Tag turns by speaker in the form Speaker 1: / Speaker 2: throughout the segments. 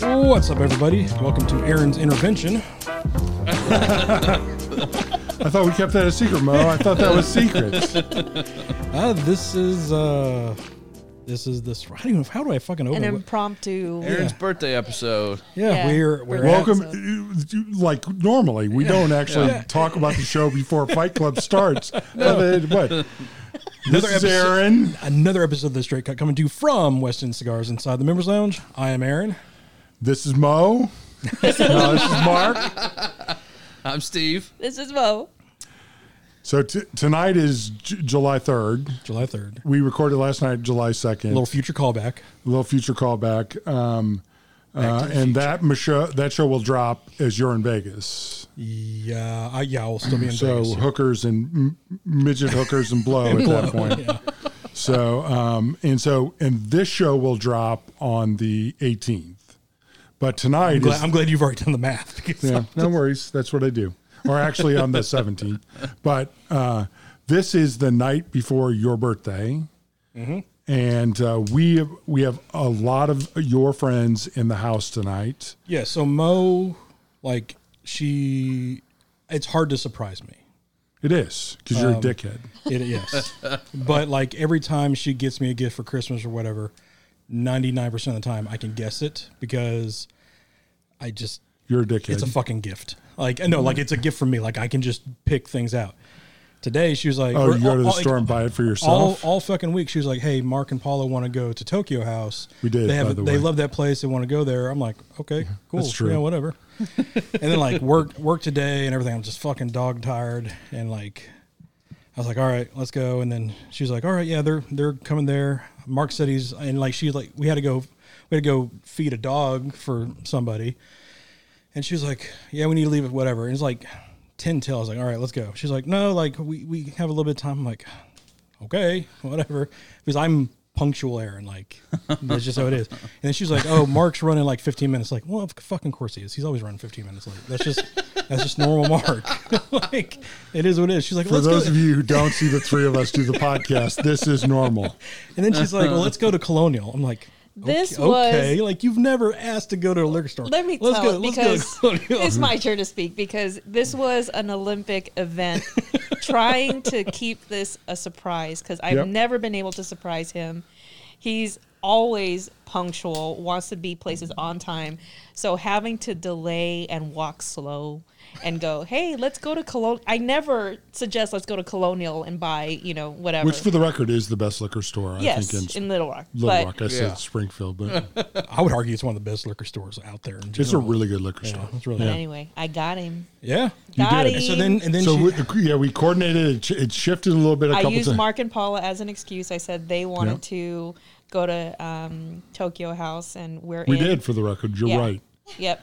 Speaker 1: What's up, everybody? Welcome to Aaron's intervention.
Speaker 2: I thought we kept that a secret, Mo. I thought that was secrets.
Speaker 1: Uh, this is uh, this is this. I don't even. How do I fucking
Speaker 3: an
Speaker 1: open? it?
Speaker 3: impromptu.
Speaker 1: Aaron's
Speaker 3: Aaron's
Speaker 1: Yeah.
Speaker 4: birthday episode.
Speaker 1: yeah,
Speaker 3: yeah.
Speaker 1: we're we're at-
Speaker 2: Welcome. Like normally, we don't actually talk about the show before Fight Club starts. Other than- But this is
Speaker 1: episode-
Speaker 2: Aaron.
Speaker 1: another episode of the Straight Cut coming to you from Weston Cigars inside the Members Lounge. I am Aaron.
Speaker 2: This is Mo. No, this is Mark.
Speaker 4: I'm Steve.
Speaker 3: This is Mo.
Speaker 2: So t- tonight is J- July third.
Speaker 1: July third.
Speaker 2: We recorded last night, July
Speaker 1: A
Speaker 2: second.
Speaker 1: little future callback.
Speaker 2: little future callback. Um, uh, and that show that show will drop as you're in Vegas.
Speaker 1: Yeah, I, yeah, I'll still be in
Speaker 2: so
Speaker 1: Vegas.
Speaker 2: hookers and m- midget hookers and blow at that point. So um, and so and this show will drop on the 18th. But tonight
Speaker 1: I'm glad,
Speaker 2: is
Speaker 1: I'm glad you've already done the math. Because
Speaker 2: yeah, no worries. That's what I do. Or actually on the 17th. But uh, this is the night before your birthday.
Speaker 1: Mm-hmm.
Speaker 2: And uh, we have, we have a lot of your friends in the house tonight.
Speaker 1: Yeah, so Mo, like she, it's hard to surprise me.
Speaker 2: It is
Speaker 1: Um,
Speaker 2: because you're a dickhead.
Speaker 1: It yes, but like every time she gets me a gift for Christmas or whatever, ninety nine percent of the time I can guess it because I just
Speaker 2: You're a dickhead.
Speaker 1: it's a fucking gift. Like no, like it's a gift from me. Like I can just pick things out. Today she was like,
Speaker 2: oh,
Speaker 1: we're-
Speaker 2: you go to the
Speaker 1: all-
Speaker 2: store and buy it for
Speaker 1: all,
Speaker 2: yourself.
Speaker 1: all fucking week, she was like, "Hey, Mark and Paula want to go to Tokyo House.
Speaker 2: We did,
Speaker 1: They have,
Speaker 2: by the
Speaker 1: they
Speaker 2: way.
Speaker 1: love that place. They want to go there." I'm like, "Okay, cool.
Speaker 2: that's true.
Speaker 1: Yeah, whatever." and then like work work today and everything. I'm just fucking dog tired and like, I was like, "All right, let's go." And then she was like, "All right, yeah, they're they're coming there." Mark said he's and like she like we had to go we had to go feed a dog for somebody, and she was like, "Yeah, we need to leave at whatever." And it's like. 10 till. I was like, all right, let's go. She's like, no, like we, we have a little bit of time. I'm like, okay, whatever. Because I'm punctual, Aaron. Like, that's just how it is. And then she's like, oh, Mark's running like 15 minutes. Like, well, of fucking course he is. He's always running 15 minutes late. That's just, that's just normal Mark. like, it is what it is. She's like,
Speaker 2: For
Speaker 1: let's
Speaker 2: those
Speaker 1: go.
Speaker 2: of you who don't see the three of us do the podcast, this is normal.
Speaker 1: and then she's like, well, let's go to Colonial. I'm like,
Speaker 3: This
Speaker 1: okay, okay.
Speaker 3: was-
Speaker 1: like you've never asked to go to a liquor store.
Speaker 3: Let me
Speaker 1: let's
Speaker 3: tell
Speaker 1: go, let's go to
Speaker 3: because
Speaker 1: Colonial.
Speaker 3: it's my turn to speak because this was an Olympic event. trying to keep this a surprise because I've
Speaker 2: Yep.
Speaker 3: never been able to surprise him. He's always punctual, wants to be places on time. So having to delay and walk slow and go, hey, let's go to Colonial. I never suggest let's go to Colonial and buy, you know, whatever.
Speaker 2: Which, for the record, is the best liquor store I
Speaker 3: yes,
Speaker 2: think in,
Speaker 3: in Little Rock.
Speaker 2: Little
Speaker 3: but
Speaker 2: Rock. I
Speaker 4: Yeah.
Speaker 2: said Springfield, but
Speaker 1: I would argue it's one of the best liquor stores out there. In
Speaker 2: it's a
Speaker 1: general.
Speaker 2: really good liquor
Speaker 1: yeah,
Speaker 2: store.
Speaker 1: it's really
Speaker 3: But
Speaker 1: yeah.
Speaker 3: anyway, I got him.
Speaker 2: You
Speaker 3: Got
Speaker 2: did.
Speaker 3: him.
Speaker 1: And so then and then
Speaker 2: so
Speaker 1: she,
Speaker 2: we, yeah, we coordinated. It, ch- it shifted a little bit a
Speaker 3: I
Speaker 2: couple
Speaker 3: used
Speaker 2: times.
Speaker 3: Mark and Paula as an excuse. I said they wanted
Speaker 2: Yep.
Speaker 3: to go to um, Tokyo House, and we're
Speaker 2: we
Speaker 3: in.
Speaker 2: did, for the record. You're
Speaker 3: Yeah.
Speaker 2: right.
Speaker 3: Yep.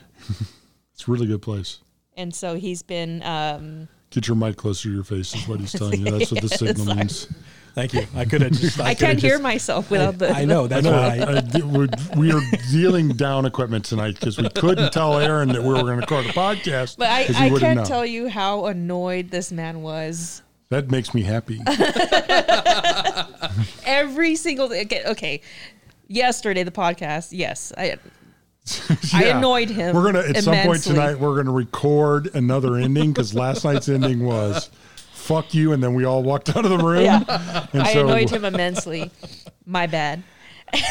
Speaker 2: It's a really good place.
Speaker 3: And so he's been. Um,
Speaker 2: Get your mic closer to your face is what he's telling you. That's what the signal means.
Speaker 1: thank you. I could have just
Speaker 3: I,
Speaker 1: I,
Speaker 3: can't hear
Speaker 1: just-
Speaker 3: myself without the.
Speaker 1: I know
Speaker 2: I
Speaker 1: that's
Speaker 2: know.
Speaker 1: why
Speaker 2: I, I- we're, we are dealing down equipment tonight because we couldn't tell Aaron that we were going to record a podcast.
Speaker 3: But I,
Speaker 2: 'cause he
Speaker 3: I
Speaker 2: wouldn't
Speaker 3: can't
Speaker 2: know.
Speaker 3: tell you how annoyed this man was.
Speaker 2: That makes me happy.
Speaker 3: Every single day. Okay, okay. Yesterday, the podcast. Yes, I. I
Speaker 2: Yeah.
Speaker 3: annoyed him
Speaker 2: We're gonna at some point
Speaker 3: immensely.
Speaker 2: tonight. We're gonna record another ending because last night's ending was "fuck you," and then we all walked out of the room.
Speaker 3: Yeah.
Speaker 2: And
Speaker 3: I
Speaker 2: so,
Speaker 3: annoyed him immensely. My bad.
Speaker 2: No,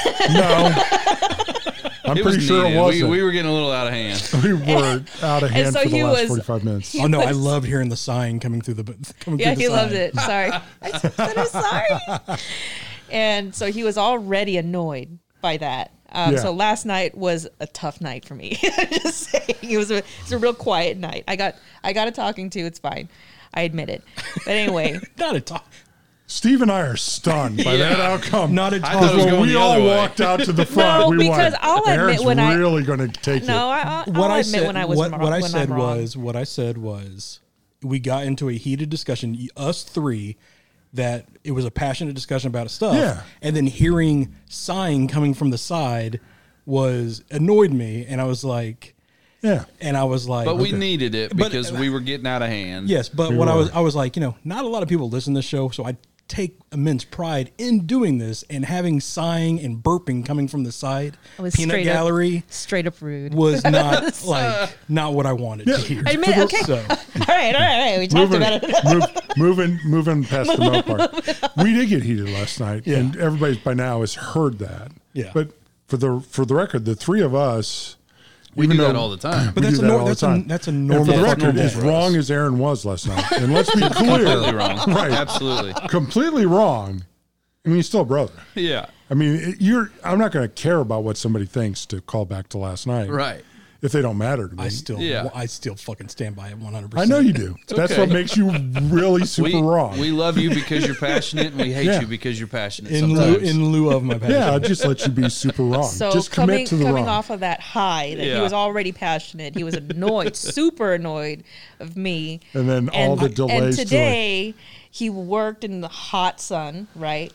Speaker 2: I'm pretty
Speaker 4: It was
Speaker 2: sure
Speaker 4: needed.
Speaker 2: it
Speaker 4: We,
Speaker 2: wasn't.
Speaker 4: we
Speaker 2: We,
Speaker 4: were getting a little out of hand.
Speaker 2: were out of hand
Speaker 3: so
Speaker 2: for the
Speaker 3: he
Speaker 2: last
Speaker 3: was-
Speaker 2: 45 minutes.
Speaker 1: Oh no, I loved hearing the sign coming through the b- coming
Speaker 3: Yeah,
Speaker 1: through the
Speaker 3: he loved
Speaker 1: sign.
Speaker 3: it. Sorry. I said I'm sorry. And so he was already annoyed by that. Um,
Speaker 2: Yeah.
Speaker 3: So last night was a tough night for me. Just saying, it was a it's a real quiet night. I got I got a talking to. It's fine. I admit it. But anyway,
Speaker 1: Not a talk.
Speaker 2: Steve and I are stunned by
Speaker 4: Yeah.
Speaker 2: that outcome.
Speaker 1: Not a
Speaker 4: I thought it was
Speaker 1: talk.
Speaker 2: when
Speaker 4: going
Speaker 2: we
Speaker 4: the
Speaker 2: all
Speaker 4: other way.
Speaker 2: walked out to the front. we
Speaker 3: because
Speaker 2: won.
Speaker 3: I'll admit
Speaker 2: Aaron's
Speaker 3: when I-
Speaker 2: really going to take
Speaker 3: no,
Speaker 2: it.
Speaker 3: I, I'll,
Speaker 1: What
Speaker 3: I'll
Speaker 1: I
Speaker 3: admit
Speaker 1: said
Speaker 3: when I was
Speaker 1: what,
Speaker 3: wrong,
Speaker 1: what I
Speaker 3: when
Speaker 1: said
Speaker 3: I'm wrong.
Speaker 1: was what I said was we got into a heated discussion y- us three that it was a passionate discussion about stuff
Speaker 2: Yeah.
Speaker 1: and then hearing sign coming from the side was annoyed me and I was like
Speaker 2: Yeah.
Speaker 1: and I was like
Speaker 4: But we needed it
Speaker 1: But-
Speaker 4: because we were getting out of hand.
Speaker 1: Yes, but
Speaker 2: We
Speaker 1: what I
Speaker 2: were.
Speaker 1: was I was like, you know, not a lot of people listen to this show, so I take immense pride in doing this and having sighing and burping coming from the side.
Speaker 3: I was
Speaker 1: Peanut
Speaker 3: straight up-
Speaker 1: gallery
Speaker 3: straight up rude.
Speaker 1: was not like not what I wanted to hear.
Speaker 3: I admit, okay.
Speaker 1: So
Speaker 3: all right, all right, all right. We talked
Speaker 2: Moving,
Speaker 3: about it.
Speaker 2: move, moving, moving past the milk part. We did get heated last night, and everybody by now has heard that.
Speaker 1: Yeah.
Speaker 2: But for the for the record, the three of us,
Speaker 4: We
Speaker 2: even
Speaker 4: do that
Speaker 2: though-
Speaker 4: all the time.
Speaker 1: But
Speaker 2: we
Speaker 1: that's
Speaker 2: do
Speaker 1: a
Speaker 2: that
Speaker 1: nor-
Speaker 2: all the
Speaker 1: that's a-
Speaker 2: time.
Speaker 1: that's a
Speaker 2: And
Speaker 1: normal-
Speaker 2: For the
Speaker 1: That's
Speaker 2: record,
Speaker 1: normal
Speaker 2: as
Speaker 1: for us.
Speaker 2: wrong as Aaron was last night, and let's be
Speaker 4: completely
Speaker 2: clear,
Speaker 4: wrong.
Speaker 2: Right.
Speaker 4: Absolutely.
Speaker 2: completely wrong. I mean, he's still a brother.
Speaker 4: Yeah.
Speaker 2: I mean, it- you're. I'm not going to care about what somebody thinks to call back to last night,
Speaker 4: Right.
Speaker 2: If they don't matter to me,
Speaker 1: I still
Speaker 4: Yeah.
Speaker 1: I still fucking stand by it 100%.
Speaker 2: I know you do. That's
Speaker 4: okay.
Speaker 2: what makes you really super
Speaker 4: We,
Speaker 2: wrong.
Speaker 4: we love you because you're passionate, and we hate
Speaker 2: Yeah.
Speaker 4: you because you're passionate.
Speaker 1: in lieu,
Speaker 4: sometimes.
Speaker 1: in lieu of my passion.
Speaker 2: yeah, I'll just let you be super wrong.
Speaker 3: So
Speaker 2: just commit
Speaker 3: coming
Speaker 2: to the
Speaker 3: coming
Speaker 2: wrong.
Speaker 3: off of that high that he
Speaker 4: Yeah.
Speaker 3: was already passionate, he was annoyed, super annoyed of me.
Speaker 2: And then all the
Speaker 3: And
Speaker 2: delays to, like-
Speaker 3: today he worked in the hot sun, right?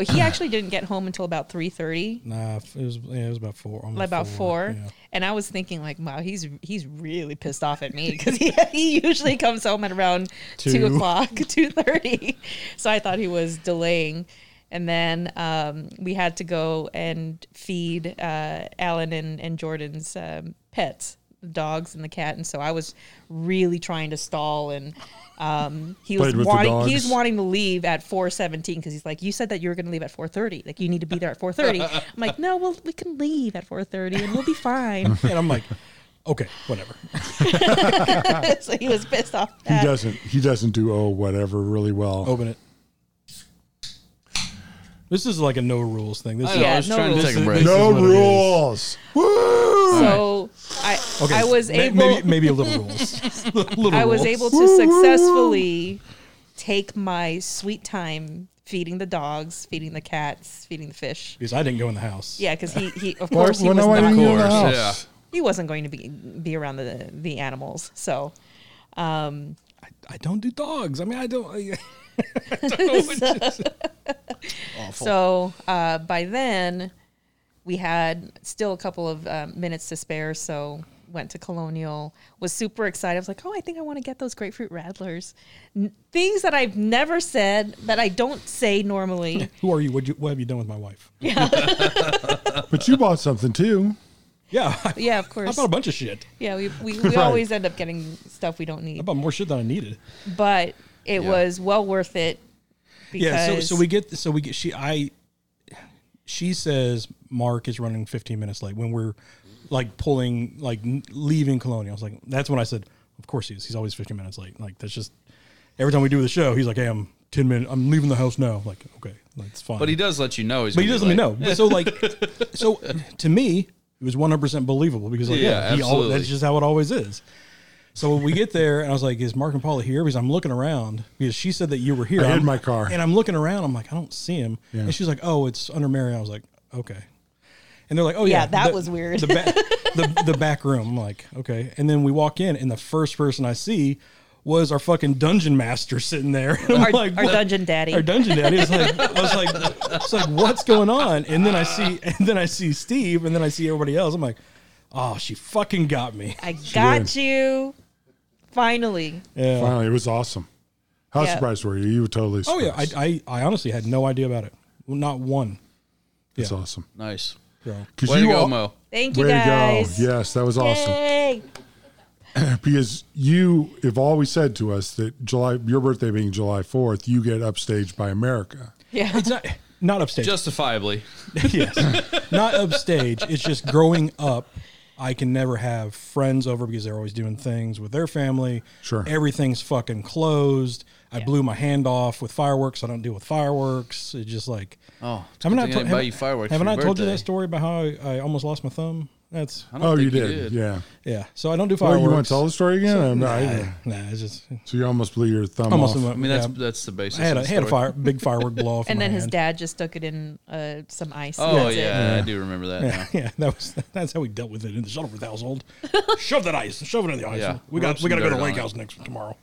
Speaker 3: he actually didn't get home until about three thirty,
Speaker 1: Nah, it was yeah, it was about four. almost
Speaker 3: like about four.
Speaker 1: yeah.
Speaker 3: And I was thinking, like, wow, he's he's really pissed off at me because he, he usually comes home at around two,
Speaker 2: Two.
Speaker 3: o'clock, two thirty. So I thought he was delaying. And then um, we had to go and feed uh, Alan and, and Jordan's um, pets, the dogs and the cat. And so I was really trying to stall, and um, he was
Speaker 2: Played with the
Speaker 3: wanting he was
Speaker 2: dogs.
Speaker 3: wanting to leave at four seventeen because he's like, you said that you were going to leave at four thirty, like you need to be there at four thirty. I'm like, no, well we can leave at four thirty and we'll be fine.
Speaker 1: And I'm like, okay, whatever.
Speaker 3: so he was pissed off.
Speaker 2: he
Speaker 3: That.
Speaker 2: doesn't. He doesn't do oh whatever really well.
Speaker 1: Open it. This is like a no rules thing. This
Speaker 4: I,
Speaker 1: is
Speaker 4: know,
Speaker 3: Yeah,
Speaker 4: I was
Speaker 3: no
Speaker 4: trying to
Speaker 3: rules.
Speaker 4: take a
Speaker 1: This
Speaker 4: break.
Speaker 1: is-
Speaker 2: no
Speaker 1: what it is.
Speaker 2: rules. Woo!
Speaker 3: So I I was
Speaker 1: may-
Speaker 3: able
Speaker 1: maybe, maybe a little rules. little
Speaker 3: I was
Speaker 1: rules.
Speaker 3: able to successfully take my sweet time feeding the dogs, feeding the cats, feeding the fish.
Speaker 1: because I didn't go in the house.
Speaker 3: Yeah, because he, he of
Speaker 2: Why-
Speaker 3: course he
Speaker 2: why
Speaker 3: was
Speaker 2: not in
Speaker 3: not
Speaker 2: the
Speaker 4: course,
Speaker 2: house?
Speaker 4: yeah.
Speaker 3: he wasn't going to be be around the the animals. So
Speaker 1: I, I don't do dogs. I mean, I don't. I,
Speaker 3: so uh, by then we had still a couple of um, minutes to spare. So went to Colonial. Was super excited. I was like, oh, I think I want to get those grapefruit rattlers. N- things that I've never said that I don't say normally.
Speaker 1: who are you? What, you? what have you done with my wife? Yeah,
Speaker 2: But you bought something too.
Speaker 1: I,
Speaker 3: Yeah, of course.
Speaker 1: I bought a bunch of shit.
Speaker 3: Yeah, we, we, we always end up getting stuff we don't
Speaker 1: I
Speaker 3: need,
Speaker 1: bought more shit than I needed.
Speaker 3: but it was well worth it. Because
Speaker 1: Yeah. So so we get so we get she I she says Mark is running 15 minutes late when we're like pulling like n- leaving Colonial. I was like, that's when I said, of course he is. He's always 15 minutes late. Like that's just every time we do the show, he's like, hey, I'm 10 minutes. I'm leaving the house now. Like okay, that's fine.
Speaker 4: But he does let you know he's.
Speaker 1: But he
Speaker 4: gonna
Speaker 1: doesn't
Speaker 4: be
Speaker 1: even know.
Speaker 4: late.
Speaker 1: But so like, so to me, it was one hundred percent believable because like, yeah,
Speaker 4: Yeah,
Speaker 1: he al-
Speaker 4: absolutely.
Speaker 1: that's just how it always is. So we get there, and I was like, "Is Mark and Paula here?" Because I'm looking around because she said that you were here.
Speaker 2: I hid
Speaker 1: I'm-
Speaker 2: my car.
Speaker 1: and I'm looking around. I'm like, I don't see him. And she's like, "Oh, it's under Mary." I was like, "Okay." And they're like, "Oh yeah,
Speaker 3: Yeah, that was weird.
Speaker 1: The, ba- the the back room. I'm like, okay. And then we walk in, and the first person I see was our fucking dungeon master sitting there. I'm
Speaker 3: our,
Speaker 1: like,
Speaker 3: our
Speaker 1: "What?"
Speaker 3: dungeon daddy.
Speaker 1: Our dungeon daddy is like, I was like, it's like, what's going on? And then I see, and then I see Steve, and then I see everybody else. I'm like, oh, she fucking got me.
Speaker 3: I got you. Finally,
Speaker 1: Yeah.
Speaker 2: Finally, it was awesome. How
Speaker 3: Yeah.
Speaker 2: surprised were you? You were totally.
Speaker 1: Oh
Speaker 2: Surprised.
Speaker 1: yeah, I, I, I honestly had no idea about it. Well, not one.
Speaker 2: It's
Speaker 1: yeah.
Speaker 2: awesome.
Speaker 4: Nice.
Speaker 1: So,
Speaker 2: 'Cause
Speaker 4: Way to go,
Speaker 2: all-
Speaker 4: Mo.
Speaker 3: thank you
Speaker 2: Way to
Speaker 3: guys.
Speaker 2: go! Yes, that was awesome.
Speaker 3: Yay.
Speaker 2: Because you have always said to us that July, your birthday being July fourth, you get upstaged by America.
Speaker 3: Yeah.
Speaker 1: it's not not upstage.
Speaker 4: Justifiably.
Speaker 1: yes, not upstage. It's just growing up. I can never have friends over because they're always doing things with their family.
Speaker 2: Sure.
Speaker 1: everything's fucking closed. I blew my hand off with fireworks. I don't deal with fireworks. It's just like
Speaker 4: Oh, it's a
Speaker 1: Haven't I, to-
Speaker 4: good thing I didn't buy
Speaker 1: haven't,
Speaker 4: you fireworks
Speaker 1: haven't
Speaker 4: for
Speaker 1: I
Speaker 4: your
Speaker 1: told you
Speaker 4: birthday.
Speaker 1: that story about how I, I almost lost my thumb? That's
Speaker 4: I don't
Speaker 2: Oh,
Speaker 4: think
Speaker 2: you did. Yeah.
Speaker 1: yeah. So I don't do
Speaker 2: Oh,
Speaker 1: fireworks.
Speaker 2: you want to tell the story again? I'm not-
Speaker 1: Nah, nah, it's just
Speaker 2: So you almost blew your thumb
Speaker 1: almost.
Speaker 2: off.
Speaker 1: I
Speaker 4: I mean, that's that's the basis.
Speaker 1: I had
Speaker 4: of
Speaker 1: a
Speaker 4: the
Speaker 1: had a
Speaker 4: story.
Speaker 1: fire big firework blow off. in
Speaker 3: And
Speaker 1: my
Speaker 3: then his
Speaker 1: hand.
Speaker 3: dad just stuck it in uh, some ice. and
Speaker 4: Oh
Speaker 3: that's it.
Speaker 4: yeah, I do remember that. now.
Speaker 1: Yeah, that was that's how we dealt with it in the Shuttleworth household. Shove that ice, shove it in the ice.
Speaker 4: Yeah,
Speaker 1: we
Speaker 4: rub
Speaker 1: got we
Speaker 4: some
Speaker 1: got to go to
Speaker 4: dirt
Speaker 1: Lake
Speaker 4: on it.
Speaker 1: House next tomorrow.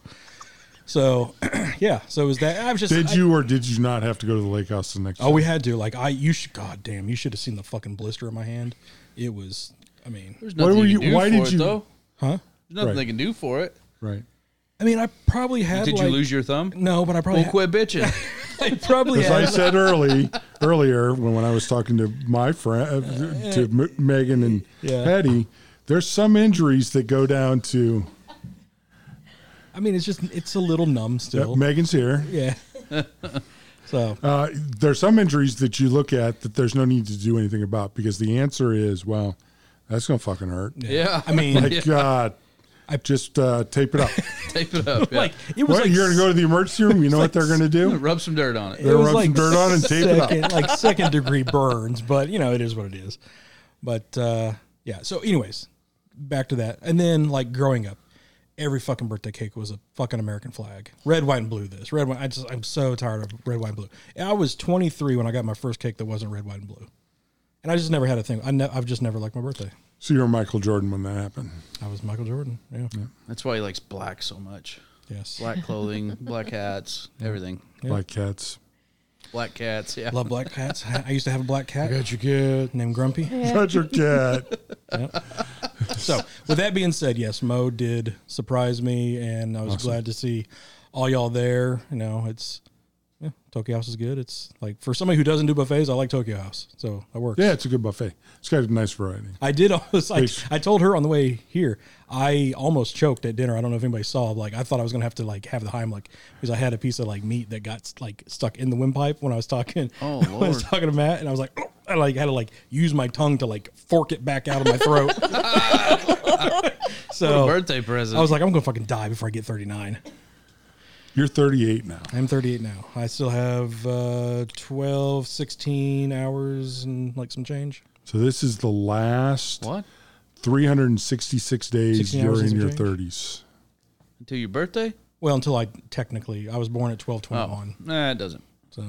Speaker 1: So, yeah. So it was that I was just
Speaker 2: Did
Speaker 1: I-
Speaker 2: you or did you not have to go to the lake house the next?
Speaker 1: Oh, we had to like I you should god damn you should have seen the fucking blister in my hand. It was I mean
Speaker 4: There's
Speaker 2: Why
Speaker 4: nothing
Speaker 2: were
Speaker 4: you can
Speaker 2: you-
Speaker 4: do
Speaker 2: why
Speaker 4: for
Speaker 2: did
Speaker 4: it
Speaker 2: you-
Speaker 4: though.
Speaker 1: huh
Speaker 4: There's nothing
Speaker 2: Right.
Speaker 4: they can do for it.
Speaker 2: right?
Speaker 1: I mean I probably had
Speaker 4: Did you
Speaker 1: like-
Speaker 4: lose your thumb?
Speaker 1: no but I probably
Speaker 4: Well,
Speaker 1: had-
Speaker 4: quit bitching.
Speaker 1: They probably
Speaker 2: As I
Speaker 1: have.
Speaker 2: said early earlier when, when I was talking to my friend uh, to M- Megan and
Speaker 1: Yeah.
Speaker 2: Patty, there's some injuries that go down to
Speaker 1: I mean, it's just it's a little numb
Speaker 2: uh,
Speaker 1: still.
Speaker 2: Megan's here.
Speaker 1: yeah. so
Speaker 2: Uh, there's some injuries that you look at that there's no need to do anything about because the answer is well, that's gonna fucking hurt.
Speaker 4: Yeah.
Speaker 1: I mean,
Speaker 2: Like God, I just uh, tape it up.
Speaker 4: Tape it up. Yeah.
Speaker 1: like it was
Speaker 2: Well,
Speaker 1: like
Speaker 2: you're gonna go to the emergency room. You know what
Speaker 1: like
Speaker 2: they're gonna do?
Speaker 4: Rub some dirt on it.
Speaker 2: They're rub some dirt on and tape it up.
Speaker 1: second, like second degree burns, but you know it is what it is. But uh, yeah, so anyways, back to that, and then like growing up, every fucking birthday cake was a fucking American flag, red, white, and blue. This red, white. I just I'm so tired of red, white, and blue. And I was 23 when I got my first cake that wasn't red, white, and blue, and I just never had a thing. I ne- I've just never liked my birthday.
Speaker 2: So you're Michael Jordan when that happened.
Speaker 1: I was Michael Jordan. Yeah.
Speaker 4: That's why he likes black so much.
Speaker 1: Yes.
Speaker 4: Black clothing, black hats, everything.
Speaker 2: Like cats.
Speaker 4: Black cats. Yeah.
Speaker 1: Love black cats. I used to have a black cat
Speaker 2: your cat.
Speaker 1: named Grumpy.
Speaker 2: Got your cat.
Speaker 1: So, with that being said, yes, Mo did surprise me, and I was glad to see all y'all there. You know, it's yeah, Tokyo House is good. It's like for somebody who doesn't do buffets, I like Tokyo House, so that works.
Speaker 2: Yeah, it's a good buffet. It's got a nice variety.
Speaker 1: I did almost. I,
Speaker 2: Thanks.
Speaker 1: I told her on the way here. I almost choked at dinner. I don't know if anybody saw. Like I thought I was gonna have to like have the Heimlich because I had a piece of like meat that got like stuck in the windpipe when I was talking.
Speaker 4: Oh,
Speaker 1: when I was
Speaker 4: Lord.
Speaker 1: talking to Matt, and I was like, I like had to like use my tongue to like fork it back out of my throat. so
Speaker 4: Birthday present.
Speaker 1: I was like, I'm gonna fucking die before I get 39.
Speaker 2: You're 38 now.
Speaker 1: I'm 38 now. I still have uh, 12, 16 hours and like some change.
Speaker 2: So this is the last
Speaker 4: what?
Speaker 2: 366 days
Speaker 1: 16
Speaker 2: you're
Speaker 1: hours
Speaker 2: in
Speaker 1: is
Speaker 2: your
Speaker 1: strange.
Speaker 2: 30s.
Speaker 4: Until your birthday?
Speaker 1: Well, until I technically, I was born at 1221.
Speaker 4: Oh, nah, it doesn't.
Speaker 1: So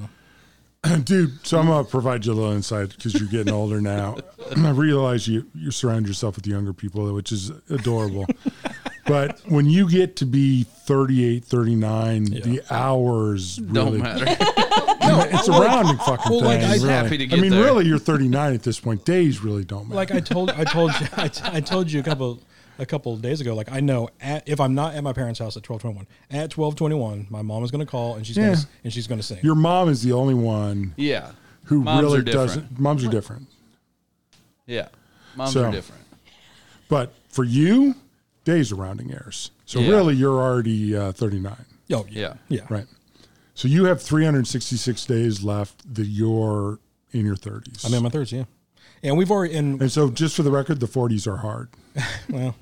Speaker 2: Dude, so I'm going to provide you a little insight because you're getting older now. I realize you, you surround yourself with younger people, which is adorable. but when you get to be 38, 39, the hours
Speaker 4: Don't
Speaker 2: really,
Speaker 4: matter.
Speaker 2: It's a rounding fucking
Speaker 1: well, like,
Speaker 2: thing.
Speaker 1: I'm
Speaker 2: really.
Speaker 4: happy to get
Speaker 2: I mean,
Speaker 4: there.
Speaker 2: really, you're 39 at this point. Days really don't matter.
Speaker 1: like I told, I told you, I, t- I told you a couple, a couple days ago, like I know at, if I'm not at my parents' house at 1221, at 1221, my mom is going to call and she's
Speaker 2: Yeah.
Speaker 1: going to, and she's going to sing.
Speaker 2: your mom is the only one
Speaker 4: yeah.
Speaker 2: who
Speaker 4: Moms are
Speaker 2: really
Speaker 4: different.
Speaker 2: doesn't. Moms are different.
Speaker 4: Yeah. Moms
Speaker 2: So-
Speaker 4: are different.
Speaker 2: But for you, days are rounding errors. So
Speaker 4: Yeah.
Speaker 2: really, you're already uh, 39,
Speaker 1: oh,
Speaker 4: Yeah.
Speaker 1: Yeah.
Speaker 2: right? So you have 366 days left that you're in your 30s.
Speaker 1: I'm in my thirds. Yeah. And we've already, and
Speaker 2: and so, just for the record, the 40s are hard.
Speaker 1: well,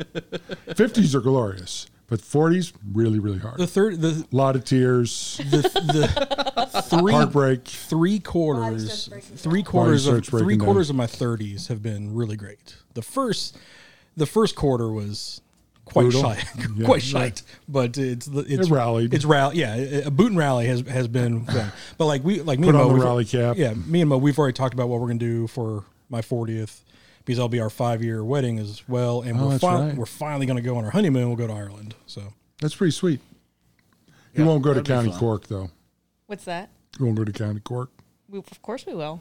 Speaker 2: 50s are glorious, but 40s really, really hard.
Speaker 1: the
Speaker 2: A
Speaker 1: third, the,
Speaker 2: lot of tears,
Speaker 1: the, the three
Speaker 2: heartbreak.
Speaker 1: three quarters
Speaker 5: Body starts
Speaker 1: three quarters
Speaker 2: Body
Speaker 1: of
Speaker 2: starts breaking
Speaker 1: three
Speaker 2: down.
Speaker 1: quarters of my 30s have been really great the first the first quarter was quite
Speaker 2: Brutal.
Speaker 1: shy
Speaker 2: Yeah.
Speaker 1: quite shite but it's the- it's
Speaker 2: It rallied.
Speaker 1: it's rally yeah a a boot and rally has has been fun. but like we like me
Speaker 2: Put
Speaker 1: and Mo,
Speaker 2: on the
Speaker 1: we've-
Speaker 2: rally cap.
Speaker 1: yeah me and Mo we've already talked about what we're gonna do for my 40th because that'll be our five year wedding as well and
Speaker 2: Oh,
Speaker 1: we're
Speaker 2: that's
Speaker 1: fin-
Speaker 2: right.
Speaker 1: we're finally gonna go on our honeymoon we'll go to Ireland so
Speaker 2: That's pretty sweet. You
Speaker 4: Yeah,
Speaker 2: won't go to
Speaker 4: that'd be
Speaker 2: County
Speaker 4: fun.
Speaker 2: Cork, though.
Speaker 3: What's that?
Speaker 2: You won't go to County Cork.
Speaker 3: We, of course we will.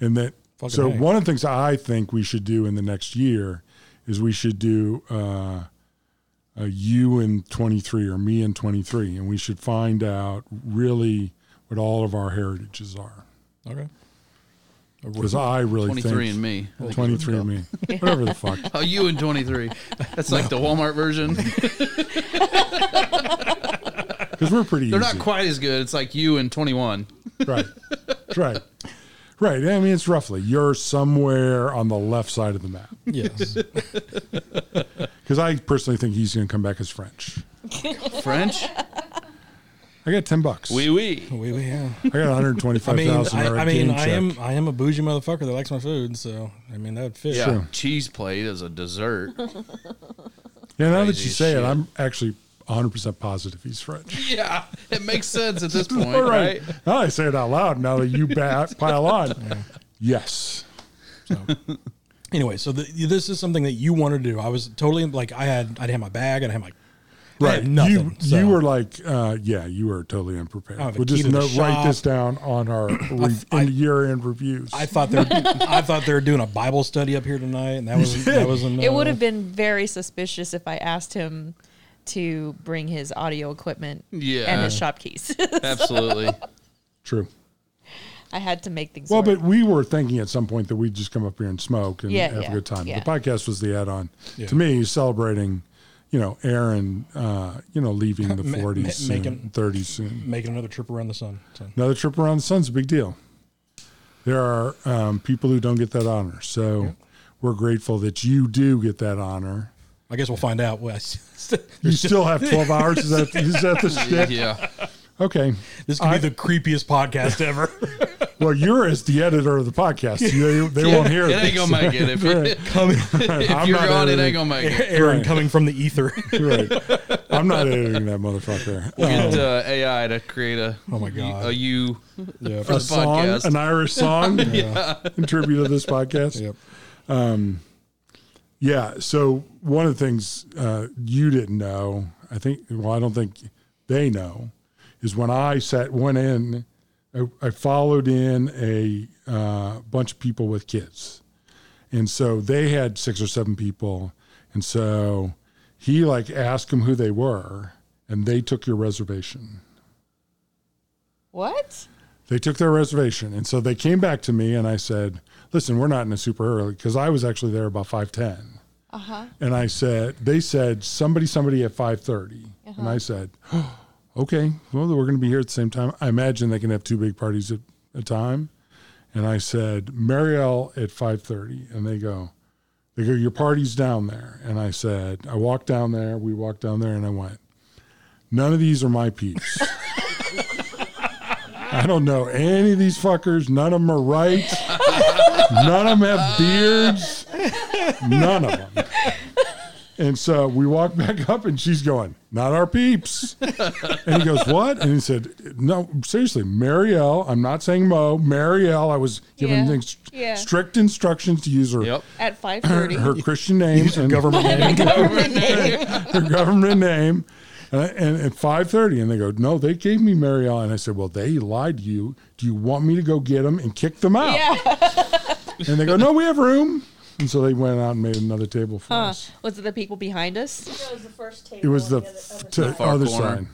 Speaker 2: And that
Speaker 1: Fucking
Speaker 2: so
Speaker 1: A.
Speaker 2: one of the things I think we should do in the next year is we should do uh, a you and twenty three or me and twenty three, and we should find out really what all of our heritages are.
Speaker 1: okay
Speaker 2: Because I really
Speaker 4: 23
Speaker 2: think
Speaker 4: and me. I think is what
Speaker 2: twenty
Speaker 4: it's
Speaker 2: three and
Speaker 4: called.
Speaker 2: me, whatever the fuck.
Speaker 4: Oh, you and 23. That's like the Walmart version.
Speaker 2: Because we're pretty.
Speaker 4: They're
Speaker 2: easy.
Speaker 4: not quite as good. It's like you and 21.
Speaker 2: right, right, right. I mean, it's roughly you're somewhere on the left side of the map.
Speaker 1: yes
Speaker 2: Because I personally think he's going to come back as French.
Speaker 4: French?
Speaker 2: I got ten bucks.
Speaker 4: Oui, oui.
Speaker 1: we, we yeah.
Speaker 2: I got one hundred twenty
Speaker 1: I
Speaker 2: five
Speaker 1: mean,
Speaker 2: thousand.
Speaker 1: I, I mean, I am I am a bougie motherfucker that likes my food, so I mean that would fit.
Speaker 4: Yeah.
Speaker 2: Sure.
Speaker 4: Cheese plate is a dessert.
Speaker 2: Yeah, now that
Speaker 4: Crazy
Speaker 2: you
Speaker 4: as
Speaker 2: say
Speaker 4: shit.
Speaker 2: it, I'm actually 100% positive he's French.
Speaker 4: yeah. It makes sense at this point,
Speaker 2: All
Speaker 4: right?
Speaker 2: right. Now I say it out loud. Now that you ba- pile on. Yes.
Speaker 1: Anyway, so the, this is something that you wanted to do. I was totally like I had I had my bag and I had my I had nothing.
Speaker 2: You,
Speaker 1: so.
Speaker 2: you were like, uh, yeah, you were totally unprepared.
Speaker 1: I have a
Speaker 2: We'll
Speaker 1: key
Speaker 2: just
Speaker 1: to the
Speaker 2: note- write
Speaker 1: shop.
Speaker 2: this down on our re-
Speaker 1: I-
Speaker 2: in year end reviews.
Speaker 1: I thought they're I thought they were doing a Bible study up here tonight, and that was that was a no.
Speaker 3: It would have been very suspicious if I asked him to bring his audio equipment
Speaker 4: Yeah.
Speaker 3: and his shop keys.
Speaker 4: Absolutely.
Speaker 2: True.
Speaker 3: I had to make things
Speaker 2: Well,
Speaker 3: work.
Speaker 2: but we were thinking at some point that we'd just come up here and smoke and
Speaker 3: Yeah,
Speaker 2: have
Speaker 3: yeah,
Speaker 2: a good time.
Speaker 3: yeah.
Speaker 2: The podcast was the add-on
Speaker 1: Yeah.
Speaker 2: to me, celebrating, you know, Aaron, uh, you know, leaving the
Speaker 1: Ma- ma-
Speaker 2: forties,
Speaker 1: make him-
Speaker 2: and thirties soon.
Speaker 1: Making another trip around the sun. So,
Speaker 2: Another trip around the sun's a big deal. There are um, people who don't get that honor, so we're grateful that you do get that honor.
Speaker 1: I guess we'll find out. Well, this
Speaker 2: You still have twelve hours. Is that is that the shtick?
Speaker 4: yeah.
Speaker 2: Okay.
Speaker 1: could
Speaker 2: I-
Speaker 1: be the creepiest podcast ever.
Speaker 2: Well, you're as the editor of the podcast. You, they won't hear
Speaker 4: It
Speaker 2: this.
Speaker 4: ain't gonna make it if, it, if
Speaker 2: I'm
Speaker 4: you're
Speaker 2: not
Speaker 4: on. It
Speaker 2: editing.
Speaker 4: ain't gonna make it.
Speaker 1: Aaron coming from the ether.
Speaker 2: Right. I'm not editing that motherfucker.
Speaker 4: Get uh, AI to create a oh
Speaker 1: my God.
Speaker 4: a you
Speaker 1: Yeah.
Speaker 4: for the
Speaker 2: a song,
Speaker 4: podcast.
Speaker 2: an Irish song, in tribute to this podcast. Um,
Speaker 1: Yep.
Speaker 2: Yeah. So one of the things uh, you didn't know, I think, well, I don't think they know, is when I sat went in, I, I followed in a uh, bunch of people with kids, and so they had six or seven people, and so he like asked them who they were, and they took your reservation.
Speaker 3: what?
Speaker 2: they took their reservation and so they came back to me and i said listen we're not in a super early because i was actually there about 510 uh-huh. and i said they said somebody somebody at 530 and i said "Oh, okay well we're going to be here at the same time i imagine they can have two big parties at a time and i said marielle at 530 and they go they go your party's down there and i said i walked down there we walked down there and i went none of these are my peeps I don't know any of these fuckers. None of them are right. None of them have beards. None of them. And so we walk back up, and she's going, "Not our peeps." And he goes, "What?" And he said, "No, seriously, Marielle. I'm not saying Mo. Marielle. I was giving
Speaker 3: Yeah.
Speaker 2: things,
Speaker 3: Yeah.
Speaker 2: strict instructions to use her
Speaker 4: Yep.
Speaker 3: At five
Speaker 2: her,
Speaker 3: thirty.
Speaker 2: her Christian name
Speaker 1: Use your government name.
Speaker 2: her government name. And, I- and at five thirty, and they go, "No, they gave me Marielle." And I said, "Well, they lied to you. Do you want me to go get them and kick them out?"
Speaker 3: yeah.
Speaker 2: And they go, "No, we have room." And so they went out and made another table for us.
Speaker 3: Was it the people behind us?
Speaker 5: That was the first table.
Speaker 2: It was the,
Speaker 5: on
Speaker 2: f-
Speaker 5: other- other
Speaker 2: to
Speaker 5: side
Speaker 4: far
Speaker 2: other
Speaker 4: corner.
Speaker 2: side,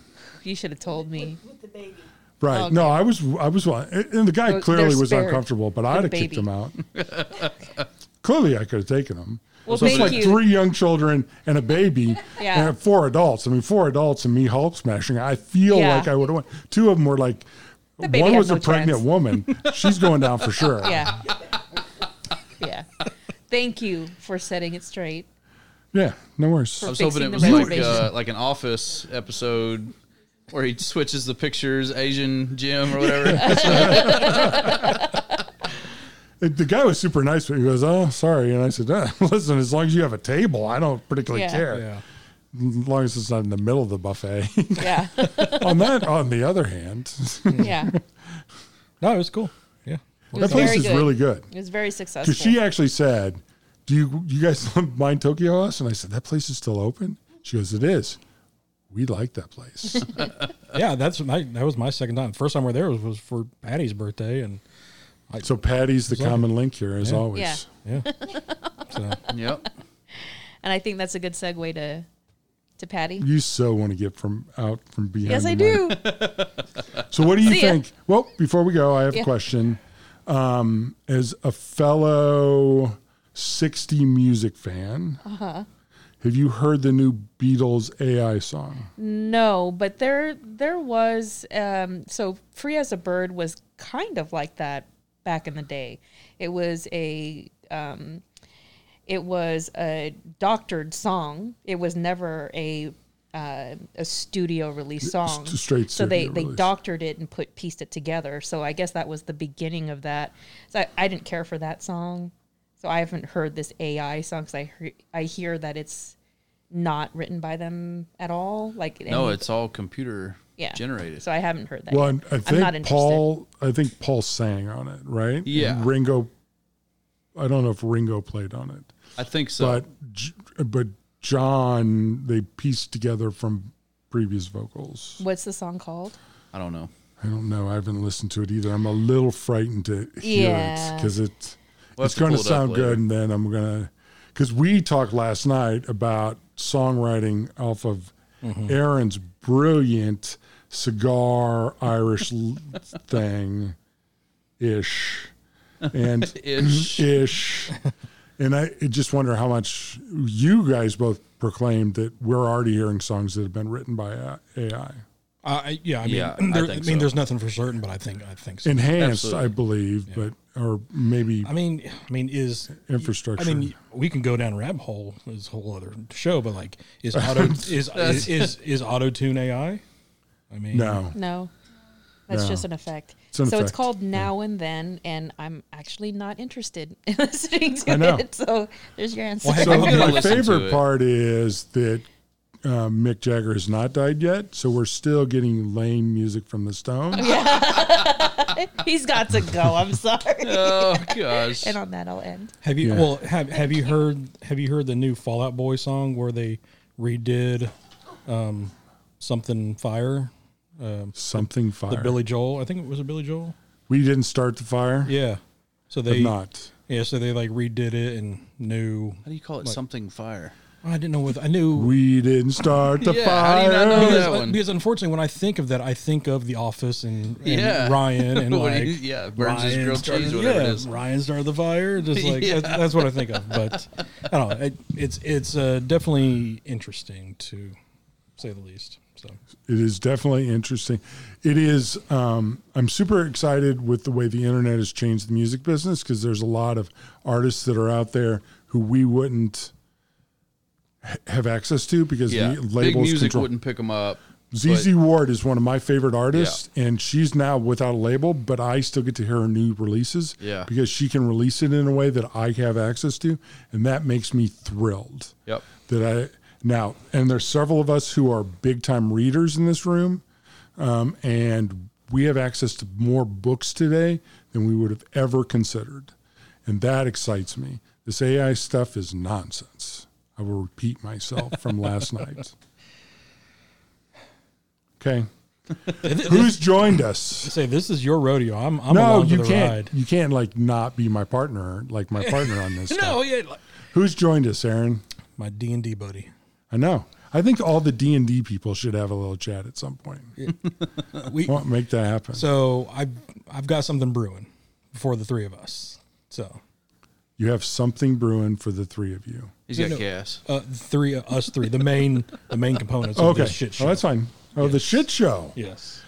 Speaker 3: You should have told me.
Speaker 5: with the baby.
Speaker 2: right? No, I was, I was, one- and the guy
Speaker 3: They're
Speaker 2: clearly was
Speaker 3: spared
Speaker 2: uncomfortable, but
Speaker 3: the
Speaker 2: I'd have kicked
Speaker 3: baby.
Speaker 2: him out. clearly, I could have taken him.
Speaker 3: Well,
Speaker 2: So it's
Speaker 3: thank
Speaker 2: like
Speaker 3: you.
Speaker 2: three young children and a baby
Speaker 3: Yeah.
Speaker 2: and four adults. I mean, four adults and me Hulk smashing. I feel
Speaker 3: Yeah.
Speaker 2: like I would have won. Two of them were like,
Speaker 3: baby
Speaker 2: one
Speaker 3: had
Speaker 2: was a
Speaker 3: no
Speaker 2: pregnant
Speaker 3: chance.
Speaker 2: woman. She's going down for sure.
Speaker 3: Yeah. yeah. Thank you for setting it straight.
Speaker 2: Yeah, no worries.
Speaker 4: I was
Speaker 3: fixing
Speaker 4: hoping it
Speaker 3: the
Speaker 4: was like
Speaker 3: reservation.
Speaker 4: uh, like an office episode where he switches the pictures, Asian Jim or whatever.
Speaker 2: The guy was super nice, but he goes, "Oh, sorry." And I said, "Uh, "Listen, as long as you have a table, I don't particularly
Speaker 3: Yeah.
Speaker 2: care.
Speaker 1: Yeah.
Speaker 2: As long as it's not in the middle of the buffet."
Speaker 3: Yeah.
Speaker 2: on that, on the other hand,
Speaker 3: yeah. It
Speaker 1: No, it was cool. Yeah.
Speaker 3: was
Speaker 2: that place
Speaker 3: very
Speaker 2: is really good.
Speaker 3: It was very successful.
Speaker 2: Because she actually said, "Do you you guys mind Tokyo House?" And I said, "That place is still open." She goes, "It is. We like that place." Uh,
Speaker 1: Yeah, that's my that was my second time. First time we were there was, was for Patty's birthday and
Speaker 2: so Patty's the common link here, as
Speaker 1: Yeah.
Speaker 2: always.
Speaker 3: Yeah.
Speaker 1: yeah. so
Speaker 4: yep.
Speaker 3: and I think that's a good segue to to Patty.
Speaker 2: You so want to get from out from behind.
Speaker 3: Yes,
Speaker 2: the
Speaker 3: I
Speaker 2: mic.
Speaker 3: do.
Speaker 2: So, what do you
Speaker 3: See ya.
Speaker 2: think? Well, before we go, I have
Speaker 3: Yeah.
Speaker 2: a question. Um, as a fellow '60 music fan,
Speaker 3: Uh-huh.
Speaker 2: have you heard the new Beatles AI song?
Speaker 3: No, but there there was um, so free as a bird was kind of like that back in the day. It was a um, it was a doctored song. It was never a uh, a studio release song.
Speaker 2: s- straight
Speaker 3: so they
Speaker 2: studio
Speaker 3: they
Speaker 2: release.
Speaker 3: doctored it and put pieced it together. So I guess that was the beginning of that. So I, I didn't care for that song. So I haven't heard this AI song because I hear, I hear that it's not written by them at all. Like
Speaker 4: No,
Speaker 3: any-
Speaker 4: it's all computer
Speaker 3: yeah
Speaker 4: generated.
Speaker 3: So I haven't heard that.
Speaker 2: Well,
Speaker 3: yet.
Speaker 2: and I
Speaker 3: I'm not
Speaker 2: think
Speaker 3: interested.
Speaker 2: Paul. I think Paul sang on it, right?
Speaker 4: Yeah.
Speaker 2: And Ringo. I don't know if Ringo played on it,
Speaker 4: I think so.
Speaker 2: but J- but John they pieced together from previous vocals.
Speaker 3: What's the song called?
Speaker 4: I don't know.
Speaker 2: I don't know. I haven't listened to it either. I'm a little frightened to hear it
Speaker 3: Yeah.
Speaker 2: because it
Speaker 4: We'll have
Speaker 2: it's
Speaker 4: to
Speaker 2: going to
Speaker 4: pull it up
Speaker 2: sound
Speaker 4: later.
Speaker 2: good, and then I'm gonna because we talked last night about songwriting off of
Speaker 4: Mm-hmm.
Speaker 2: Aaron's brilliant cigar Irish l- thing ish and
Speaker 4: Ish.
Speaker 2: ish. And I I just wonder how much you guys both proclaimed that we're already hearing songs that have been written by uh, AI.
Speaker 1: Uh, I I- yeah, I mean,
Speaker 4: Yeah, I
Speaker 1: there, I,
Speaker 4: think
Speaker 1: mean,
Speaker 4: so.
Speaker 1: there's nothing for certain, but I think I think so.
Speaker 2: Enhanced, I
Speaker 4: Absolutely.
Speaker 2: believe, but or maybe
Speaker 1: I mean, I mean, is
Speaker 2: Infrastructure.
Speaker 1: I mean, we can go down rabbit hole. Is a whole other show, but like, is auto is is is, is auto tune AI? I mean,
Speaker 2: no.
Speaker 3: No, that's just an effect.
Speaker 2: It's an
Speaker 3: so it's
Speaker 2: effect,
Speaker 3: called Now and Then, and I'm actually not interested in listening to
Speaker 2: I know.
Speaker 3: it. So there's your answer.
Speaker 1: Well, heck,
Speaker 2: So
Speaker 1: I'm gonna
Speaker 2: my
Speaker 4: listen to
Speaker 2: favorite
Speaker 4: it.
Speaker 2: part is that uh, Mick Jagger has not died yet, so we're still getting lame music from the Stones.
Speaker 3: He's got to go. I'm sorry.
Speaker 4: Oh gosh.
Speaker 3: And on that, I'll end.
Speaker 1: Have you
Speaker 2: Yeah.
Speaker 1: well have have you heard have you heard the new Fallout Boy song where they redid um, something fire
Speaker 2: Something fire.
Speaker 1: the Billy Joel I think it was a Billy Joel
Speaker 2: we didn't start the fire.
Speaker 1: yeah so
Speaker 2: but
Speaker 1: they
Speaker 2: not.
Speaker 1: yeah so they like redid it and new
Speaker 4: How do you call it? Something fire.
Speaker 1: I didn't know what I knew
Speaker 2: We didn't start the
Speaker 4: Yeah, how do
Speaker 2: fire.
Speaker 4: you not know
Speaker 1: because,
Speaker 4: that one?
Speaker 1: because unfortunately when I think of that I think of The Office and, and
Speaker 4: Yeah.
Speaker 1: Ryan and
Speaker 4: What
Speaker 1: like
Speaker 4: do you- yeah, Burns'
Speaker 1: Ryan
Speaker 4: grilled
Speaker 1: started-
Speaker 4: cheese, whatever it is.
Speaker 1: Ryan started the fire just like
Speaker 4: Yeah.
Speaker 1: that, that's what I think of but I don't know it, it's it's uh, definitely interesting to say the least so.
Speaker 2: It is definitely interesting. It is. Um, I'm super excited with the way the internet has changed the music business because there's a lot of artists that are out there who we wouldn't ha- have access to because
Speaker 4: Yeah.
Speaker 2: the
Speaker 4: Big
Speaker 2: labels
Speaker 4: music
Speaker 2: control.
Speaker 4: wouldn't pick them up.
Speaker 2: ZZ Ward is one of my favorite artists, and she's now without a label, but I still get to hear her new releases
Speaker 4: Yeah.
Speaker 2: because she can release it in a way that I have access to, and that makes me thrilled.
Speaker 4: Yep.
Speaker 2: That I now, and there's several of us who are big time readers in this room, um, and we have access to more books today than we would have ever considered, and that excites me. This AI stuff is nonsense. I will repeat myself from last night. Okay. Who's joined us?
Speaker 1: say this is your rodeo. I'm I'm
Speaker 2: No,
Speaker 1: along for
Speaker 2: you
Speaker 1: the
Speaker 2: can't.
Speaker 1: ride.
Speaker 2: You can't like not be my partner, like my partner on this. stuff.
Speaker 1: No, yeah, like-
Speaker 2: Who's joined us, Aaron?
Speaker 1: my D and D buddy.
Speaker 2: I know. I think all the D and D people should have a little chat at some point.
Speaker 1: We
Speaker 2: Won't make that happen.
Speaker 1: so I I've got something brewing for the three of us. So
Speaker 2: you have something brewing for the three of you.
Speaker 4: He's
Speaker 1: No,
Speaker 4: got
Speaker 1: no.
Speaker 4: gas.
Speaker 1: uh, three of us three the main the main components of
Speaker 2: Okay.
Speaker 1: this shit
Speaker 2: Oh,
Speaker 1: show.
Speaker 2: that's fine. Oh, the shit show,
Speaker 1: yes.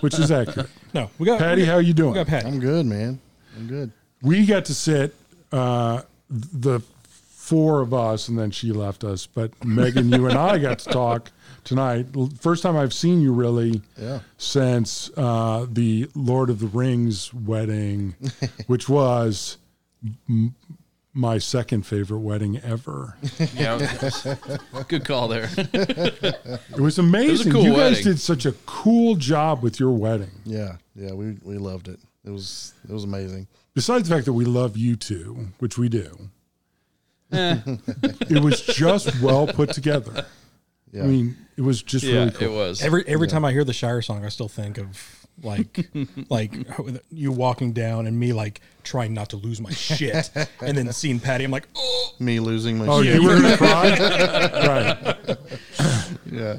Speaker 2: which is accurate.
Speaker 1: No, we got
Speaker 2: Patty, how you doing?
Speaker 1: We got Patty.
Speaker 5: I'm good, man. I'm good.
Speaker 2: we got to sit uh, the four of us and then she left us but megan you and i got to talk tonight L- first time i've seen you really
Speaker 5: Yeah.
Speaker 2: since uh, the lord of the rings wedding which was m- my second favorite wedding ever
Speaker 4: Yeah. Good call there.
Speaker 2: it was amazing
Speaker 4: cool
Speaker 2: you guys
Speaker 4: wedding.
Speaker 2: did such a cool job with your wedding
Speaker 5: Yeah, yeah. We we loved it. It was it was amazing.
Speaker 2: besides the fact that we love you two which we do it was just well put together
Speaker 5: Yeah,
Speaker 2: I mean, it was just
Speaker 4: yeah,
Speaker 2: really cool.
Speaker 4: it was.
Speaker 1: Every every time I hear the Shire song, I still think of like like you walking down and me like trying not to lose my shit, and then seeing Patty, I'm like, oh,
Speaker 5: me losing my
Speaker 2: Oh,
Speaker 5: shit.
Speaker 2: you were gonna cry? right.
Speaker 5: Yeah,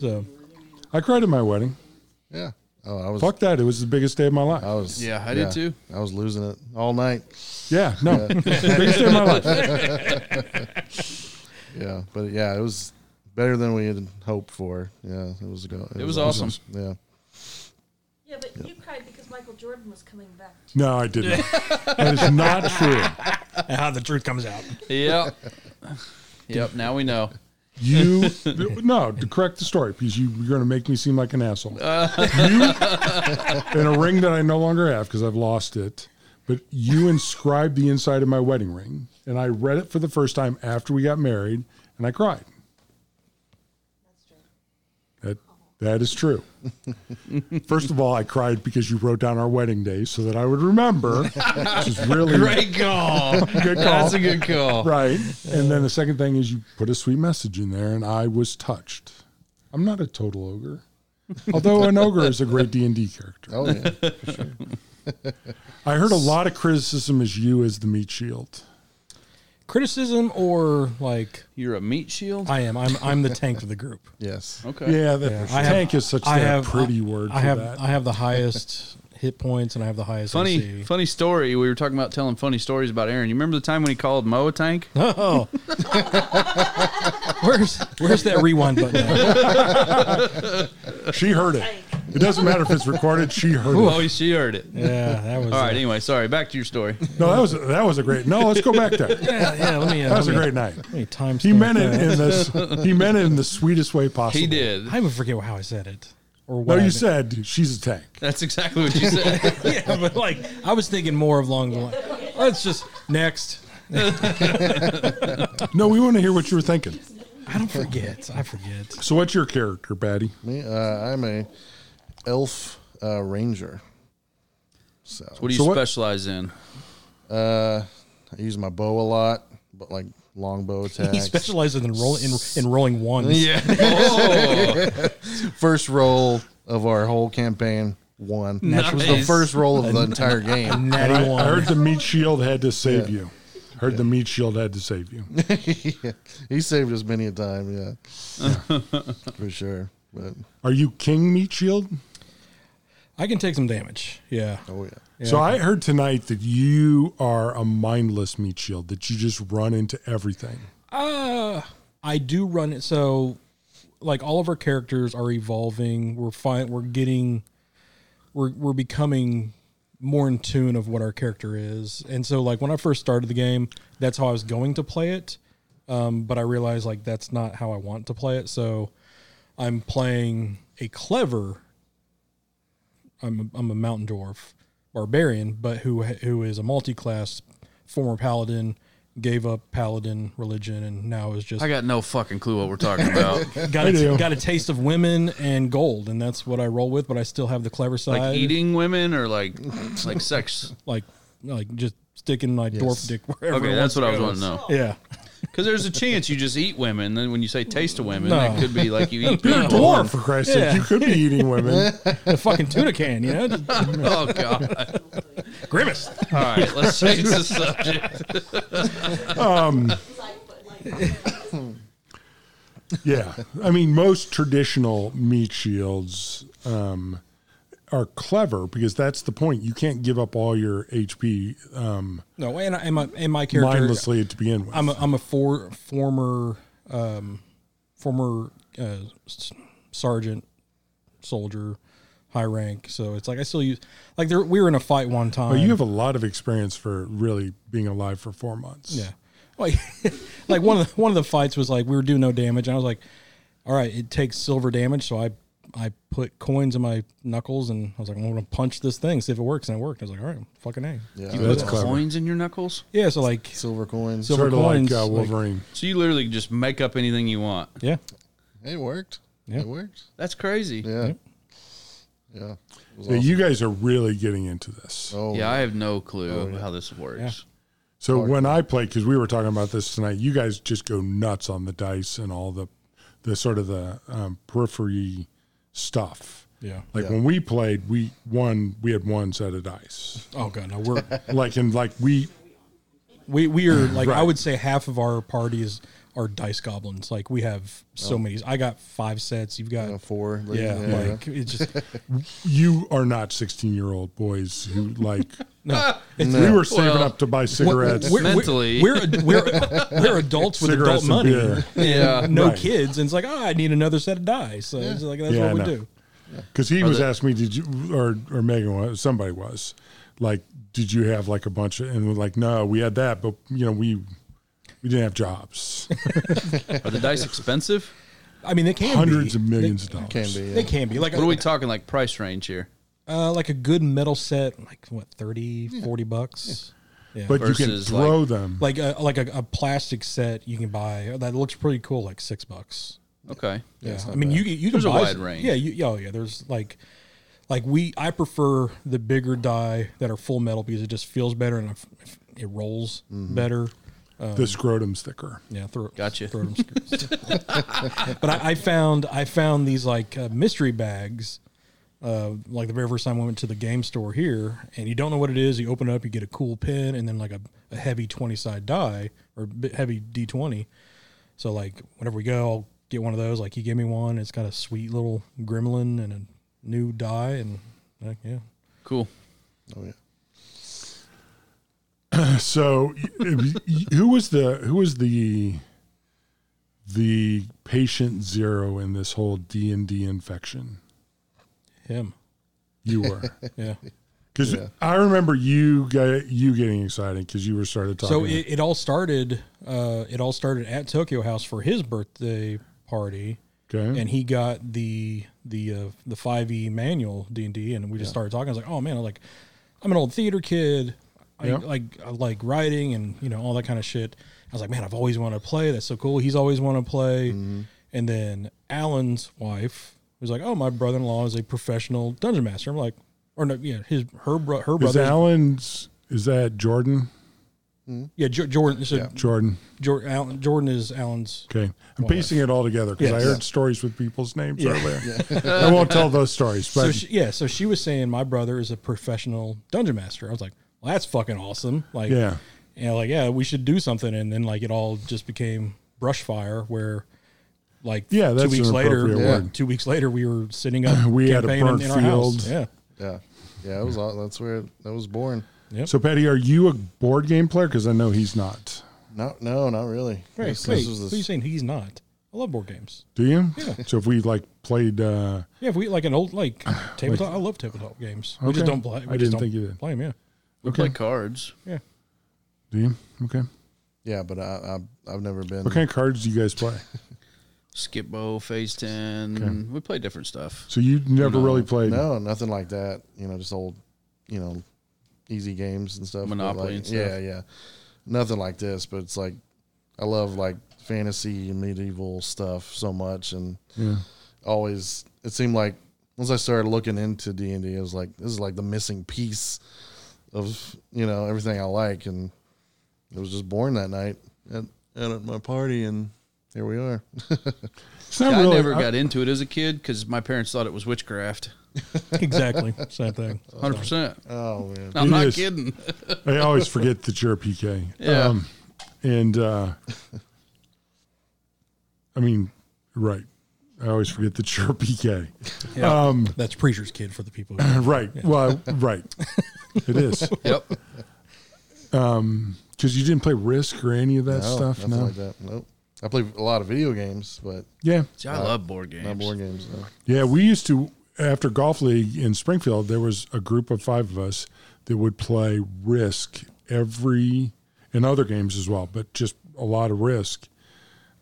Speaker 1: so
Speaker 2: I cried at my wedding.
Speaker 5: yeah. Oh, I was.
Speaker 2: Fuck that! It was the biggest day of my life.
Speaker 5: I was.
Speaker 4: Yeah, I did too.
Speaker 5: I was losing it all night.
Speaker 2: yeah, no, biggest day of my life.
Speaker 5: Yeah, but yeah, it was better than we had hoped for. Yeah, it was a go.
Speaker 4: It was awesome.
Speaker 5: Yeah.
Speaker 6: Yeah, but you cried because Michael Jordan was coming back.
Speaker 2: No, I didn't. That is not true.
Speaker 1: and how the truth comes out.
Speaker 4: Yep. Yep. Now we know.
Speaker 2: You no to correct the story because you, you're going to make me seem like an asshole. you in a ring that I no longer have because I've lost it. But you inscribed the inside of my wedding ring, and I read it for the first time after we got married, and I cried. That that is true. First of all, I cried because you wrote down our wedding day so that I would remember, which is really
Speaker 4: Great call.
Speaker 2: Good
Speaker 4: That's
Speaker 2: call.
Speaker 4: a good call.
Speaker 2: Right. And then the second thing is you put a sweet message in there, and I was touched. I'm not a total ogre, although an ogre is a great D and D character.
Speaker 5: Oh yeah.
Speaker 2: I heard a lot of criticism as you as the meat shield.
Speaker 1: criticism or like
Speaker 4: You're a meat shield.
Speaker 1: I am. I'm I'm the tank of the group.
Speaker 5: Yes.
Speaker 4: okay.
Speaker 2: Yeah, the
Speaker 1: I have-
Speaker 2: tank is such
Speaker 1: I
Speaker 2: a
Speaker 1: have- uh,
Speaker 2: pretty word
Speaker 1: I
Speaker 2: for
Speaker 1: have
Speaker 2: that.
Speaker 1: I have the highest hit points and I have the highest.
Speaker 4: Funny,
Speaker 1: AC.
Speaker 4: funny story. We were talking about telling funny stories about Aaron. You remember the time when he called Mo a tank?
Speaker 1: Oh, where's where's that rewind button? at?
Speaker 2: she heard it. It doesn't matter if it's recorded. She heard it.
Speaker 4: Oh, she heard it.
Speaker 1: Yeah, that was.
Speaker 4: All right.
Speaker 1: uh,
Speaker 4: Anyway, sorry. Back to your story.
Speaker 2: No, that was that was a great. No, let's go back there.
Speaker 1: yeah, yeah. Let me. Uh,
Speaker 2: That was a
Speaker 1: let me-
Speaker 2: great night.
Speaker 1: Let me time.
Speaker 2: He meant it in this. He meant it in the sweetest way possible.
Speaker 4: He did.
Speaker 1: I even forget how I said it or what.
Speaker 2: No,
Speaker 1: I
Speaker 2: you
Speaker 1: meant.
Speaker 2: said she's a tank.
Speaker 4: That's exactly what you said.
Speaker 1: yeah, but like I was thinking more of long. Let's just next.
Speaker 2: No, we want to hear what you were thinking.
Speaker 1: I don't forget. I forget.
Speaker 2: So, what's your character, Patty?
Speaker 5: Me, uh, I'm a elf uh, ranger. So
Speaker 4: what do you
Speaker 2: So what-
Speaker 4: specialize in?
Speaker 5: uh, I use my bow a lot, but like
Speaker 1: He
Speaker 5: longbow attacks.
Speaker 1: specializes in roll in, in rolling ones.
Speaker 5: yeah.
Speaker 4: Oh,
Speaker 5: First roll of our whole campaign, one. That was the
Speaker 4: Nice.
Speaker 5: first roll of the entire game.
Speaker 1: Natty
Speaker 2: I,
Speaker 1: one.
Speaker 2: I heard the meat shield had to save you. Heard the meat shield had to save you.
Speaker 5: He saved us many a time, yeah. For sure. But
Speaker 2: Are you King Meat Shield?
Speaker 1: I can take some damage. Yeah.
Speaker 5: oh yeah.
Speaker 2: so I heard tonight that you are a mindless meat shield that you just run into everything.
Speaker 1: Uh, I do run it. So, like all of our characters are evolving. We're fine. We're getting, we're we're becoming more in tune of what our character is. And so, like when I first started the game, that's how I was going to play it. Um, but I realized like that's not how I want to play it. So, I'm playing a clever. I'm a, I'm a mountain dwarf barbarian, but who who is a multi-class former paladin, gave up paladin religion, and now is just
Speaker 4: I got no fucking clue what we're talking about.
Speaker 1: got
Speaker 2: do.
Speaker 1: a, got a taste of women and gold, and that's what I roll with. But I still have the clever side,
Speaker 4: Like eating women or like like sex.
Speaker 1: like like just sticking my dwarf dick wherever.
Speaker 4: Okay,
Speaker 1: it
Speaker 4: that's what I was wanting
Speaker 1: wants
Speaker 4: to
Speaker 1: to
Speaker 4: know.
Speaker 1: go. Yeah,
Speaker 4: Because there's a chance you just eat women. Then when you say taste of women, that could be like you eat
Speaker 1: You're a
Speaker 4: people.
Speaker 2: Dwarf, for Christ's
Speaker 1: Yeah.
Speaker 2: sake. You could be eating women.
Speaker 1: the fucking tuna can, you know, just
Speaker 4: Oh god!
Speaker 1: grimace.
Speaker 4: All right, let's change the subject.
Speaker 2: yeah. I mean, most traditional meat shields um, are clever because that's the point. You can't give up all your HP um,
Speaker 1: No, and I, and my and my character
Speaker 2: mindlessly to begin with.
Speaker 1: I'm a, I'm a for, former um, former uh, s- sergeant soldier, high rank. So it's like I still use like there, we were in a fight one time.
Speaker 2: Well, you have a lot of experience for really being alive for four months.
Speaker 1: yeah, like like one of the, one of the fights was like we were doing no damage, and I was like, all right, it takes silver damage, so I. I put coins in my knuckles and I was like, I'm gonna punch this thing, see if it works, and it worked. I was like, all right, fucking a.
Speaker 5: Yeah.
Speaker 4: You
Speaker 2: That's
Speaker 4: put
Speaker 2: clever.
Speaker 4: coins in your knuckles,
Speaker 1: Yeah, so like,
Speaker 5: Silver coins.
Speaker 1: Silver-
Speaker 2: Sort of
Speaker 1: coins,
Speaker 2: like uh,
Speaker 1: like-
Speaker 2: Wolverine.
Speaker 4: so you literally just make up anything you want.
Speaker 1: yeah,
Speaker 5: It worked.
Speaker 1: Yeah.
Speaker 5: It worked.
Speaker 4: That's crazy. Yeah,
Speaker 5: Yeah.
Speaker 1: Yep.
Speaker 5: Yeah. It was
Speaker 2: Yeah, you guys are really getting into this.
Speaker 5: awesome. Oh,
Speaker 4: I have no clue how this works.
Speaker 2: So when I play, because we were talking about this tonight, you guys just go nuts on the dice and all the, the sort of the um, periphery stuff.
Speaker 1: yeah.
Speaker 2: Like
Speaker 5: Yeah.
Speaker 2: when we played, we one we had one set of dice.
Speaker 1: Oh god, no, we're
Speaker 2: like and like we
Speaker 1: We we are like I would say half of our party is are dice goblins. Like we have
Speaker 2: Oh.
Speaker 1: so many. I got five sets. You've got
Speaker 5: yeah, four.
Speaker 1: yeah, Like it's just
Speaker 2: you are not sixteen year old boys who like
Speaker 1: no. It's,
Speaker 2: we were saving
Speaker 4: Well,
Speaker 2: up to buy
Speaker 1: we're,
Speaker 2: cigarettes,
Speaker 1: we're,
Speaker 4: Mentally.
Speaker 1: we're, we're, we're adults with
Speaker 2: cigarettes
Speaker 1: adult
Speaker 2: and
Speaker 1: money.
Speaker 2: beer.
Speaker 4: Yeah,
Speaker 1: No
Speaker 2: Right.
Speaker 1: kids, and it's like, oh, I need another set of dice. So it's like that's
Speaker 2: Yeah, I
Speaker 1: what we
Speaker 2: know.
Speaker 1: do.
Speaker 2: Because he was
Speaker 4: the-
Speaker 2: asking me, did you or or Megan was somebody was like, did you have like a bunch of and we're like, no, we had that, but you know we we didn't have jobs,
Speaker 4: are the dice expensive?
Speaker 1: I mean, they can
Speaker 2: hundreds
Speaker 1: be.
Speaker 2: of millions of dollars.
Speaker 5: Can be.
Speaker 1: They,
Speaker 5: Yeah.
Speaker 1: they can be like
Speaker 4: What are we
Speaker 1: a,
Speaker 4: talking like price range here?
Speaker 1: uh, like a good metal set, like what 30, 40 bucks. Yeah.
Speaker 2: But you can
Speaker 4: Versus, like-
Speaker 2: throw them.
Speaker 1: like a, like a, a plastic set you can buy uh, that looks pretty cool, like six bucks.
Speaker 4: Okay,
Speaker 1: Yeah, I mean, you you can
Speaker 4: There's a
Speaker 1: buy
Speaker 4: wide
Speaker 1: some-
Speaker 4: range.
Speaker 1: Yeah, you, yeah, oh yeah. There's like, like we I prefer the bigger die that are full metal because it just feels better and if- if it rolls
Speaker 2: Mm-hmm.
Speaker 1: better.
Speaker 2: the scrotum's thicker.
Speaker 1: Yeah, throw,
Speaker 4: Gotcha.
Speaker 1: Throw them screws. but I, I found I found these like uh, mystery bags Uh, like the very first time I went to the game store here, and you don't know what it is. You open it up, you get a cool pin, and then like a, a heavy twenty side die or bi- heavy D twenty. So like whenever we go, I'll get one of those. Like he gave me one. It's got a sweet little gremlin and a new die, and like, yeah,
Speaker 4: Cool.
Speaker 5: Oh yeah.
Speaker 2: So, y- y- who was the who was the the patient zero in this whole D and D infection?
Speaker 1: him,
Speaker 2: You were
Speaker 1: yeah.
Speaker 2: because
Speaker 5: Yeah.
Speaker 2: I remember you got you getting excited because you were started talking.
Speaker 1: So it, it all started. Uh, it all started at Tokyo House for his birthday party,
Speaker 2: okay,
Speaker 1: and he got the the uh, the five E manual D and D, and we just started talking. I was like, oh man, I'm like I'm an old theater kid. I
Speaker 2: Yeah.
Speaker 1: like I like writing and you know all that kind of shit. I was like, man, I've always wanted to play. That's so cool. He's always wanted to play.
Speaker 2: Mm-hmm.
Speaker 1: And then Alan's wife was like, oh, my brother in law is a professional dungeon master. I'm like, or no, yeah, his her bro, her
Speaker 2: is
Speaker 1: brother,
Speaker 2: Alan's is that Jordan?
Speaker 1: yeah, Jo- Jordan. So
Speaker 5: Yeah.
Speaker 2: Jordan.
Speaker 1: Jor- Alan, Jordan is Alan's.
Speaker 2: Okay, I'm piecing it all together because I
Speaker 1: Yes.
Speaker 2: heard stories with people's names
Speaker 1: Yeah.
Speaker 2: earlier. I won't tell those stories, but
Speaker 1: so she, yeah, so she was saying my brother is a professional dungeon master. I was like, well, that's fucking awesome. Like,
Speaker 2: Yeah.
Speaker 1: you know, like yeah, we should do something. And then like it all just became brush fire where. Like
Speaker 2: Yeah, that's
Speaker 1: two weeks
Speaker 2: an
Speaker 1: later,
Speaker 2: appropriate
Speaker 5: word.
Speaker 1: two weeks later, we were sitting up.
Speaker 2: We had a
Speaker 1: campaigning
Speaker 2: burnt
Speaker 1: in our house.
Speaker 2: field.
Speaker 1: Yeah,
Speaker 5: Yeah. Yeah, it was all, that's where it, that was born.
Speaker 2: so Patty, are you a board game player? Because I know he's not.
Speaker 5: No, no, not really.
Speaker 1: right.
Speaker 5: This-
Speaker 1: Wait,
Speaker 5: this was
Speaker 1: what
Speaker 5: this-
Speaker 1: are you saying? He's not. I love board games.
Speaker 2: Do you? So if we like played, uh,
Speaker 1: Yeah, if we like an old like tabletop. I love tabletop games. We just
Speaker 2: Okay.
Speaker 1: don't play. We
Speaker 2: I
Speaker 1: just
Speaker 2: didn't
Speaker 1: don't
Speaker 2: think you did.
Speaker 1: play them. Yeah,
Speaker 4: We play cards.
Speaker 1: yeah.
Speaker 2: do you? Okay.
Speaker 5: yeah, but I, I, I've never been.
Speaker 2: What kind of cards do you guys play?
Speaker 4: Skip bow, phase ten. We play different stuff.
Speaker 2: So you never
Speaker 4: No.
Speaker 2: really played.
Speaker 5: No, nothing like that. You know, just old, you know, easy games and stuff. but
Speaker 4: Monopoly
Speaker 5: like-
Speaker 4: and stuff.
Speaker 5: Yeah, yeah. Nothing like this, but it's like I love like fantasy and medieval stuff so much, and
Speaker 2: Yeah.
Speaker 5: always it seemed like once I started looking into D and D, I was like, this is like the missing piece of you know everything I like, and it was just born that night at at my party, and here we are.
Speaker 2: It's not
Speaker 4: Yeah,
Speaker 2: really.
Speaker 4: I never got into it as a kid because my parents thought it was witchcraft.
Speaker 1: exactly same thing.
Speaker 4: Hundred percent.
Speaker 5: Oh man,
Speaker 4: I'm
Speaker 2: It
Speaker 4: not
Speaker 2: is.
Speaker 4: kidding.
Speaker 2: I always forget that you're a PK.
Speaker 4: Yeah.
Speaker 2: and uh, I mean, right. I always forget that you're a PK.
Speaker 1: That's preacher's kid for the people. who-
Speaker 2: Right. Well, right. It is
Speaker 4: yep.
Speaker 2: because you didn't play Risk or any of that
Speaker 5: no,
Speaker 2: stuff.
Speaker 5: nothing
Speaker 2: No.
Speaker 5: like that. Nope. I play a lot of video games, but
Speaker 2: yeah.
Speaker 4: See, I love board games.
Speaker 5: not board games. No.
Speaker 2: Yeah, we used to after golf league in Springfield. There was a group of five of us that would play Risk every and other games as well, but just a lot of Risk.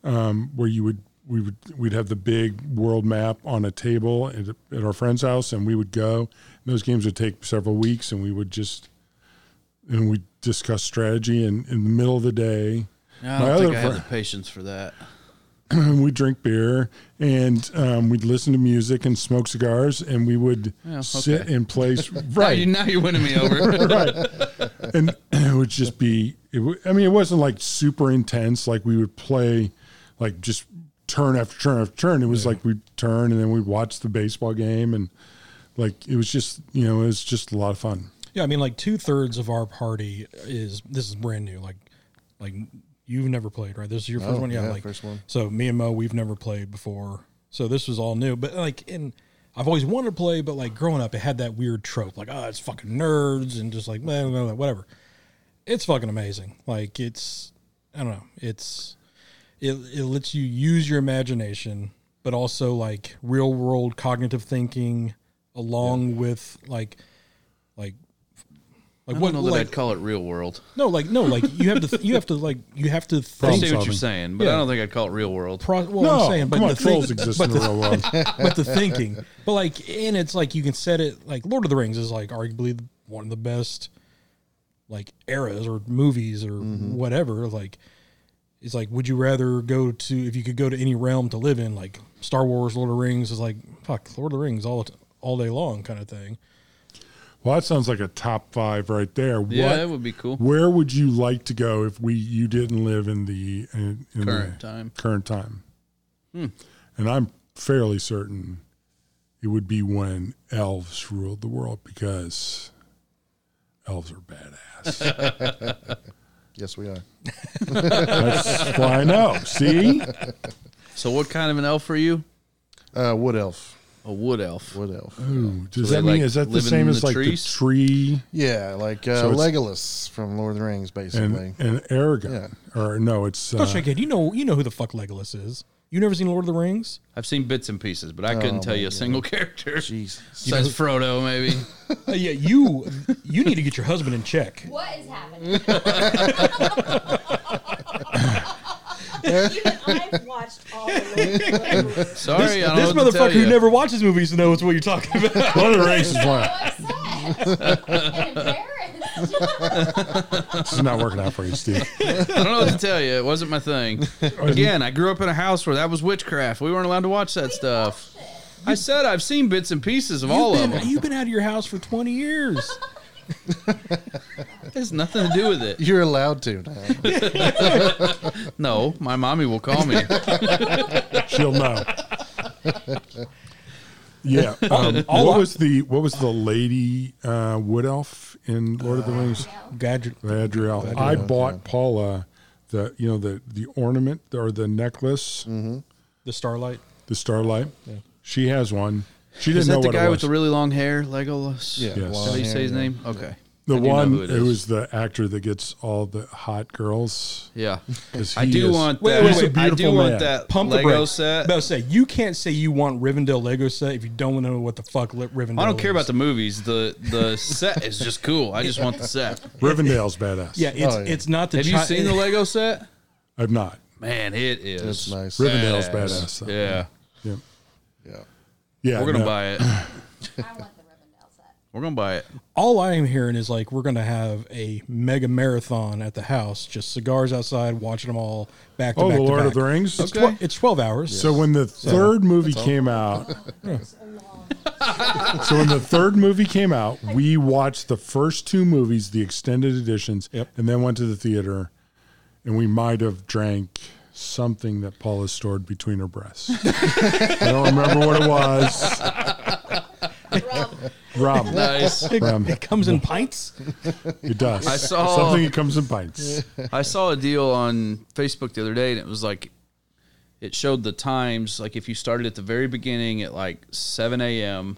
Speaker 2: Um, where you would we would we'd have the big world map on a table at, at our friend's house, and we would go. And those games would take several weeks, and we would just and we discuss strategy. And in the middle of the day,
Speaker 4: I
Speaker 2: My
Speaker 4: don't think
Speaker 2: other
Speaker 4: I have
Speaker 2: fri-
Speaker 4: the patience for that.
Speaker 2: and we'd drink beer and um, we'd listen to music and smoke cigars and we would
Speaker 4: Yeah, okay.
Speaker 2: sit in place
Speaker 4: Now, you,
Speaker 2: right
Speaker 4: now you're winning me over.
Speaker 2: and it would just be it w- i mean it wasn't like super intense like we would play like just turn after turn after turn it was like we'd turn and then we'd watch the baseball game and like it was just you know it was just a lot of fun
Speaker 1: Yeah, I mean, like two thirds of our party is this is brand new. Like, like you've never played, right? This is your first
Speaker 5: Oh,
Speaker 1: one, yeah.
Speaker 5: yeah,
Speaker 1: like
Speaker 5: first one.
Speaker 1: So me and Mo, we've never played before, so this was all new. But like, in I've always wanted to play, but like growing up, it had that weird trope, like oh, it's fucking nerds and just like blah, blah, blah, whatever. It's fucking amazing. Like it's, I don't know, it's it it lets you use your imagination, but also like real world cognitive thinking along with like like like
Speaker 4: I
Speaker 1: what
Speaker 4: don't know that
Speaker 1: like
Speaker 4: I'd call it real world.
Speaker 1: no like no like you have to th- you have to like you have to
Speaker 4: I
Speaker 1: think
Speaker 4: see what
Speaker 2: solving.
Speaker 4: you're saying, but
Speaker 1: Yeah.
Speaker 4: I don't think I'd call it real world.
Speaker 1: pro- well
Speaker 2: no
Speaker 1: I'm saying but
Speaker 2: come on
Speaker 1: the thing,
Speaker 2: trolls exist in the real world
Speaker 1: but the thinking but like and it's like you can set it like Lord of the Rings is like arguably one of the best like eras or movies or whatever like it's like would you rather go to if you could go to any realm to live in like Star Wars Lord of the Rings is like fuck Lord of the Rings all the t- all day long kind of thing
Speaker 2: well that sounds like a top five right there
Speaker 4: Yeah,
Speaker 2: What-
Speaker 4: that would be cool.
Speaker 2: Where would you like to go if we you didn't live in the in, in
Speaker 4: Current Hmm.
Speaker 2: the
Speaker 4: time.
Speaker 2: Current time. And I'm fairly certain it would be when elves ruled the world because elves are badass.
Speaker 5: Yes, we are.
Speaker 2: That's why I know. See?
Speaker 4: So, what kind of an elf are you?
Speaker 5: Uh, wood elf.
Speaker 4: A wood elf.
Speaker 5: Wood elf.
Speaker 2: Ooh, does
Speaker 4: they
Speaker 2: that mean
Speaker 4: like
Speaker 2: is that the
Speaker 4: living
Speaker 2: same
Speaker 4: in
Speaker 2: as
Speaker 4: the
Speaker 2: like
Speaker 4: trees?
Speaker 2: the tree
Speaker 5: Yeah, like uh,
Speaker 2: So it's-
Speaker 5: Legolas from Lord of the Rings,
Speaker 2: and
Speaker 5: basically.
Speaker 2: and Aragorn? Or no, it's
Speaker 1: No,
Speaker 2: uh,
Speaker 1: Shankhead, you know you know who the fuck Legolas is. You never seen Lord of the Rings?
Speaker 4: I've seen bits and pieces, but I couldn't tell you a single character.
Speaker 5: Jeez.
Speaker 4: Says Frodo, maybe.
Speaker 1: Uh, yeah, you you need to get your husband in check.
Speaker 6: What is happening? Even I've watched all of it.
Speaker 4: Sorry, I
Speaker 1: this
Speaker 4: don't know what to tell
Speaker 1: motherfucker who
Speaker 4: you.
Speaker 1: never watches movies knows what you're talking about.
Speaker 2: Lord of the Rings is why
Speaker 6: upset and embarrassed.
Speaker 2: it's not working out for you, Steve.
Speaker 4: I don't know what to tell you. It wasn't my thing. Again, I grew up in a house where that was witchcraft. We weren't allowed to watch that stuff. I said I've seen bits and pieces of all of
Speaker 1: You've
Speaker 4: them.
Speaker 1: been, you've been out of your house for 20 years.
Speaker 4: It has nothing to do with it.
Speaker 5: You're allowed to now.
Speaker 4: No, my mommy will call me.
Speaker 2: She'll know. Yeah. Um,
Speaker 1: all
Speaker 2: what
Speaker 1: I-
Speaker 2: was the what was the lady uh, wood elf in Lord of the Rings?
Speaker 1: Gadget.
Speaker 2: Galadriel. I bought Paula the you know the the ornament or the necklace,
Speaker 4: Mm.
Speaker 1: The Starlight.
Speaker 2: the starlight. She has one. She didn't
Speaker 4: Is
Speaker 2: know
Speaker 4: that the
Speaker 2: what it
Speaker 4: guy with
Speaker 2: was.
Speaker 4: the really long hair, Legolas?
Speaker 5: Yeah.
Speaker 2: Yes.
Speaker 4: How do you
Speaker 5: Long
Speaker 4: say his
Speaker 5: hair,
Speaker 4: name? Okay.
Speaker 2: the
Speaker 4: I do know
Speaker 2: one
Speaker 4: who
Speaker 2: it,
Speaker 4: it is.
Speaker 2: was the actor that gets all the hot girls.
Speaker 4: Yeah.
Speaker 2: 'Cause
Speaker 4: I
Speaker 2: he
Speaker 4: do
Speaker 2: is-
Speaker 4: want
Speaker 1: Wait,
Speaker 4: that.
Speaker 1: wait, wait.
Speaker 4: I do
Speaker 2: Beautiful
Speaker 4: want
Speaker 2: man.
Speaker 4: that
Speaker 1: Pump the
Speaker 4: Lego
Speaker 1: brakes.
Speaker 4: set.
Speaker 1: About to say, you can't say you want Rivendell Lego set if you don't know what the fuck Li- Rivendell
Speaker 4: I don't care
Speaker 1: is.
Speaker 4: about the movies. The the set is just cool. I just want the set.
Speaker 2: Rivendell's badass.
Speaker 1: Yeah, it's,
Speaker 5: Oh, yeah.
Speaker 1: it's not the
Speaker 4: Have you
Speaker 1: chi-
Speaker 4: seen the Lego set?
Speaker 2: I've not.
Speaker 4: Man, it is.
Speaker 5: That's nice.
Speaker 2: Rivendell's badass. though.
Speaker 4: Yeah.
Speaker 2: Yeah.
Speaker 5: Yeah.
Speaker 2: Yeah,
Speaker 4: We're gonna
Speaker 2: no.
Speaker 4: buy it.
Speaker 6: I want the Rivendell set.
Speaker 4: We're gonna buy it.
Speaker 1: All I am hearing is like, we're going to have a mega marathon at the house, just cigars outside, watching them all back to
Speaker 2: Oh,
Speaker 1: back
Speaker 2: the
Speaker 1: to
Speaker 2: Lord of
Speaker 1: back.
Speaker 2: the Rings.
Speaker 1: It's, twe- it's 12 hours.
Speaker 2: So when the third movie came out, so when the third movie came out, we watched the first two movies, the extended editions,
Speaker 1: Yep.
Speaker 2: and then went to the theater, and we might have drank something that Paula stored between her breasts. I don't remember what it was. Rum.
Speaker 4: Nice.
Speaker 1: It,
Speaker 2: Rum.
Speaker 1: it comes in pints.
Speaker 2: um, It does.
Speaker 4: I saw-
Speaker 2: something that comes in pints.
Speaker 4: I saw a deal on Facebook the other day, and it was like it showed the times. Like if you started at the very beginning at like seven a.m.,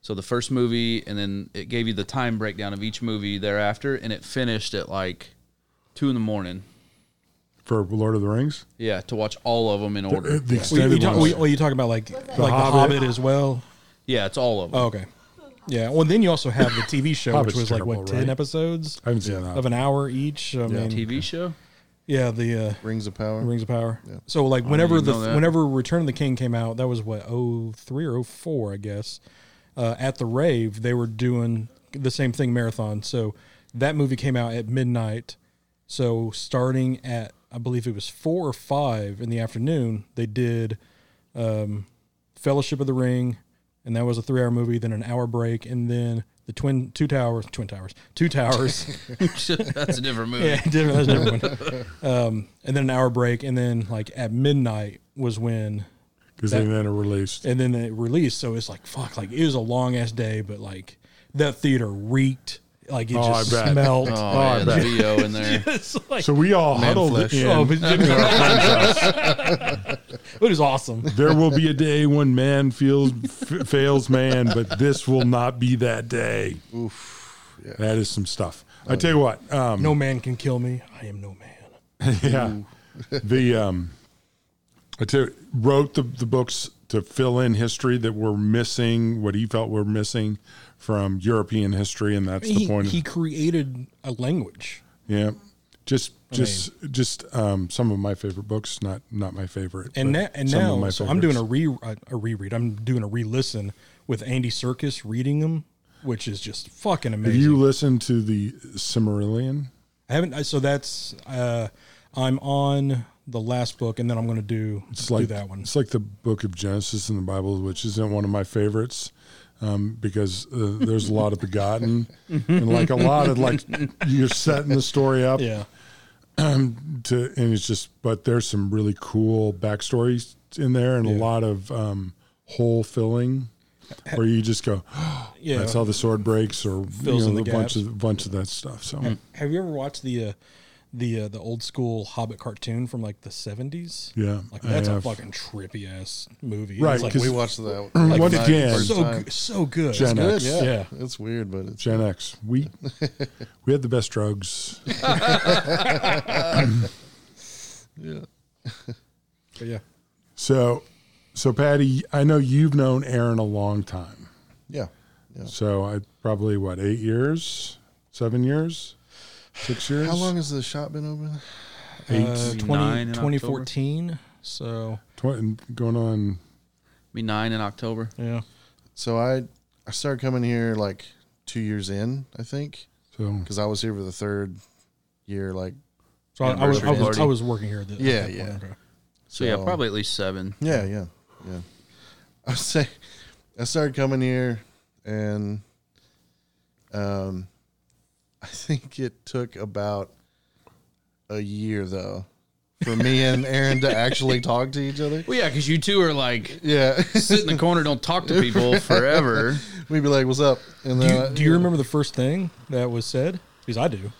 Speaker 4: so the first movie, and then it gave you the time breakdown of each movie thereafter, and it finished at like two in the morning.
Speaker 2: For Lord of the Rings,
Speaker 4: Yeah, to watch all of them in order.
Speaker 2: the
Speaker 1: Well, you,
Speaker 2: extended
Speaker 1: talk,
Speaker 2: ones.
Speaker 1: well, you talk about like like the
Speaker 2: Hobbit.
Speaker 1: Hobbit. as well.
Speaker 4: Yeah, it's all of them.
Speaker 1: Oh, okay, yeah. Well, then you also have the TV show, which
Speaker 2: Hobbit's
Speaker 1: was like what
Speaker 2: terrible,
Speaker 1: ten
Speaker 2: right?
Speaker 1: episodes
Speaker 2: I haven't seen that.
Speaker 1: of an hour each. I mean,
Speaker 4: TV show.
Speaker 1: yeah, the uh,
Speaker 5: Rings of power.
Speaker 1: Rings of Power. So like whenever
Speaker 4: even
Speaker 1: the
Speaker 4: know that.
Speaker 1: whenever Return of the King came out, that was what oh three or oh four, I guess. Uh, at the rave, they were doing the same thing marathon. So that movie came out at midnight. So starting at I believe it was four or five in the afternoon, they did um, Fellowship of the Ring, and that was a three-hour movie. Then an hour break, and then the Twin Two Towers, Twin Towers, Two Towers.
Speaker 4: That's a different movie.
Speaker 1: Yeah, different. That's a different one. Um, and then an hour break, and then like at midnight was when,
Speaker 2: because they then are released.
Speaker 1: and then it released. So it's like fuck, like it was a long ass day, but like that theater reeked, like it
Speaker 2: Oh, I
Speaker 1: just
Speaker 2: bet.
Speaker 1: smelled.
Speaker 4: Oh,
Speaker 1: Oh,
Speaker 4: yeah, the VO in there.
Speaker 1: it's like
Speaker 2: So we all
Speaker 5: Man
Speaker 2: huddled
Speaker 5: flesh.
Speaker 2: in.
Speaker 1: oh, but Jimmy- it was awesome.
Speaker 2: There will be a day when man feels f- fails man, but this will not be that day. Oof, that is some stuff. I tell you what, um,
Speaker 1: No man can kill me. I am no man.
Speaker 2: yeah, the um, I tell you, wrote the the books to fill in history that were missing, what he felt were missing from European history, and that's the
Speaker 1: He,
Speaker 2: point.
Speaker 1: he
Speaker 2: of,
Speaker 1: created a language.
Speaker 2: yeah, just just just um, some of my favorite books, not not my favorite,
Speaker 1: And
Speaker 2: but
Speaker 1: now, and
Speaker 2: some of
Speaker 1: now
Speaker 2: my
Speaker 1: so I'm doing
Speaker 2: favorites.
Speaker 1: a re a, a reread. I'm doing a re-listen with Andy Circus reading them, which is just fucking amazing.
Speaker 2: You listen to the Cimmerillion.
Speaker 1: I haven't. I- So that's uh, I'm on the last book, and then I'm going to do
Speaker 2: It's like
Speaker 1: do that one.
Speaker 2: It's like the Book of Genesis in the Bible, which isn't one of my favorites um, because uh, there's a lot of begotten and like a lot of like you're setting the story up
Speaker 1: Yeah,
Speaker 2: to, and it's just. But there's some really cool backstories in there and a lot of um, hole filling. where you just go,
Speaker 1: Yeah.
Speaker 2: that's how the sword breaks, or
Speaker 1: Fills
Speaker 2: you
Speaker 1: in
Speaker 2: know, a
Speaker 1: the
Speaker 2: bunch
Speaker 1: gaps. Hmm.
Speaker 2: of bunch of that stuff. So
Speaker 1: Have you ever watched the uh, the uh, the old school Hobbit cartoon from like the seventies?
Speaker 2: Yeah,
Speaker 1: like
Speaker 2: I
Speaker 1: that's a
Speaker 2: have.
Speaker 1: fucking trippy ass movie.
Speaker 2: Right,
Speaker 1: it's like
Speaker 2: 'cause
Speaker 5: We watched that
Speaker 2: Once
Speaker 5: like, night
Speaker 2: again.
Speaker 5: first
Speaker 1: so
Speaker 5: time.
Speaker 1: good, so good.
Speaker 2: Gen
Speaker 5: Good,
Speaker 2: X,
Speaker 5: yeah.
Speaker 1: yeah.
Speaker 5: It's weird, but it's
Speaker 2: Gen X, we we had the best drugs.
Speaker 5: yeah.
Speaker 1: But yeah,
Speaker 2: So, so Patty, I know you've known Aaron a long time.
Speaker 5: Yeah. Yeah.
Speaker 2: So I probably what eight years, seven years, six years.
Speaker 5: How long uh, has the shop been open?
Speaker 2: Eight,
Speaker 1: uh, 20,
Speaker 4: 29 in
Speaker 1: 2014. So
Speaker 2: tw- going on.
Speaker 4: Be nine in October.
Speaker 1: yeah,
Speaker 5: So I I started coming here like two years in, I think,
Speaker 2: So
Speaker 5: because I was here for the third year. Like,
Speaker 1: so I, I was I
Speaker 4: Anniversary
Speaker 1: was,
Speaker 4: party.
Speaker 1: I was working here. At the, at
Speaker 5: Yeah,
Speaker 1: that point,
Speaker 5: yeah.
Speaker 1: okay.
Speaker 4: So yeah,
Speaker 5: So-
Speaker 4: probably at least seven.
Speaker 5: yeah, yeah, yeah. I say I started coming here, and um, I think it took about a year though for me and Aaron to actually talk to each other.
Speaker 4: Well, yeah, because you two are like
Speaker 5: Yeah,
Speaker 4: sit in the corner, don't talk to people forever.
Speaker 5: we'd be like, "What's up?" And uh,
Speaker 1: Do
Speaker 5: then
Speaker 1: you, do you remember the first thing that was said? Because I do.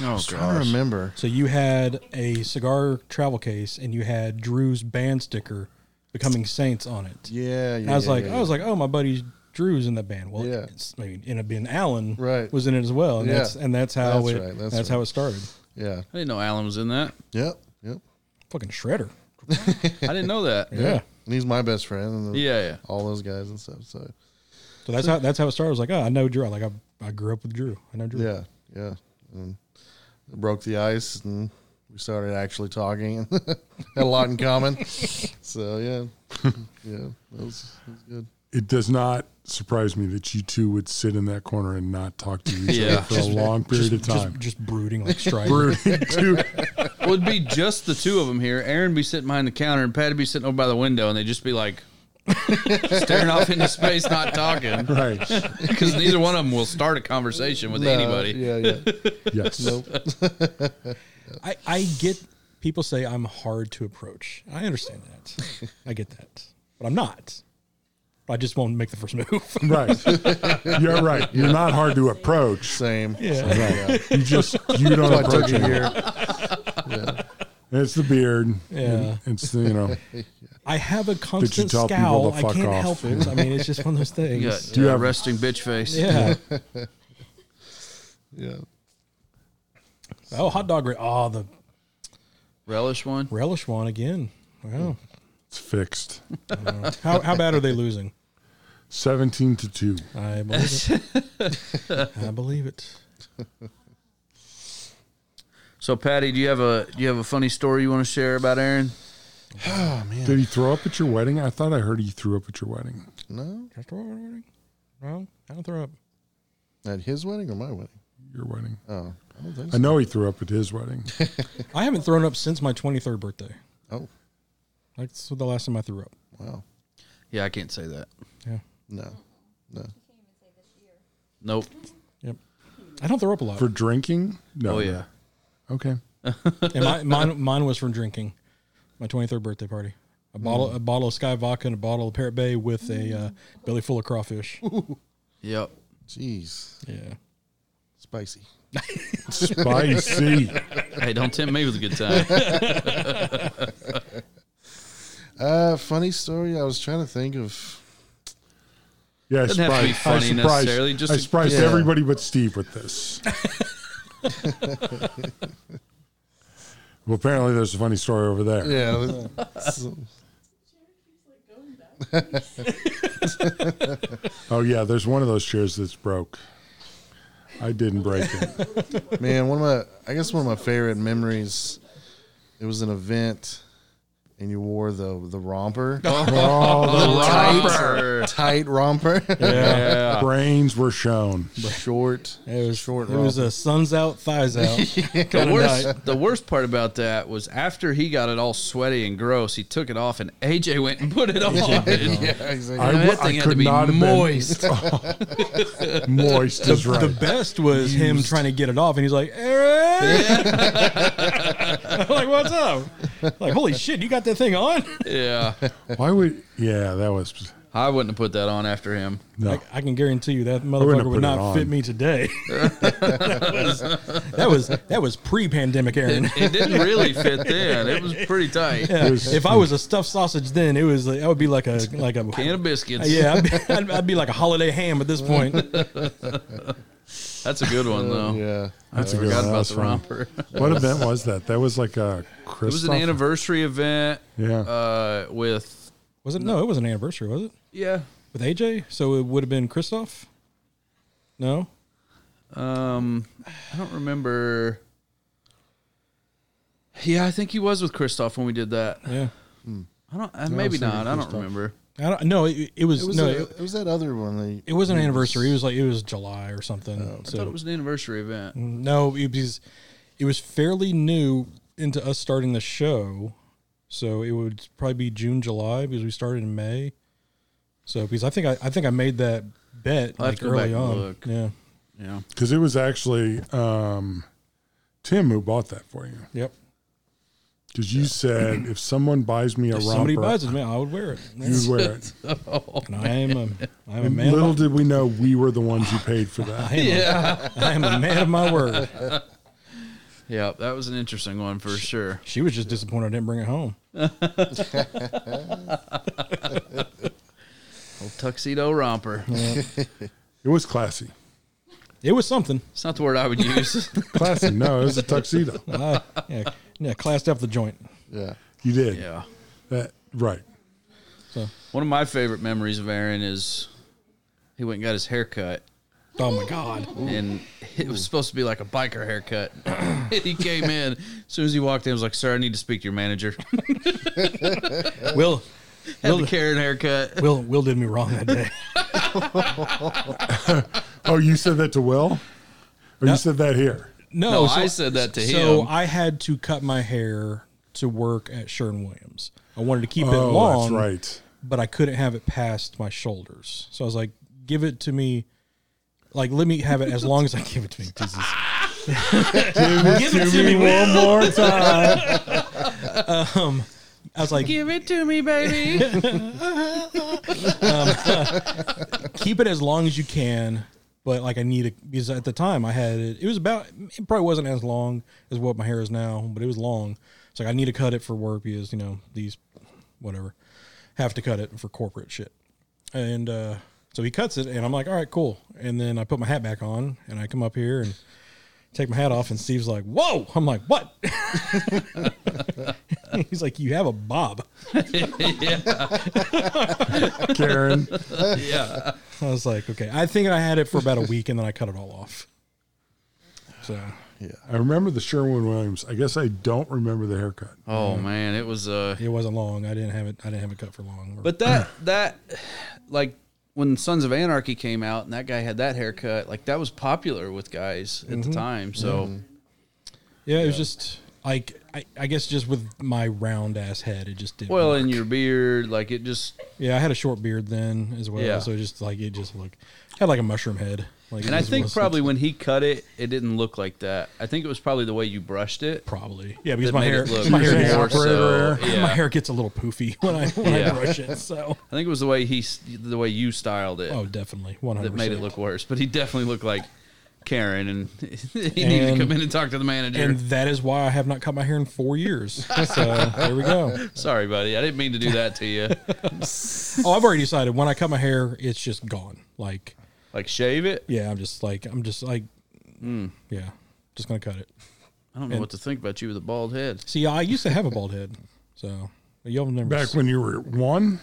Speaker 4: Oh
Speaker 5: I
Speaker 4: gosh.
Speaker 5: remember.
Speaker 1: So you had a cigar travel case, and you had Drew's band sticker, "Becoming Saints" on it.
Speaker 5: Yeah, yeah.
Speaker 1: I was
Speaker 5: yeah,
Speaker 1: like,
Speaker 5: yeah,
Speaker 1: I was like, oh, my buddy Drew's in that band. Well,
Speaker 5: Yeah.
Speaker 1: it's maybe ended up being Alan
Speaker 5: Right.
Speaker 1: was in it as well, and
Speaker 5: Yeah.
Speaker 1: that's and that's how
Speaker 5: That's
Speaker 1: it
Speaker 5: right,
Speaker 1: that's,
Speaker 5: that's
Speaker 1: how
Speaker 5: right.
Speaker 1: it started.
Speaker 5: yeah,
Speaker 4: I didn't know Alan was in that.
Speaker 5: yep, yep.
Speaker 1: Fucking shredder.
Speaker 4: I didn't know that.
Speaker 1: Yeah.
Speaker 5: And he's my best friend. And
Speaker 4: Yeah, yeah.
Speaker 5: all those guys and stuff. So
Speaker 1: So that's how that's how it started. I was like, oh, I know Drew. Like I, I grew up with Drew. I know Drew.
Speaker 5: yeah, yeah. And it broke the ice, and we started actually talking, and had a lot in common. so yeah, yeah, that was, that was good.
Speaker 2: it does not surprise me that you two would sit in that corner and not talk to each
Speaker 4: Yeah.
Speaker 2: other for a long period of
Speaker 1: Just,
Speaker 2: time.
Speaker 1: just brooding like strife.
Speaker 2: Brooding, dude.
Speaker 4: Well, it'd be just the two of them here. Aaron be sitting behind the counter, and Pat'd be sitting over by the window, and they'd just be like staring off into space, not talking,
Speaker 2: right?
Speaker 4: because neither one of them will start a conversation with
Speaker 5: No,
Speaker 4: anybody.
Speaker 5: Yeah, yeah.
Speaker 2: Yes.
Speaker 5: Nope.
Speaker 1: I, I get people say I'm hard to approach. I understand that. I get that, but I'm not. I just won't make the first move.
Speaker 2: Right. You're right. You're not hard to approach.
Speaker 5: Same.
Speaker 1: Yeah.
Speaker 5: Same, yeah.
Speaker 2: You just you don't
Speaker 5: I took
Speaker 2: approach
Speaker 5: a
Speaker 2: it.
Speaker 5: year.
Speaker 2: It's the beard.
Speaker 1: Yeah.
Speaker 2: It's the you know.
Speaker 1: I have a constant
Speaker 2: tell people
Speaker 1: scowl.
Speaker 2: to
Speaker 1: I
Speaker 2: fuck
Speaker 1: can't
Speaker 2: off?
Speaker 1: help it. I mean, it's just one of those things.
Speaker 4: You got
Speaker 2: you
Speaker 4: uh,
Speaker 2: have-
Speaker 4: resting bitch face.
Speaker 1: Yeah.
Speaker 5: Yeah.
Speaker 1: Oh, hot dog. Re- oh, the
Speaker 4: Relish one.
Speaker 1: relish one again. Wow.
Speaker 2: It's fixed.
Speaker 1: How, how bad are they losing?
Speaker 2: Seventeen to two.
Speaker 1: I believe it. I believe it.
Speaker 4: So, Patty, do you have a do you have a funny story you want to share about Aaron?
Speaker 2: Did he throw up at your wedding? I thought I heard he threw up at your wedding.
Speaker 5: No,
Speaker 1: Wrong. I don't throw up.
Speaker 5: at his wedding or my wedding?
Speaker 2: Your wedding.
Speaker 5: Oh, I don't think
Speaker 2: I
Speaker 5: so.
Speaker 2: know he threw up at his wedding.
Speaker 1: I haven't thrown up since my 23rd birthday.
Speaker 5: Oh,
Speaker 1: That's the last time I threw up.
Speaker 5: wow.
Speaker 4: Yeah, I can't say that.
Speaker 1: Yeah.
Speaker 5: No, no.
Speaker 4: Nope.
Speaker 1: Yep. I don't throw up a lot.
Speaker 2: For drinking? No.
Speaker 4: Oh yeah.
Speaker 2: Okay.
Speaker 1: and my, mine, mine was from drinking. My 23rd birthday party. A
Speaker 2: Hmm.
Speaker 1: bottle, a bottle of Sky Vodka and a bottle of Parrot Bay with a uh, belly full of crawfish.
Speaker 4: Yep.
Speaker 5: Jeez,
Speaker 1: Yeah.
Speaker 5: spicy.
Speaker 2: Spicy.
Speaker 4: Hey, don't tempt me with a good time.
Speaker 5: Uh, funny story. I was trying to think of.
Speaker 2: Yeah, I
Speaker 4: Doesn't have to be
Speaker 2: surprised-
Speaker 4: funny
Speaker 2: I surprised-
Speaker 4: necessarily, just
Speaker 2: I
Speaker 4: a-
Speaker 2: surprised
Speaker 5: Yeah.
Speaker 2: everybody but Steve with this. well, apparently there's a funny story over there.
Speaker 5: Yeah. so-
Speaker 2: Oh yeah, there's one of those chairs that's broke. I didn't break it.
Speaker 5: Man, one of my I guess one of my favorite memories. It was an event, and you wore the the romper,
Speaker 2: Oh,
Speaker 4: Lumber.
Speaker 5: tight romper,
Speaker 4: Yeah.
Speaker 2: the brains were shown.
Speaker 5: short.
Speaker 1: It was
Speaker 5: short.
Speaker 1: It was
Speaker 5: romper.
Speaker 1: a sun's out, thighs out.
Speaker 4: The
Speaker 1: kinda
Speaker 4: worst, the worst part about that was after he got it all sweaty and gross, he took it off and AJ went and put it on.
Speaker 5: yeah, exactly.
Speaker 2: I,
Speaker 4: that
Speaker 2: w- I
Speaker 4: thing had to
Speaker 2: could
Speaker 4: be
Speaker 2: not have
Speaker 4: moist.
Speaker 2: Been, moist is right.
Speaker 1: The best was him trying to get it off, and he's like, "Eric," I'm like, "What's up?" Like, "Holy shit, you got that thing on?"
Speaker 4: Yeah.
Speaker 2: Why would? Yeah, that was.
Speaker 4: I wouldn't have put that on after him.
Speaker 2: No.
Speaker 1: I, I can guarantee you that
Speaker 2: wouldn't have
Speaker 1: motherfucker
Speaker 2: put
Speaker 1: would
Speaker 2: it on.
Speaker 1: not fit me today. that was that was, that was pre-pandemic, Aaron.
Speaker 4: It didn't really fit then. It was pretty tight.
Speaker 1: Yeah, if I was a stuffed sausage then, it was like, I would be like a like a
Speaker 4: Can of biscuits.
Speaker 1: yeah, I'd be, I'd, I'd be like a holiday ham at this point.
Speaker 4: That's a good one though.
Speaker 5: yeah.
Speaker 2: That's
Speaker 4: I
Speaker 2: a good one.
Speaker 4: forgot about
Speaker 2: That's
Speaker 4: the
Speaker 2: fun.
Speaker 4: romper.
Speaker 2: What event was that? That was like a
Speaker 4: It was
Speaker 2: Christmas.
Speaker 4: an anniversary event.
Speaker 2: Yeah.
Speaker 4: Uh, with
Speaker 1: Was it? No, it was an anniversary, was it?
Speaker 4: yeah.
Speaker 1: With AJ, so it would have been Christoph. No,
Speaker 4: Um, I don't remember. Yeah, I think he was with Christoph when we did that.
Speaker 1: yeah,
Speaker 4: I don't. Uh, maybe
Speaker 2: thinking
Speaker 4: not. I don't
Speaker 2: Christoph.
Speaker 4: remember.
Speaker 1: I don't. No, it, it was,
Speaker 5: It was,
Speaker 1: no,
Speaker 5: a-
Speaker 1: it,
Speaker 5: it was that other one. That
Speaker 1: it was an anniversary. It was like it was July or something.
Speaker 4: I
Speaker 1: so
Speaker 4: thought it was an anniversary event.
Speaker 1: no, it was it was fairly new into us starting the show, so it would probably be June, July because we started in May. So because I think I, I think I made that bet
Speaker 4: I'll have
Speaker 1: like
Speaker 4: to go back
Speaker 1: early
Speaker 4: and
Speaker 1: on.
Speaker 4: look.
Speaker 1: Yeah.
Speaker 4: Yeah.
Speaker 2: Because it was actually um, Tim who bought that for you.
Speaker 1: Yep.
Speaker 2: Because you said if someone buys me a
Speaker 1: If
Speaker 2: romper,
Speaker 1: somebody buys it, man, I would wear it.
Speaker 2: you'd wear it.
Speaker 1: And I am a I am a man.
Speaker 2: Little
Speaker 1: Of
Speaker 2: did we know we were the ones who paid for that.
Speaker 1: my, I, am a, I am a man of my word.
Speaker 4: Yeah, that was an interesting one for sure.
Speaker 1: She was just disappointed I didn't bring it home.
Speaker 4: Old tuxedo romper.
Speaker 2: It was classy.
Speaker 1: It was something.
Speaker 4: It's not the word I would use.
Speaker 2: Classy. No, it was a tuxedo.
Speaker 1: I, yeah, yeah, classed up the joint.
Speaker 5: yeah.
Speaker 2: You did.
Speaker 4: yeah.
Speaker 2: That, right.
Speaker 4: One of my favorite memories of Aaron is he went and got his haircut,
Speaker 1: Oh my god.
Speaker 4: and it was supposed to be like a biker haircut. and he came in as soon as he walked in. I was like, "Sir, I need to speak to your manager."
Speaker 1: Will
Speaker 4: Had the Karen haircut.
Speaker 1: Will Will did me wrong that day.
Speaker 2: Oh, you said that to Will? Or you said that here?
Speaker 1: No,
Speaker 4: No,
Speaker 1: so-
Speaker 4: I said that to
Speaker 1: So
Speaker 4: him.
Speaker 1: I had to cut my hair to work at Sherwin Williams. I wanted to keep it
Speaker 2: Oh,
Speaker 1: long,
Speaker 2: that's right.
Speaker 1: but I couldn't have it past my shoulders. So I was like, "Give it to me." Like, let me have it as long as I give it to me. Jesus.
Speaker 2: Give it to me one more time.
Speaker 1: Um, I was like,
Speaker 4: Give it to me, baby.
Speaker 1: keep it as long as you can. But like I need a because at the time I had it. It was about. It probably wasn't as long as what my hair is now, but it was long. It's like I need to cut it for work because you know these, whatever, have to cut it for corporate shit. And uh, so he cuts it, and I'm like, all right, cool. And then I put my hat back on, and I come up here and take my hat off, and Steve's like, whoa. I'm like, what? He's like, you have a bob.
Speaker 2: Karen.
Speaker 4: yeah.
Speaker 1: I was like, okay. I think I had it for about a week, and then I cut it all off. So
Speaker 2: I remember the Sherwin Williams. I guess I don't remember the haircut.
Speaker 4: Oh man, it was uh
Speaker 1: It wasn't long. I didn't have it. I didn't have it cut for long.
Speaker 4: But that that like when Sons of Anarchy came out and that guy had that haircut, like that was popular with guys at the time. So
Speaker 1: yeah, it was just like I, I guess just with my round ass head, it just didn't.
Speaker 4: well,
Speaker 1: work.
Speaker 4: in your beard, like it just
Speaker 1: yeah, I had a short beard then as well,
Speaker 4: Yeah.
Speaker 1: so it just like it just looked had like a mushroom head. Like,
Speaker 4: and
Speaker 1: it
Speaker 4: I
Speaker 1: just
Speaker 4: think
Speaker 1: was-
Speaker 4: probably when he cut it, it didn't look like that. I think it was probably the way you brushed it.
Speaker 1: probably yeah because
Speaker 4: that
Speaker 1: my
Speaker 4: made
Speaker 1: hair
Speaker 4: it look
Speaker 1: my hair
Speaker 2: Yeah.
Speaker 1: gets,
Speaker 4: more so.
Speaker 2: Operator
Speaker 4: Yeah.
Speaker 1: my hair gets a little poofy when I when
Speaker 4: Yeah.
Speaker 1: I brush it. So
Speaker 4: I think it was the way he s- the way you styled it
Speaker 1: oh, definitely one hundred.
Speaker 4: that made it look worse. But he definitely looked like Karen, and he needed to
Speaker 1: And-
Speaker 4: come in and talk to the manager.
Speaker 1: And that is why I have not cut my hair in four years. So there we go.
Speaker 4: Sorry, buddy, I didn't mean to do that to you.
Speaker 1: Oh, I've already decided when I cut my hair, it's just gone. Like
Speaker 4: like shave it.
Speaker 1: yeah, I'm just like I'm just like yeah, just gonna cut it.
Speaker 4: I don't know what to think about you with a bald head.
Speaker 1: See, I used to have a bald head, so you'll never.
Speaker 2: Back when you were one?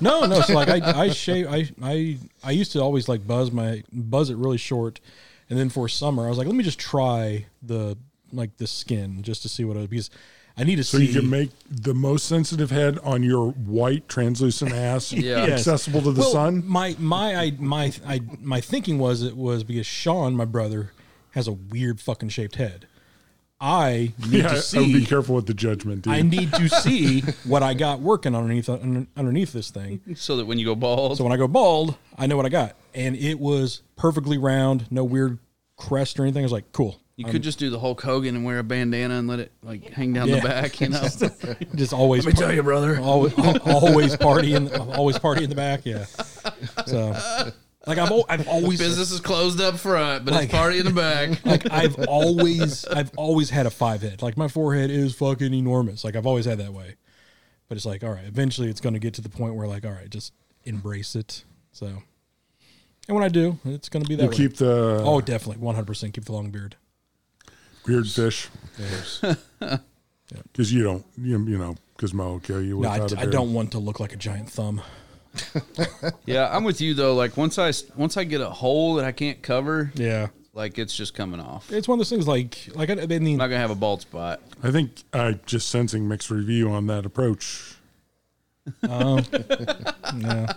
Speaker 1: no, no. So like I, I shave. I, I, I used to always like buzz my buzz it really short, and then for summer I was like, let me just try the like the skin just to see what it because I need to
Speaker 2: So
Speaker 1: see.
Speaker 2: you can make the most sensitive head on your white translucent ass
Speaker 4: Yeah. Yes.
Speaker 2: accessible to the
Speaker 1: well,
Speaker 2: sun.
Speaker 1: My my I my I my thinking was it was because Sean, my brother, has a weird fucking shaped head. I need
Speaker 2: Yeah,
Speaker 1: to
Speaker 2: I would
Speaker 1: see.
Speaker 2: be careful with the judgment, dude.
Speaker 1: I need to see what I got working underneath underneath this thing.
Speaker 4: so that when you go bald,
Speaker 1: So when I go bald, I know what I got. And it was perfectly round, no weird crest or anything. I was like, cool.
Speaker 4: You could just do the Hulk Hogan and wear a bandana and let it like hang down
Speaker 1: Yeah.
Speaker 4: the back, you know.
Speaker 1: Just always.
Speaker 4: Let me tell you, brother.
Speaker 1: Always, always party in, always party in the back. Yeah. So, like I've, al- I've always
Speaker 4: Business is closed up front, but
Speaker 1: Like-
Speaker 4: it's party in the back.
Speaker 1: like I've always I've always had a five head. Like my forehead is fucking enormous. Like I've always had that way. But it's like, all right, eventually it's gonna get to the point where like, all right, just embrace it. So and when I do, it's gonna be that
Speaker 2: You
Speaker 1: way.
Speaker 2: keep the uh,
Speaker 1: oh definitely one hundred percent keep the long beard.
Speaker 2: weird fish because you don't you, you know because Mo will kill you
Speaker 1: No, I,
Speaker 2: without a
Speaker 1: I
Speaker 2: beard.
Speaker 1: don't want to look like a giant thumb.
Speaker 4: Yeah, I'm with you though. Like once I s- once I get a hole that I can't cover,
Speaker 1: Yeah.
Speaker 4: like it's just coming off. I'm
Speaker 1: It's one of those things like like I, I mean
Speaker 4: not gonna have a bald spot.
Speaker 2: I think I just sensing mixed review on that approach.
Speaker 7: Yeah,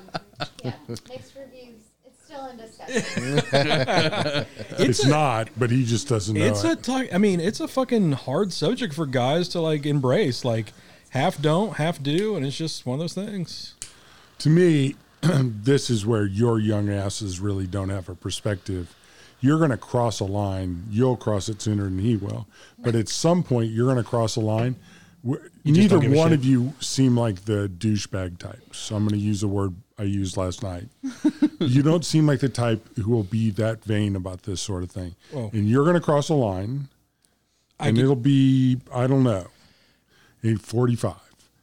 Speaker 7: mixed reviews. It's still in discussion.
Speaker 2: It's, not, but he just doesn't know.
Speaker 1: it's
Speaker 2: it.
Speaker 1: a tou- I mean, it's a fucking hard subject for guys to like embrace. Like half don't, half do, and it's just one of those things.
Speaker 2: to me, this is where your young asses really don't have a perspective. You're going to cross a line. You'll cross it sooner than he will. But at some point, you're going to cross a line. wh-
Speaker 1: just
Speaker 2: Neither
Speaker 1: don't give a
Speaker 2: one
Speaker 1: shit.
Speaker 2: of you seem like the douchebag type. So I'm going to use the word I used last night. you don't seem like the type who will be that vain about this sort of thing.
Speaker 1: Whoa.
Speaker 2: And you're going to cross a line,
Speaker 1: I
Speaker 2: and
Speaker 1: get-
Speaker 2: it'll be, I don't know, 845.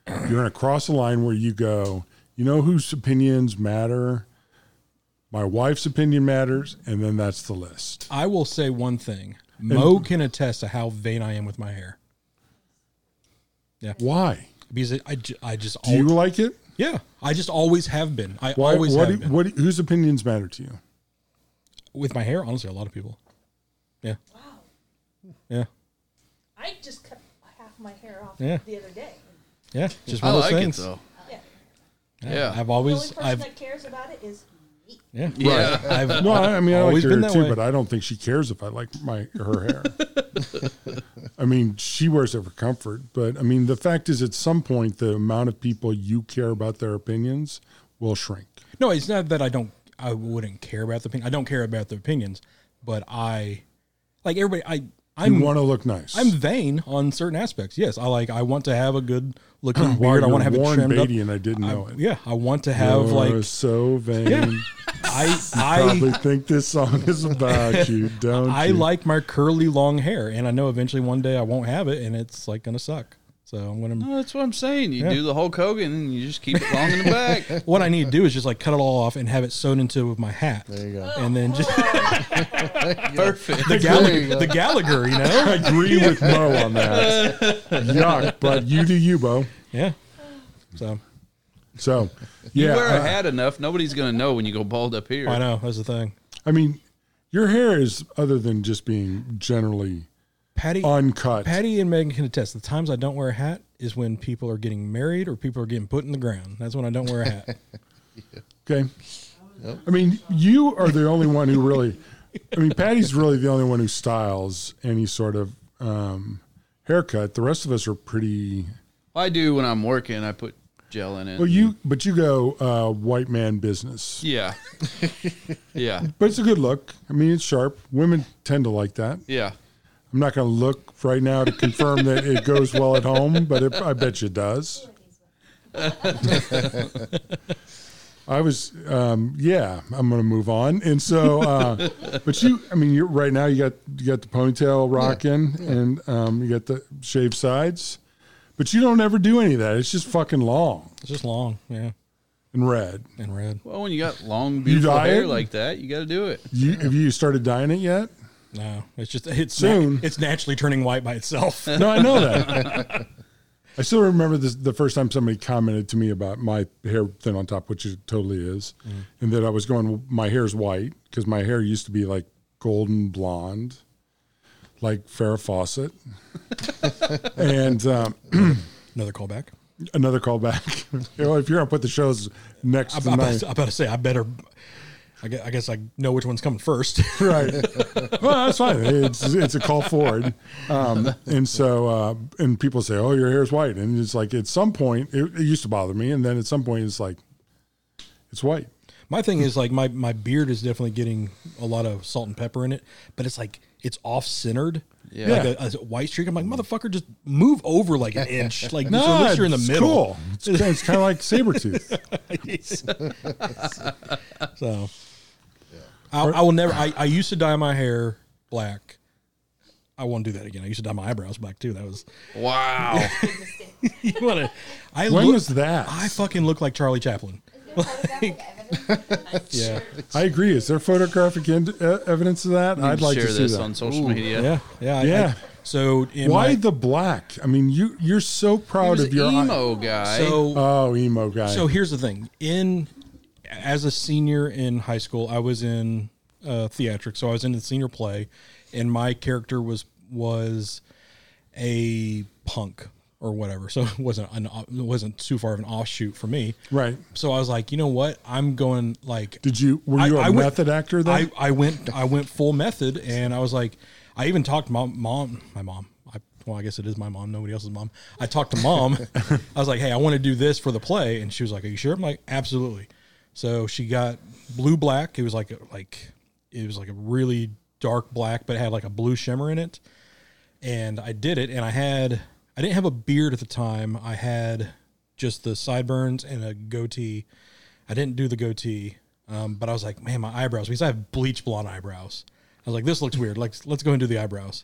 Speaker 2: You're going to cross a line where you go, you know whose opinions matter? My wife's opinion matters, and then that's the list.
Speaker 1: I will say one thing. Mo can attest to how vain I am with my hair
Speaker 2: Why?
Speaker 1: because it, I, ju- I just
Speaker 2: Do you
Speaker 1: always,
Speaker 2: like it?
Speaker 1: yeah I just always have been I
Speaker 2: Why?
Speaker 1: always
Speaker 2: what,
Speaker 1: have
Speaker 2: do-
Speaker 1: been.
Speaker 2: what, do- whose opinions matter to you?
Speaker 1: with my hair honestly a lot of people yeah
Speaker 6: Wow.
Speaker 1: yeah
Speaker 6: I just cut half my hair off
Speaker 1: Yeah.
Speaker 6: the other day.
Speaker 1: yeah just
Speaker 4: I
Speaker 1: one of those
Speaker 4: like
Speaker 1: things
Speaker 4: it though.
Speaker 6: Yeah.
Speaker 4: Yeah.
Speaker 1: I've
Speaker 6: The only
Speaker 1: always
Speaker 6: person
Speaker 1: I've
Speaker 6: that cares about it is me.
Speaker 1: yeah
Speaker 4: Yeah.
Speaker 1: I've
Speaker 2: No, I, I mean I like
Speaker 1: always
Speaker 2: her
Speaker 1: been that
Speaker 2: too,
Speaker 1: way.
Speaker 2: but I don't think she cares if I like my her hair. I mean, she wears it for comfort, but I mean the fact is, at some point, the amount of people you care about their opinions will shrink.
Speaker 1: no it's not that I don't I wouldn't care about the opinion I don't care about the opinions but I like everybody I
Speaker 2: You
Speaker 1: I'm
Speaker 2: want to look nice.
Speaker 1: I'm vain on certain aspects. Yes, I like. I want to have a good looking
Speaker 2: Wow,
Speaker 1: beard. I want
Speaker 2: you're
Speaker 1: to have it
Speaker 2: Warren
Speaker 1: trimmed
Speaker 2: Beatty,
Speaker 1: up.
Speaker 2: and I didn't
Speaker 1: I-
Speaker 2: know it.
Speaker 1: yeah, I want to have
Speaker 2: You're
Speaker 1: like
Speaker 2: so vain.
Speaker 1: Yeah. I
Speaker 2: Probably
Speaker 1: I
Speaker 2: think this song is about you, don't
Speaker 1: I
Speaker 2: you?
Speaker 1: like my curly long hair, and I know eventually one day I won't have it, and it's like gonna suck. So I'm gonna.
Speaker 4: No, that's what I'm saying. You do the Hulk Hogan and you just keep it long in the back.
Speaker 1: What I need to do is just like cut it all off and have it sewn into with my hat. There
Speaker 5: you go.
Speaker 1: And then just the
Speaker 4: Perfect.
Speaker 5: There you
Speaker 1: Gallagher,
Speaker 5: go.
Speaker 1: the Gallagher, you know?
Speaker 2: I agree with Mo on that. Yuck, but you do you, Bo.
Speaker 1: Yeah. So
Speaker 2: So, yeah,
Speaker 4: you wear a
Speaker 2: I-
Speaker 4: hat enough, nobody's gonna know when you go bald up here.
Speaker 1: uh, I know that's the thing.
Speaker 2: I mean, your hair is other than just being generally
Speaker 1: Patty,
Speaker 2: uncut.
Speaker 1: Patty, and Megan can attest. The times I don't wear a hat is when people are getting married or people are getting put in the ground. That's when I don't wear a hat.
Speaker 2: Okay. I mean, you are the only one who really. I mean, Patty's really the only one who styles any sort of um, haircut. The rest of us are pretty.
Speaker 4: I do when I'm working. I put gel in it.
Speaker 2: Well, you but you go uh, white man business,
Speaker 4: Yeah. yeah.
Speaker 2: but it's a good look. I mean, it's sharp. Women tend to like that.
Speaker 4: Yeah.
Speaker 2: I'm not going to look right now to confirm that it goes well at home, but it, I bet you it does. I was, um, yeah, I'm going to move on. And so, uh, but you, I mean, you're right now you got, you got the ponytail rocking and, um, you got the shaved sides, but you don't ever do any of that. It's just fucking long
Speaker 1: It's just long, yeah,
Speaker 2: and red.
Speaker 1: and red.
Speaker 4: Well, when you got long, beautiful
Speaker 2: dye
Speaker 4: hair
Speaker 2: it?
Speaker 4: like that, you got to do it.
Speaker 2: You, have you started dyeing it yet?
Speaker 1: No, it's just it's
Speaker 2: Soon.
Speaker 1: nat- it's naturally turning white by itself.
Speaker 2: No, I know that. I still remember this, the first time somebody commented to me about my hair thin on top, which it totally is,
Speaker 1: Mm-hmm.
Speaker 2: and that I was going, "Well, my hair's white because my hair used to be like golden blonde, like Farrah Fawcett. and um,
Speaker 1: Another callback.
Speaker 2: another callback. You know, if you're going to put the shows next
Speaker 1: I'm
Speaker 2: to
Speaker 1: about,
Speaker 2: mine.
Speaker 1: to, I'm about to say I better. I guess, I guess I know which one's coming first.
Speaker 2: right. Well, that's fine. It's it's a call forward, um, and so uh, and people say, "Oh, your hair's white," and it's like at some point it, it used to bother me, and then at some point it's like it's white.
Speaker 1: my thing is like my my beard is definitely getting a lot of salt and pepper in it, but it's like it's off centered.
Speaker 4: Yeah.
Speaker 1: Like a, a white streak. I'm like, motherfucker, just move over like an inch. Like, so at
Speaker 2: No,
Speaker 1: least you're in the
Speaker 2: it's
Speaker 1: middle.
Speaker 2: Cool. It's, it's kind of like saber tooth.
Speaker 1: So I, I will never. I, I used to dye my hair black. I won't do that again. I used to dye my eyebrows black too. That was
Speaker 4: Wow.
Speaker 1: you want to. I
Speaker 2: When
Speaker 1: look-
Speaker 2: was that?
Speaker 1: I
Speaker 2: I,
Speaker 1: fucking look like Charlie Chaplin.
Speaker 7: Is there photographic evidence?
Speaker 1: Yeah,
Speaker 2: agree. Is there photographic in, uh, evidence of that? I'd like
Speaker 4: share
Speaker 2: to see
Speaker 4: this
Speaker 2: that.
Speaker 4: on social media.
Speaker 1: yeah, yeah. I-
Speaker 2: Yeah.
Speaker 1: I- so in
Speaker 2: Why
Speaker 1: my-
Speaker 2: the black? I mean, you you're so
Speaker 4: He
Speaker 2: proud
Speaker 4: was
Speaker 2: of your eye-
Speaker 4: emo guy.
Speaker 1: so uh,
Speaker 2: Oh, emo guy.
Speaker 1: So here's the thing: in as a senior in high school, I was in uh, theatrics, so I was in the senior play, and my character was was a punk or whatever. So it wasn't an, it wasn't too far of an offshoot for me,
Speaker 2: right.
Speaker 1: So I was like, you know what? I'm going like
Speaker 2: Did you were you a
Speaker 1: I- I went-
Speaker 2: method actor then?
Speaker 1: I, I went I went full method and I was like I even talked to my mom my mom I well I guess it is my mom nobody else's mom I talked to mom I was like hey I want to do this for the play and she was like are you sure I'm like absolutely so she got blue black it was like a, like it was like a really dark black but it had like a blue shimmer in it and I did it and I had I didn't have a beard at the time I had just the sideburns and a goatee I didn't do the goatee, um, but I was like, man, my eyebrows because I have bleach blonde eyebrows. I was like, this looks weird. Like, let's go and do the eyebrows.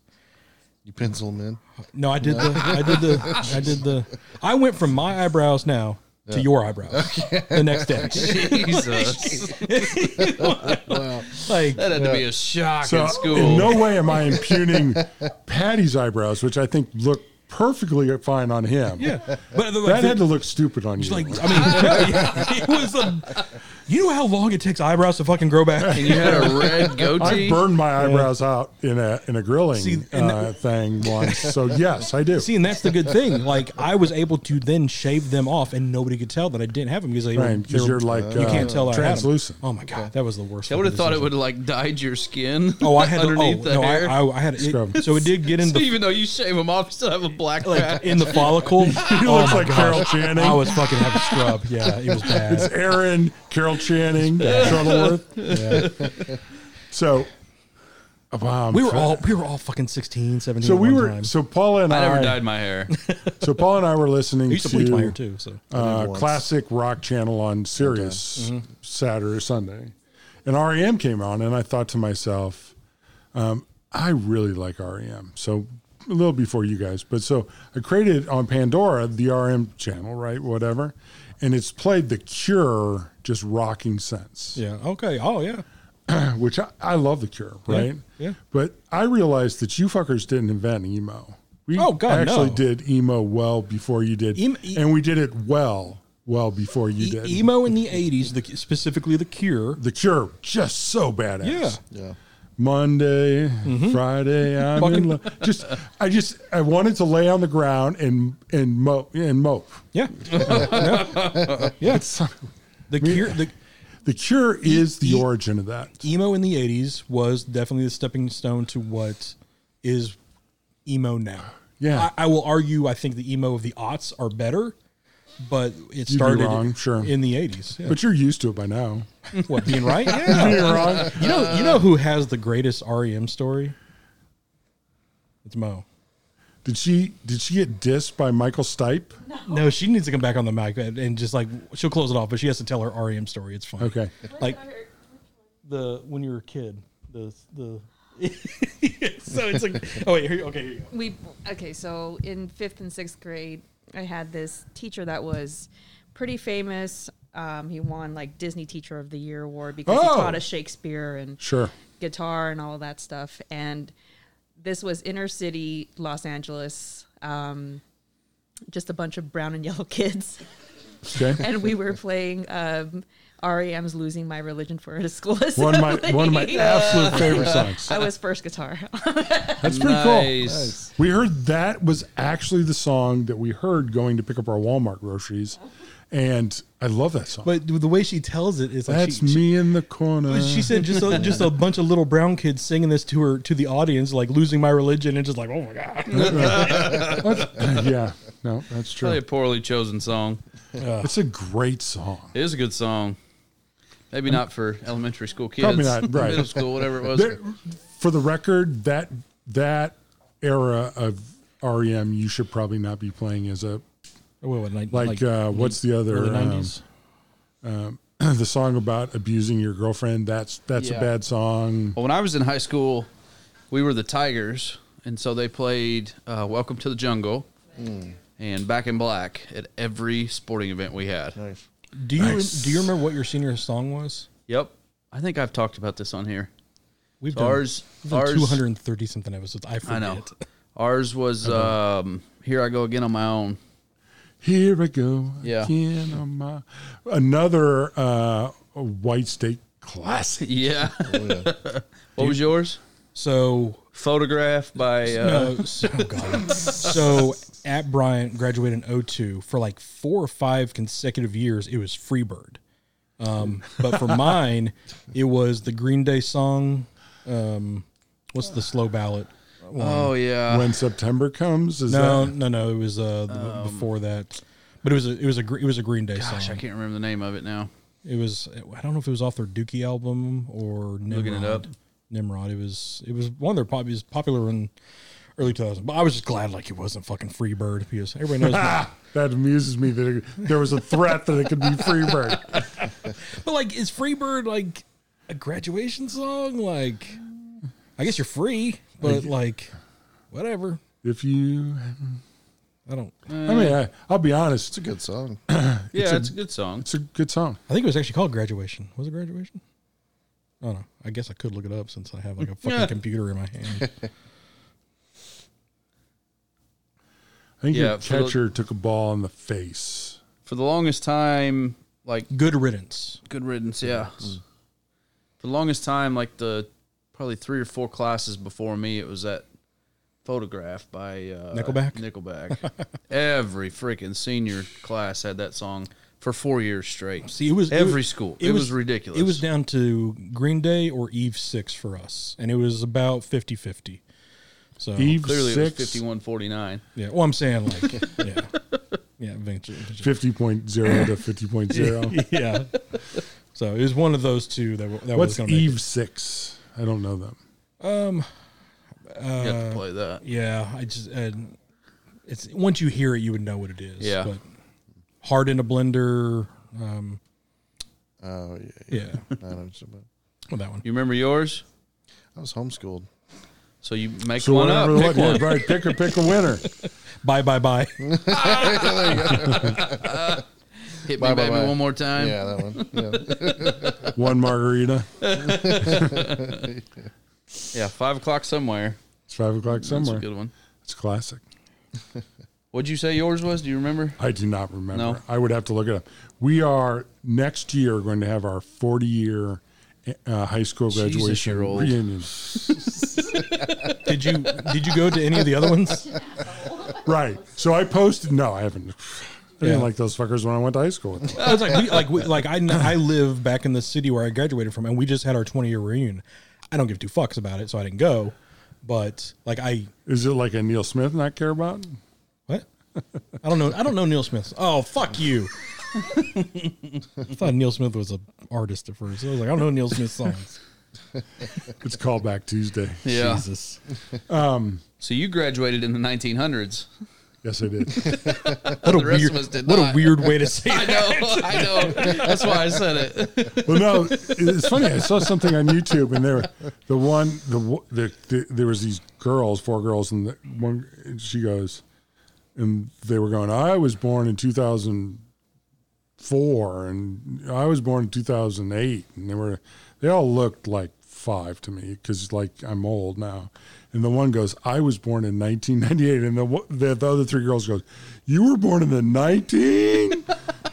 Speaker 5: You pencil them in.
Speaker 1: No, I did the, I did the, I did the. I went from my eyebrows now to your eyebrows the next day.
Speaker 4: Jesus.
Speaker 1: Like,
Speaker 4: That had to be a shock
Speaker 2: so
Speaker 4: in school.
Speaker 2: in no way am I impugning Patty's eyebrows, which I think look perfectly fine on him.
Speaker 1: yeah, but like, the-
Speaker 2: That had to look stupid on you.
Speaker 1: like, I mean, it was a. You know how long it takes eyebrows to fucking grow back?
Speaker 4: and you had a red goatee.
Speaker 2: I burned my eyebrows out in a in a grilling
Speaker 1: See, and
Speaker 2: uh, thing once. So yes, I do.
Speaker 1: See, and that's the good thing. Like, I was able to then shave them off, and nobody could tell that I didn't have them because they were-
Speaker 2: Right, 'cause
Speaker 1: they were-
Speaker 2: you're like,
Speaker 1: you
Speaker 2: uh,
Speaker 1: can't tell I had 'em.
Speaker 2: translucent.
Speaker 1: Oh my god, that was the worst.
Speaker 4: I would have
Speaker 1: fucking
Speaker 4: thought it
Speaker 1: decision.
Speaker 4: would have like dyed your skin.
Speaker 1: Oh, I had to, oh,
Speaker 4: underneath the
Speaker 1: no, I,
Speaker 4: hair.
Speaker 1: I, I had
Speaker 2: Scrub.
Speaker 1: it, so it did get in
Speaker 4: so
Speaker 1: the
Speaker 4: even though you shave them off, you still have a black patch.
Speaker 1: like in the follicle. He
Speaker 2: He looks like Carol Channing.
Speaker 1: I was fucking having scrub. Yeah, it was
Speaker 2: It's
Speaker 1: bad.
Speaker 2: Aaron, Carol Channing, Shuttleworth. So, wow, I'm
Speaker 1: We were
Speaker 2: fat.
Speaker 1: all we were all fucking 16, 17
Speaker 2: So
Speaker 1: at
Speaker 2: we
Speaker 1: one
Speaker 2: were.
Speaker 1: time.
Speaker 2: So Paula and
Speaker 4: I
Speaker 2: I.
Speaker 4: never dyed my hair.
Speaker 2: So Paula and I were listening
Speaker 1: I used to bleach my hair too. So
Speaker 2: uh,
Speaker 5: once.
Speaker 2: classic rock channel on Sirius Saturday or Sunday, and REM came on, and I thought to myself, um, I really like REM. So a little before you guys, but so I created on Pandora the REM channel, right? Whatever, and it's played The Cure, just rocking sense,
Speaker 1: yeah, okay, oh yeah,
Speaker 2: which I, I love The Cure, right?
Speaker 1: yeah.
Speaker 2: But I realized that you fuckers didn't invent emo. We
Speaker 1: Oh, God,
Speaker 2: actually
Speaker 1: no.
Speaker 2: did emo well before you did,
Speaker 1: Em- e-
Speaker 2: and we did it well. Well, before you
Speaker 1: E-
Speaker 2: did
Speaker 1: emo in the eighties, the, specifically the Cure.
Speaker 2: the Cure, just so badass.
Speaker 1: Yeah, Mm-hmm.
Speaker 5: Yeah.
Speaker 2: Monday, Friday, I'm in love. Just, I just, I wanted to lay on the ground and and mope and mope.
Speaker 1: yeah, yeah. yeah. The Cure, the
Speaker 2: The Cure is the
Speaker 1: E-
Speaker 2: origin of that.
Speaker 1: emo in the eighties was definitely the stepping stone to what is emo now.
Speaker 2: Yeah.
Speaker 1: I, I will argue. I think the emo of the aughts are better, but it
Speaker 2: be
Speaker 1: started
Speaker 2: wrong, sure.
Speaker 1: in the eighties.
Speaker 2: But you're used to it by now.
Speaker 1: what being right? Yeah,
Speaker 2: You're wrong.
Speaker 1: you know, you know who has the greatest REM story? It's Mo.
Speaker 2: Did she did she get dissed by Michael Stipe?
Speaker 1: No, she needs to come back on the mic and, and just like she'll close it off, but she has to tell her REM story. It's fine.
Speaker 2: Okay.
Speaker 1: like the when you were a kid, the the. so it's like, oh wait, here, okay, here you go.
Speaker 8: we okay so in fifth and sixth grade i had this teacher that was pretty famous um, he won like disney teacher of the year award because he
Speaker 2: Oh.
Speaker 8: taught us shakespeare and
Speaker 2: Sure.
Speaker 8: guitar and all of that stuff and this was inner city los angeles um, just a bunch of brown and yellow kids
Speaker 2: Okay.
Speaker 8: and we were playing um, rem's losing my religion for a school
Speaker 2: One of my one of my
Speaker 8: assembly.
Speaker 2: absolute favorite songs.
Speaker 8: i was first guitar
Speaker 2: That's pretty cool.
Speaker 4: Nice.
Speaker 2: We heard that was actually the song that we heard going to pick up our Walmart groceries, and I love that song.
Speaker 1: But the way she tells it is like
Speaker 2: That's
Speaker 1: she, she-
Speaker 2: me in the corner.
Speaker 1: She said just a, just a bunch of little brown kids singing this to her to the audience, like losing my religion, and just like, oh my god,
Speaker 2: yeah, no, that's true.
Speaker 4: Probably a poorly chosen song.
Speaker 2: It's a great song.
Speaker 4: It is a good song. Maybe not for elementary school kids.
Speaker 2: Probably not, right.
Speaker 4: Middle school, whatever it was.
Speaker 2: There- for the record, that that era of REM, you should probably not be playing as a
Speaker 1: Oh, what, like,
Speaker 2: like, uh, what's the other
Speaker 1: early
Speaker 2: um,
Speaker 1: 90s?
Speaker 2: the song about abusing your girlfriend. That's that's
Speaker 4: Yeah.
Speaker 2: a bad song.
Speaker 4: Well, when I was in high school, we were the Tigers, and so they played uh, "Welcome to the Jungle" and "Back in Black" at every sporting event we had.
Speaker 5: Nice.
Speaker 1: do you do you remember what your senior song was?
Speaker 4: Yep, I think I've talked about this on here.
Speaker 1: We've
Speaker 4: So ours, ours,
Speaker 1: two hundred and thirty something episodes. I forget.
Speaker 4: I know. Ours was um, "Here I Go Again on My Own."
Speaker 2: Here I go
Speaker 4: Yeah.
Speaker 2: again on my another uh, White State classic.
Speaker 4: Yeah.
Speaker 5: yeah.
Speaker 4: what was yours?
Speaker 1: So
Speaker 4: Photograph by uh,
Speaker 1: No, so, oh God. so at Bryant graduated in 02 for like four or five consecutive years it was Freebird. Um, but for mine it was the Green Day song um, what's the slow ballad?
Speaker 4: Oh yeah.
Speaker 2: when September comes, is
Speaker 1: No,
Speaker 2: that
Speaker 1: no, no, it was uh, the- before that. But it was a, it was a gr- it was a Green Day
Speaker 4: Um, Gosh, I
Speaker 1: song.
Speaker 4: can't remember the name of it now.
Speaker 1: It was I don't know if it was off their Dookie album or Nimrod.
Speaker 4: Looking it up.
Speaker 1: Nimrod. It was it was one of their pop, it was popular in early 2000s. But I was just glad like it wasn't fucking Freebird because everybody knows
Speaker 2: Ah, that amuses me that it, there was a threat that it could be Freebird.
Speaker 1: But like, is Freebird like a graduation song? Like, I guess you're free, but like, whatever.
Speaker 2: If you,
Speaker 1: I don't. I
Speaker 2: I mean, I, I'll be honest,
Speaker 5: It's a good song.
Speaker 4: Yeah, it's a, good song.
Speaker 2: it's a good song.
Speaker 1: think it was actually called graduation. Was it graduation? I don't know. I guess I could look it up since I have like a fucking
Speaker 4: Yeah.
Speaker 1: computer in my hand.
Speaker 2: I think
Speaker 4: Yeah,
Speaker 2: your
Speaker 4: for the-
Speaker 2: catcher took a ball in the face.
Speaker 4: For the longest time, like
Speaker 1: Good riddance.
Speaker 4: Good riddance, yeah. For the longest time, like the probably three or four classes before me, it was that photograph by uh,
Speaker 1: Nickelback?
Speaker 4: Nickelback. Every freaking senior class had that song for four years straight.
Speaker 1: See, it was
Speaker 4: every
Speaker 1: it was-
Speaker 4: school. It, was, ridiculous.
Speaker 1: It was down to Green Day or Eve Six for us, and it was about 50-50. So
Speaker 2: Eve
Speaker 4: Oh, clearly it was
Speaker 2: six,
Speaker 4: fifty one forty nine.
Speaker 1: yeah, well, I'm saying like yeah, yeah, eventually.
Speaker 2: 50.0 to 50.0.
Speaker 1: yeah. So it was one of those two that were, that was
Speaker 2: What's
Speaker 1: going to
Speaker 2: Eve six? I don't know them.
Speaker 4: You have to play that.
Speaker 1: Yeah, I just uh, it's once you hear it, you would know what it is.
Speaker 4: Yeah.
Speaker 1: but hard in a blender. Um,
Speaker 5: Oh yeah, yeah.
Speaker 1: yeah,
Speaker 5: I, know what you're about.
Speaker 1: well, that one.
Speaker 4: You remember yours?
Speaker 5: I was homeschooled.
Speaker 4: So you make
Speaker 2: So
Speaker 4: one up.
Speaker 2: whatever, what,
Speaker 4: pick
Speaker 2: yeah,
Speaker 4: one.
Speaker 2: right? Pick a pick a winner.
Speaker 1: Bye, bye, bye.
Speaker 4: Hit me,
Speaker 5: Bye, bye,
Speaker 4: baby,
Speaker 5: bye.
Speaker 4: one more time.
Speaker 5: Yeah, that one. Yeah.
Speaker 2: One margarita.
Speaker 4: Yeah, five o'clock somewhere.
Speaker 2: It's five o'clock somewhere.
Speaker 4: That's a good one.
Speaker 2: It's classic.
Speaker 4: What'd you say yours was? Do you remember?
Speaker 2: I do not remember.
Speaker 4: No?
Speaker 2: I would have to look it up. We are next year going to have our 40 year uh, high school
Speaker 4: Jesus,
Speaker 2: graduation
Speaker 4: you're old.
Speaker 2: reunion.
Speaker 1: did you did you go to any of the other ones?
Speaker 2: right. So I posted. No, I haven't. I
Speaker 1: Yeah.
Speaker 2: didn't like those fuckers when I went to high school. with them.
Speaker 1: I was like, we, like, we, like I, kn- I live back in the city where I graduated from, and we just had our 20 year reunion. I don't give two fucks about it, so I didn't go. But like, I
Speaker 2: Is it like a Neil Smith not care about?
Speaker 1: What? I don't know. I don't know Neil Smith. Oh, fuck you. I thought Neil Smith was an artist at first. I was like, I don't know Neil Smith songs.
Speaker 2: It's Callback Tuesday.
Speaker 4: Yeah.
Speaker 1: Jesus.
Speaker 4: So you graduated in the 1900s.
Speaker 2: Yes, I did.
Speaker 1: What a
Speaker 4: The rest
Speaker 1: weird,
Speaker 4: of us did
Speaker 1: what a
Speaker 4: not.
Speaker 1: weird way to say
Speaker 4: I
Speaker 1: it.
Speaker 4: know, I know. That's why I said it.
Speaker 2: well, no, it's funny. I saw something on YouTube, and there, the one, the, wo- the, the there was these girls, four girls, and the one, and she goes, and they were going, I was born in two thousand four, and I was born in two thousand eight, and they were, they all looked like five to me because like I'm old now. And the one goes, I was born in 1998, and the, wo- the the other three girls goes, you were born in the 19.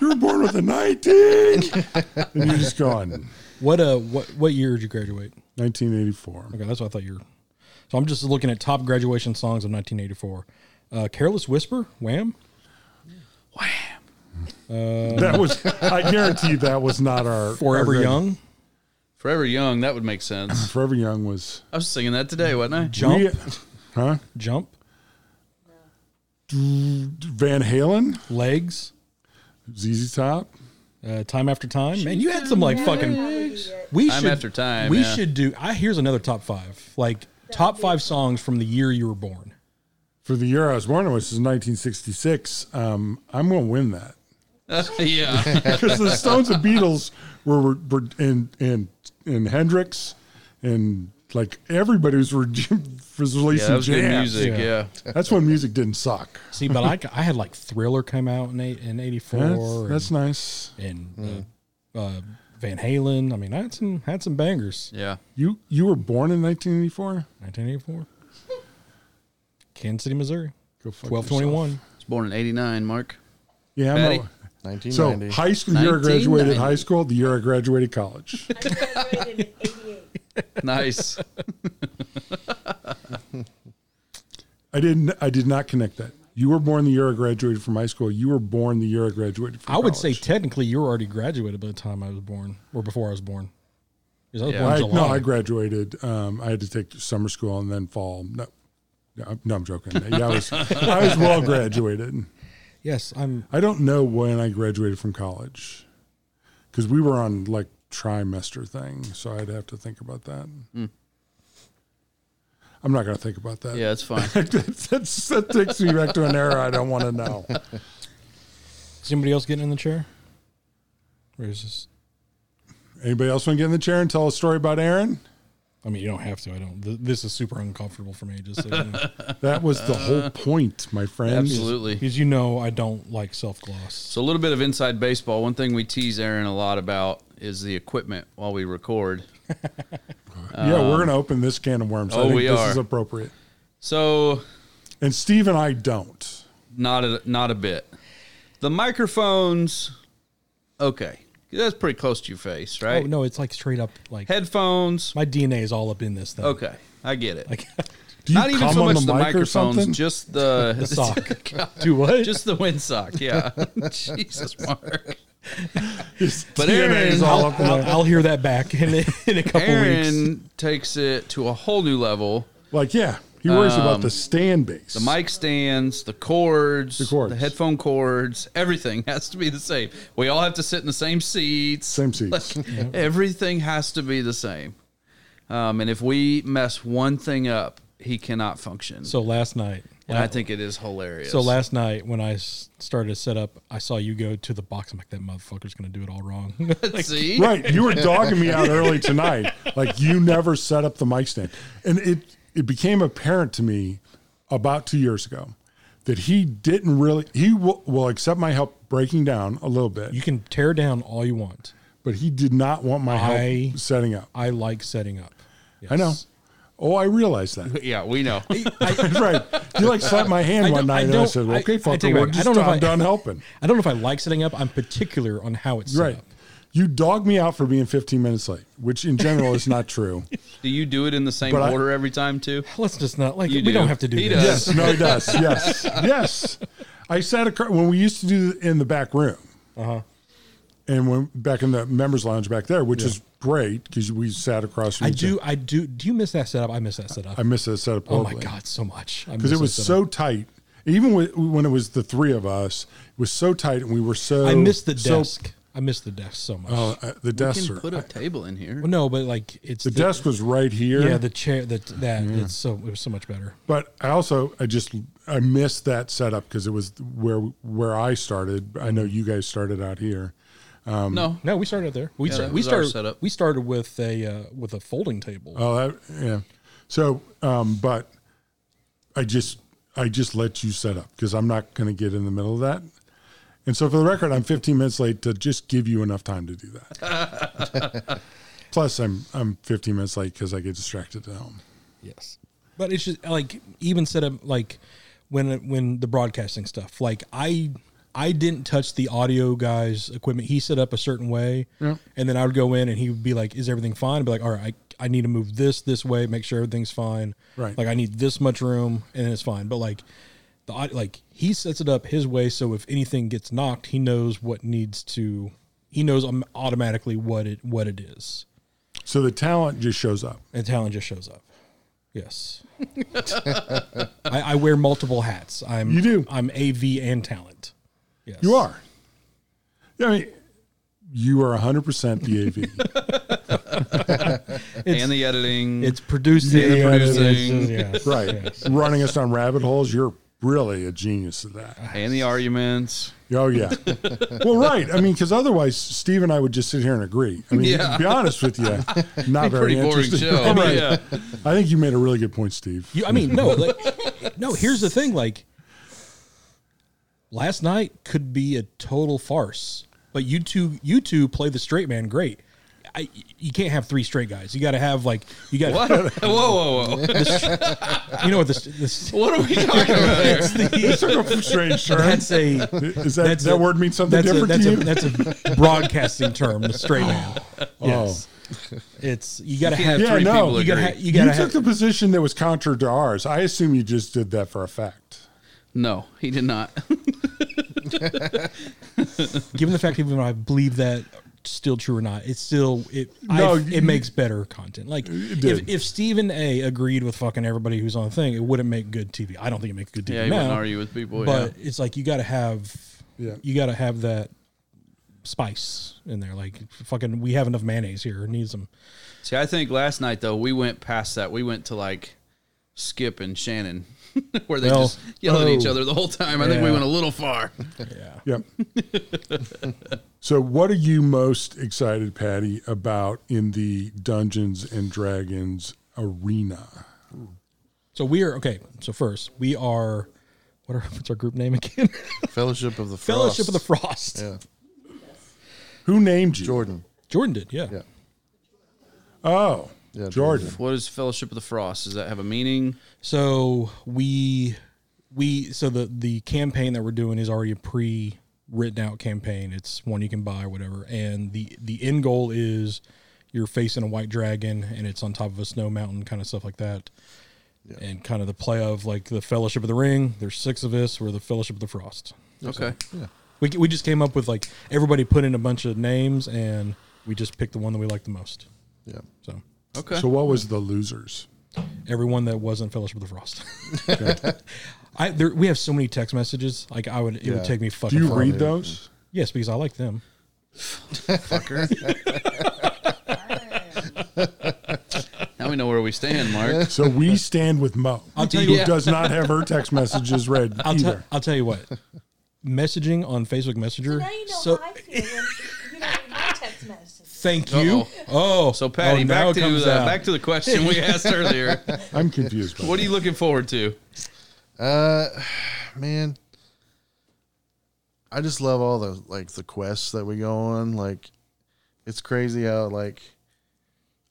Speaker 2: You were born with the 19. And you're just gone.
Speaker 1: What uh what what year did you graduate?
Speaker 2: 1984.
Speaker 1: Okay, that's what I thought you were. So I'm just looking at top graduation songs of 1984. Uh, Careless Whisper, Wham.
Speaker 2: That was, I guarantee that was not our.
Speaker 1: Forever
Speaker 2: our-
Speaker 1: Young.
Speaker 4: Forever Young, that would make sense.
Speaker 2: Forever Young was.
Speaker 4: I was singing that today, wasn't I?
Speaker 1: Jump.
Speaker 2: We- huh?
Speaker 1: Jump.
Speaker 2: Van Halen,
Speaker 1: Legs.
Speaker 2: ZZ Top,
Speaker 1: Uh, time after time, man, you had some like fucking. We
Speaker 4: Time
Speaker 1: should,
Speaker 4: after time,
Speaker 1: We
Speaker 4: yeah.
Speaker 1: should do. I here's another top five, like top five songs from the year you were born.
Speaker 2: For the year I was born, which is 1966, um, I'm going to win that.
Speaker 4: yeah.
Speaker 2: because the Stones and Beatles were, were, were and and and Hendrix and like everybody was, re- was
Speaker 4: Yeah, that
Speaker 2: releasing
Speaker 4: was good
Speaker 2: jams.
Speaker 4: music. Yeah.
Speaker 2: That's when music didn't suck.
Speaker 1: See, but I, I had like Thriller come out in eight, in '84.
Speaker 2: That's, that's Mm. nice.
Speaker 1: and uh, uh, Van Halen. I mean, I had some had some bangers.
Speaker 4: Yeah.
Speaker 2: You you were born in 1984.
Speaker 1: 1984, Kansas City, Missouri,
Speaker 2: Go fuck
Speaker 1: 1221.
Speaker 4: I was born in 89, Mark.
Speaker 2: yourself. Yeah, I'm
Speaker 4: Patty?
Speaker 2: a- so
Speaker 5: 1990.
Speaker 2: high school. The year I graduated
Speaker 4: 1990.
Speaker 2: high school. The year I graduated college.
Speaker 6: I graduated in 88.
Speaker 4: Nice.
Speaker 2: I didn't. I did not connect that. You were born the year I graduated from high school. You were born the year I graduated. from
Speaker 1: I would say
Speaker 2: college.
Speaker 1: technically you were already graduated by the time I was born, or before I was born. 'Cause I was
Speaker 4: Yeah.
Speaker 1: born in
Speaker 2: I,
Speaker 1: July.
Speaker 2: no, I graduated. Um, I had to take summer school and then fall. No, no, I'm- no I'm joking. Yeah, I was, I was well graduated.
Speaker 1: yes, I'm.
Speaker 2: I don't know when I graduated from college because we were on like trimester thing, so I'd have to think about that.
Speaker 1: Hmm.
Speaker 2: I'm not going to think about that.
Speaker 4: Yeah, that's fine.
Speaker 2: That's- that's- that takes me back to an era I don't want to know.
Speaker 1: Is anybody else getting in the chair? Or is this?
Speaker 2: Anybody else want to get in the chair and tell a story about Aaron?
Speaker 1: I mean, you don't have to. I don't. th- This is super uncomfortable for me. Just so you know.
Speaker 2: That was the whole point, my friends.
Speaker 4: Uh, Absolutely.
Speaker 1: because you know I don't like self gloss.
Speaker 4: So a little bit of inside baseball. One thing we tease Aaron a lot about is the equipment while we record.
Speaker 2: Yeah, we're going to open this can of worms. I
Speaker 4: Uh, oh,
Speaker 2: think
Speaker 4: we
Speaker 2: this
Speaker 4: are.
Speaker 2: is appropriate.
Speaker 4: So
Speaker 2: And Steve and I don't.
Speaker 4: not a, not a bit. The microphones. Okay, that's pretty close to your face, right?
Speaker 1: Oh no, it's like straight up like
Speaker 4: Headphones.
Speaker 1: my DNA is all up in this thing.
Speaker 4: Okay, I get it.
Speaker 1: Like
Speaker 2: Do you
Speaker 4: not even
Speaker 2: come
Speaker 4: so
Speaker 2: on the,
Speaker 4: much the,
Speaker 2: mic or
Speaker 4: microphones,
Speaker 2: something?
Speaker 4: just the,
Speaker 1: The sock.
Speaker 4: God,
Speaker 1: do what?
Speaker 4: just the windsock. Yeah, Jesus, Mark.
Speaker 2: His
Speaker 4: But
Speaker 2: DNA is
Speaker 4: Aaron-
Speaker 2: all up in
Speaker 1: I'll,
Speaker 2: there.
Speaker 1: I'll hear that back in a, in a couple weeks.
Speaker 4: Aaron takes it to a whole new level.
Speaker 2: Like, yeah, he worries about the stand base.
Speaker 4: Um, The mic stands, the cords, the,
Speaker 2: cords.
Speaker 4: headphone cords, everything has to be the same. We all have to sit in the same seats.
Speaker 2: Same seats.
Speaker 4: Like, Everything has to be the same. Um, and if we mess one thing up, he cannot function.
Speaker 1: So last night,
Speaker 4: and I think it is hilarious.
Speaker 1: so last night when I s- started to set up, I saw you go to the box. I'm like, that motherfucker's gonna do it all wrong.
Speaker 4: see,
Speaker 2: Right. You were dogging me out early tonight. Like, you never set up the mic stand. And it, it became apparent to me about two years ago that he didn't really, he will, will accept my help breaking down a little bit,
Speaker 1: you can tear down all you want.
Speaker 2: but he did not want my help
Speaker 1: I-
Speaker 2: setting up.
Speaker 1: I like setting up.
Speaker 2: I know.
Speaker 1: Yes.
Speaker 2: Oh, I realized that.
Speaker 4: yeah, we know.
Speaker 2: right. You like slapped my hand
Speaker 1: I
Speaker 2: one
Speaker 1: don't- I
Speaker 2: night, and I
Speaker 1: don't-
Speaker 2: said,
Speaker 1: I-
Speaker 2: "Okay,
Speaker 1: I
Speaker 2: fucker,
Speaker 1: take it
Speaker 2: we're
Speaker 1: back. I
Speaker 2: just
Speaker 1: don't know if
Speaker 2: I'm
Speaker 1: I-
Speaker 2: done helping."
Speaker 1: I don't know if I like setting up. I'm particular on how it's
Speaker 2: Right.
Speaker 1: set up.
Speaker 2: You dogged me out for being 15 minutes late, which in general is not true.
Speaker 4: Do you do it in the same
Speaker 2: But I-
Speaker 4: order every time too?
Speaker 1: Let's just not like
Speaker 4: You
Speaker 1: we
Speaker 4: do.
Speaker 1: don't have to do
Speaker 4: He
Speaker 1: this.
Speaker 4: does.
Speaker 2: yes. No, he does. Yes. Yes. I sat across when we used to do it in the back room.
Speaker 1: Uh-huh.
Speaker 2: And when back in the members lounge back there, which is great because we sat across from
Speaker 1: I
Speaker 2: each
Speaker 1: do.
Speaker 2: other.
Speaker 1: I do. Do you miss that setup? I miss that setup.
Speaker 2: I miss that setup.
Speaker 1: oh my
Speaker 2: horribly.
Speaker 1: god, so much. I
Speaker 2: because
Speaker 1: miss
Speaker 2: it
Speaker 1: that
Speaker 2: was
Speaker 1: setup.
Speaker 2: so tight. Even with, when it was the three of us, it was so tight, and we were so.
Speaker 1: I miss the
Speaker 2: so-
Speaker 1: desk. I miss the desk so much.
Speaker 2: Oh, uh, the
Speaker 4: You
Speaker 2: desk.
Speaker 4: can
Speaker 2: sir.
Speaker 4: put a table in here.
Speaker 1: Well, no, but like it's
Speaker 2: the desk was right here.
Speaker 1: Yeah, the chair. That that it's so it was so much better.
Speaker 2: but I also I just I missed that setup because it was where where I started. I know you guys started out here.
Speaker 4: no,
Speaker 1: No, we started there. We
Speaker 4: Yeah,
Speaker 1: started.
Speaker 4: that
Speaker 1: We
Speaker 4: was our
Speaker 1: started.
Speaker 4: setup.
Speaker 1: We started with a uh, with a folding table.
Speaker 2: Oh, that, yeah. So, um, but I just I just let you set up because I'm not going to get in the middle of that. And so, for the record, I'm 15 minutes late to just give you enough time to do that. Plus, I'm I'm 15 minutes late because I get distracted at home.
Speaker 1: yes, but it's just like even set up like when when the broadcasting stuff. Like I I didn't touch the audio guy's equipment. He set up a certain way, and then I would go in and he would be like, "Is everything fine?" I'd be like, "All right." I I need to move this this way, make sure everything's fine.
Speaker 2: Right.
Speaker 1: Like I need this much room, and it's fine. But like the aud- like he sets it up his way, so if anything gets knocked, he knows what needs to. He knows um, automatically what it what it is.
Speaker 2: So the talent just shows up.
Speaker 1: And talent just shows up. Yes. I, I wear multiple hats. I'm
Speaker 2: You do.
Speaker 1: I'm AV and talent. Yes.
Speaker 2: You are. Yeah, I mean, you are 100% the AV.
Speaker 1: It's-
Speaker 4: and the editing.
Speaker 1: It's producing.
Speaker 2: Yeah, yeah,
Speaker 4: producing.
Speaker 1: yeah.
Speaker 2: right. Running us down rabbit holes, you're really a genius at that.
Speaker 4: and the arguments.
Speaker 2: Oh yeah. well, right. I mean, because otherwise, Steve and I would just sit here and agree. I mean,
Speaker 4: Yeah.
Speaker 2: to be honest with you, not very
Speaker 4: Pretty boring
Speaker 2: interesting.
Speaker 4: show. I mean,
Speaker 2: Right.
Speaker 4: yeah.
Speaker 2: I think you made a really good point, Steve.
Speaker 1: You, I mean, no, like, no. Here's the thing: like, last night could be a total farce, but you two, you two play the straight man great. I, you can't have three straight guys. You got to have like you got.
Speaker 4: What? Whoa, whoa, whoa!
Speaker 1: You know what this? this
Speaker 4: What are we talking about here?
Speaker 2: It took a strange turn.
Speaker 1: that's a.
Speaker 2: Is that
Speaker 1: That's
Speaker 2: that
Speaker 1: a-
Speaker 2: word means something
Speaker 1: that's
Speaker 2: different
Speaker 1: a, that's
Speaker 2: to
Speaker 1: a,
Speaker 2: you?
Speaker 1: That's a broadcasting term. The straight man. Yes. It's you got to
Speaker 4: can't
Speaker 1: have.
Speaker 4: have
Speaker 2: yeah,
Speaker 4: three
Speaker 2: no.
Speaker 4: people
Speaker 1: You got to.
Speaker 4: agree.
Speaker 1: Ha- you
Speaker 2: Oh. you
Speaker 1: got to
Speaker 2: took
Speaker 1: have.
Speaker 2: the position that was contrary to ours. I assume you just did that for effect.
Speaker 4: No, he did not.
Speaker 1: given the fact even if I believe that still true or not, it's still it
Speaker 2: No,
Speaker 1: I,
Speaker 2: you-
Speaker 1: it makes better content. Like if,
Speaker 2: did.
Speaker 1: if Stephen A agreed with fucking everybody who's on the thing, it wouldn't make good TV. I don't think it makes good TV
Speaker 4: Yeah, he wouldn't
Speaker 1: now.
Speaker 4: argue with people.
Speaker 1: but it's like you got to have
Speaker 2: Yeah.
Speaker 1: you got to have that spice in there. Like fucking we have enough mayonnaise here, it needs some
Speaker 4: yeah. See, I think last night though we went past that. We went to like Skip and Shannon, where they
Speaker 1: Well,
Speaker 4: just yell at each
Speaker 1: oh.
Speaker 4: other the whole time. I think we
Speaker 1: Yeah.
Speaker 4: went a little far.
Speaker 1: yeah.
Speaker 2: Yep. so, what are you most excited, Patty, about in the Dungeons and Dragons arena?
Speaker 1: So we are okay, so first, we are what are what's our group name again?
Speaker 5: Fellowship of the Frost.
Speaker 1: Fellowship of the Frost.
Speaker 5: Yeah,
Speaker 2: Who named you?
Speaker 5: Jordan.
Speaker 1: Jordan did, yeah.
Speaker 5: Yeah.
Speaker 2: Oh,
Speaker 5: Yeah,
Speaker 2: Jordan.
Speaker 4: What is Fellowship of the Frost? Does that have a meaning?
Speaker 1: So we we so the the campaign that we're doing is already a pre written out campaign. It's one you can buy or whatever. And the the end goal is you're facing a white dragon and it's on top of a snow mountain kind of stuff like that. And kind of the play of like the Fellowship of the Ring. There's six of us. We're the Fellowship of the Frost.
Speaker 4: Okay.
Speaker 1: We we just came up with like everybody put in a bunch of names and we just picked the one that we liked the most.
Speaker 5: Yeah.
Speaker 1: So
Speaker 4: Okay.
Speaker 2: So, what was the losers?
Speaker 1: everyone that wasn't Fellowship of the Frost. I there, we have so many text messages. Like I would, it
Speaker 5: Yeah.
Speaker 1: would take me
Speaker 2: Do
Speaker 1: fucking.
Speaker 2: you
Speaker 1: forever.
Speaker 2: read those?
Speaker 1: Yes, because I like them.
Speaker 4: now we know where we stand, Mark.
Speaker 2: So we stand with Mo.
Speaker 1: I'll tell you
Speaker 2: who
Speaker 1: what-
Speaker 2: does not have her text messages read
Speaker 1: I'll, te-
Speaker 2: either.
Speaker 1: I'll tell you what. Messaging on Facebook Messenger.
Speaker 6: Now you know
Speaker 1: so
Speaker 6: how I feel when you don't read my text messages.
Speaker 1: thank you. Oh,
Speaker 4: So Patty,
Speaker 1: oh, now
Speaker 4: back
Speaker 1: it
Speaker 4: to
Speaker 1: comes
Speaker 4: the,
Speaker 1: out.
Speaker 4: back to the question we asked earlier.
Speaker 2: I'm confused. By
Speaker 4: What are you looking forward to?
Speaker 5: Uh, man, I just love all the like the quests that we go on. Like, it's crazy how like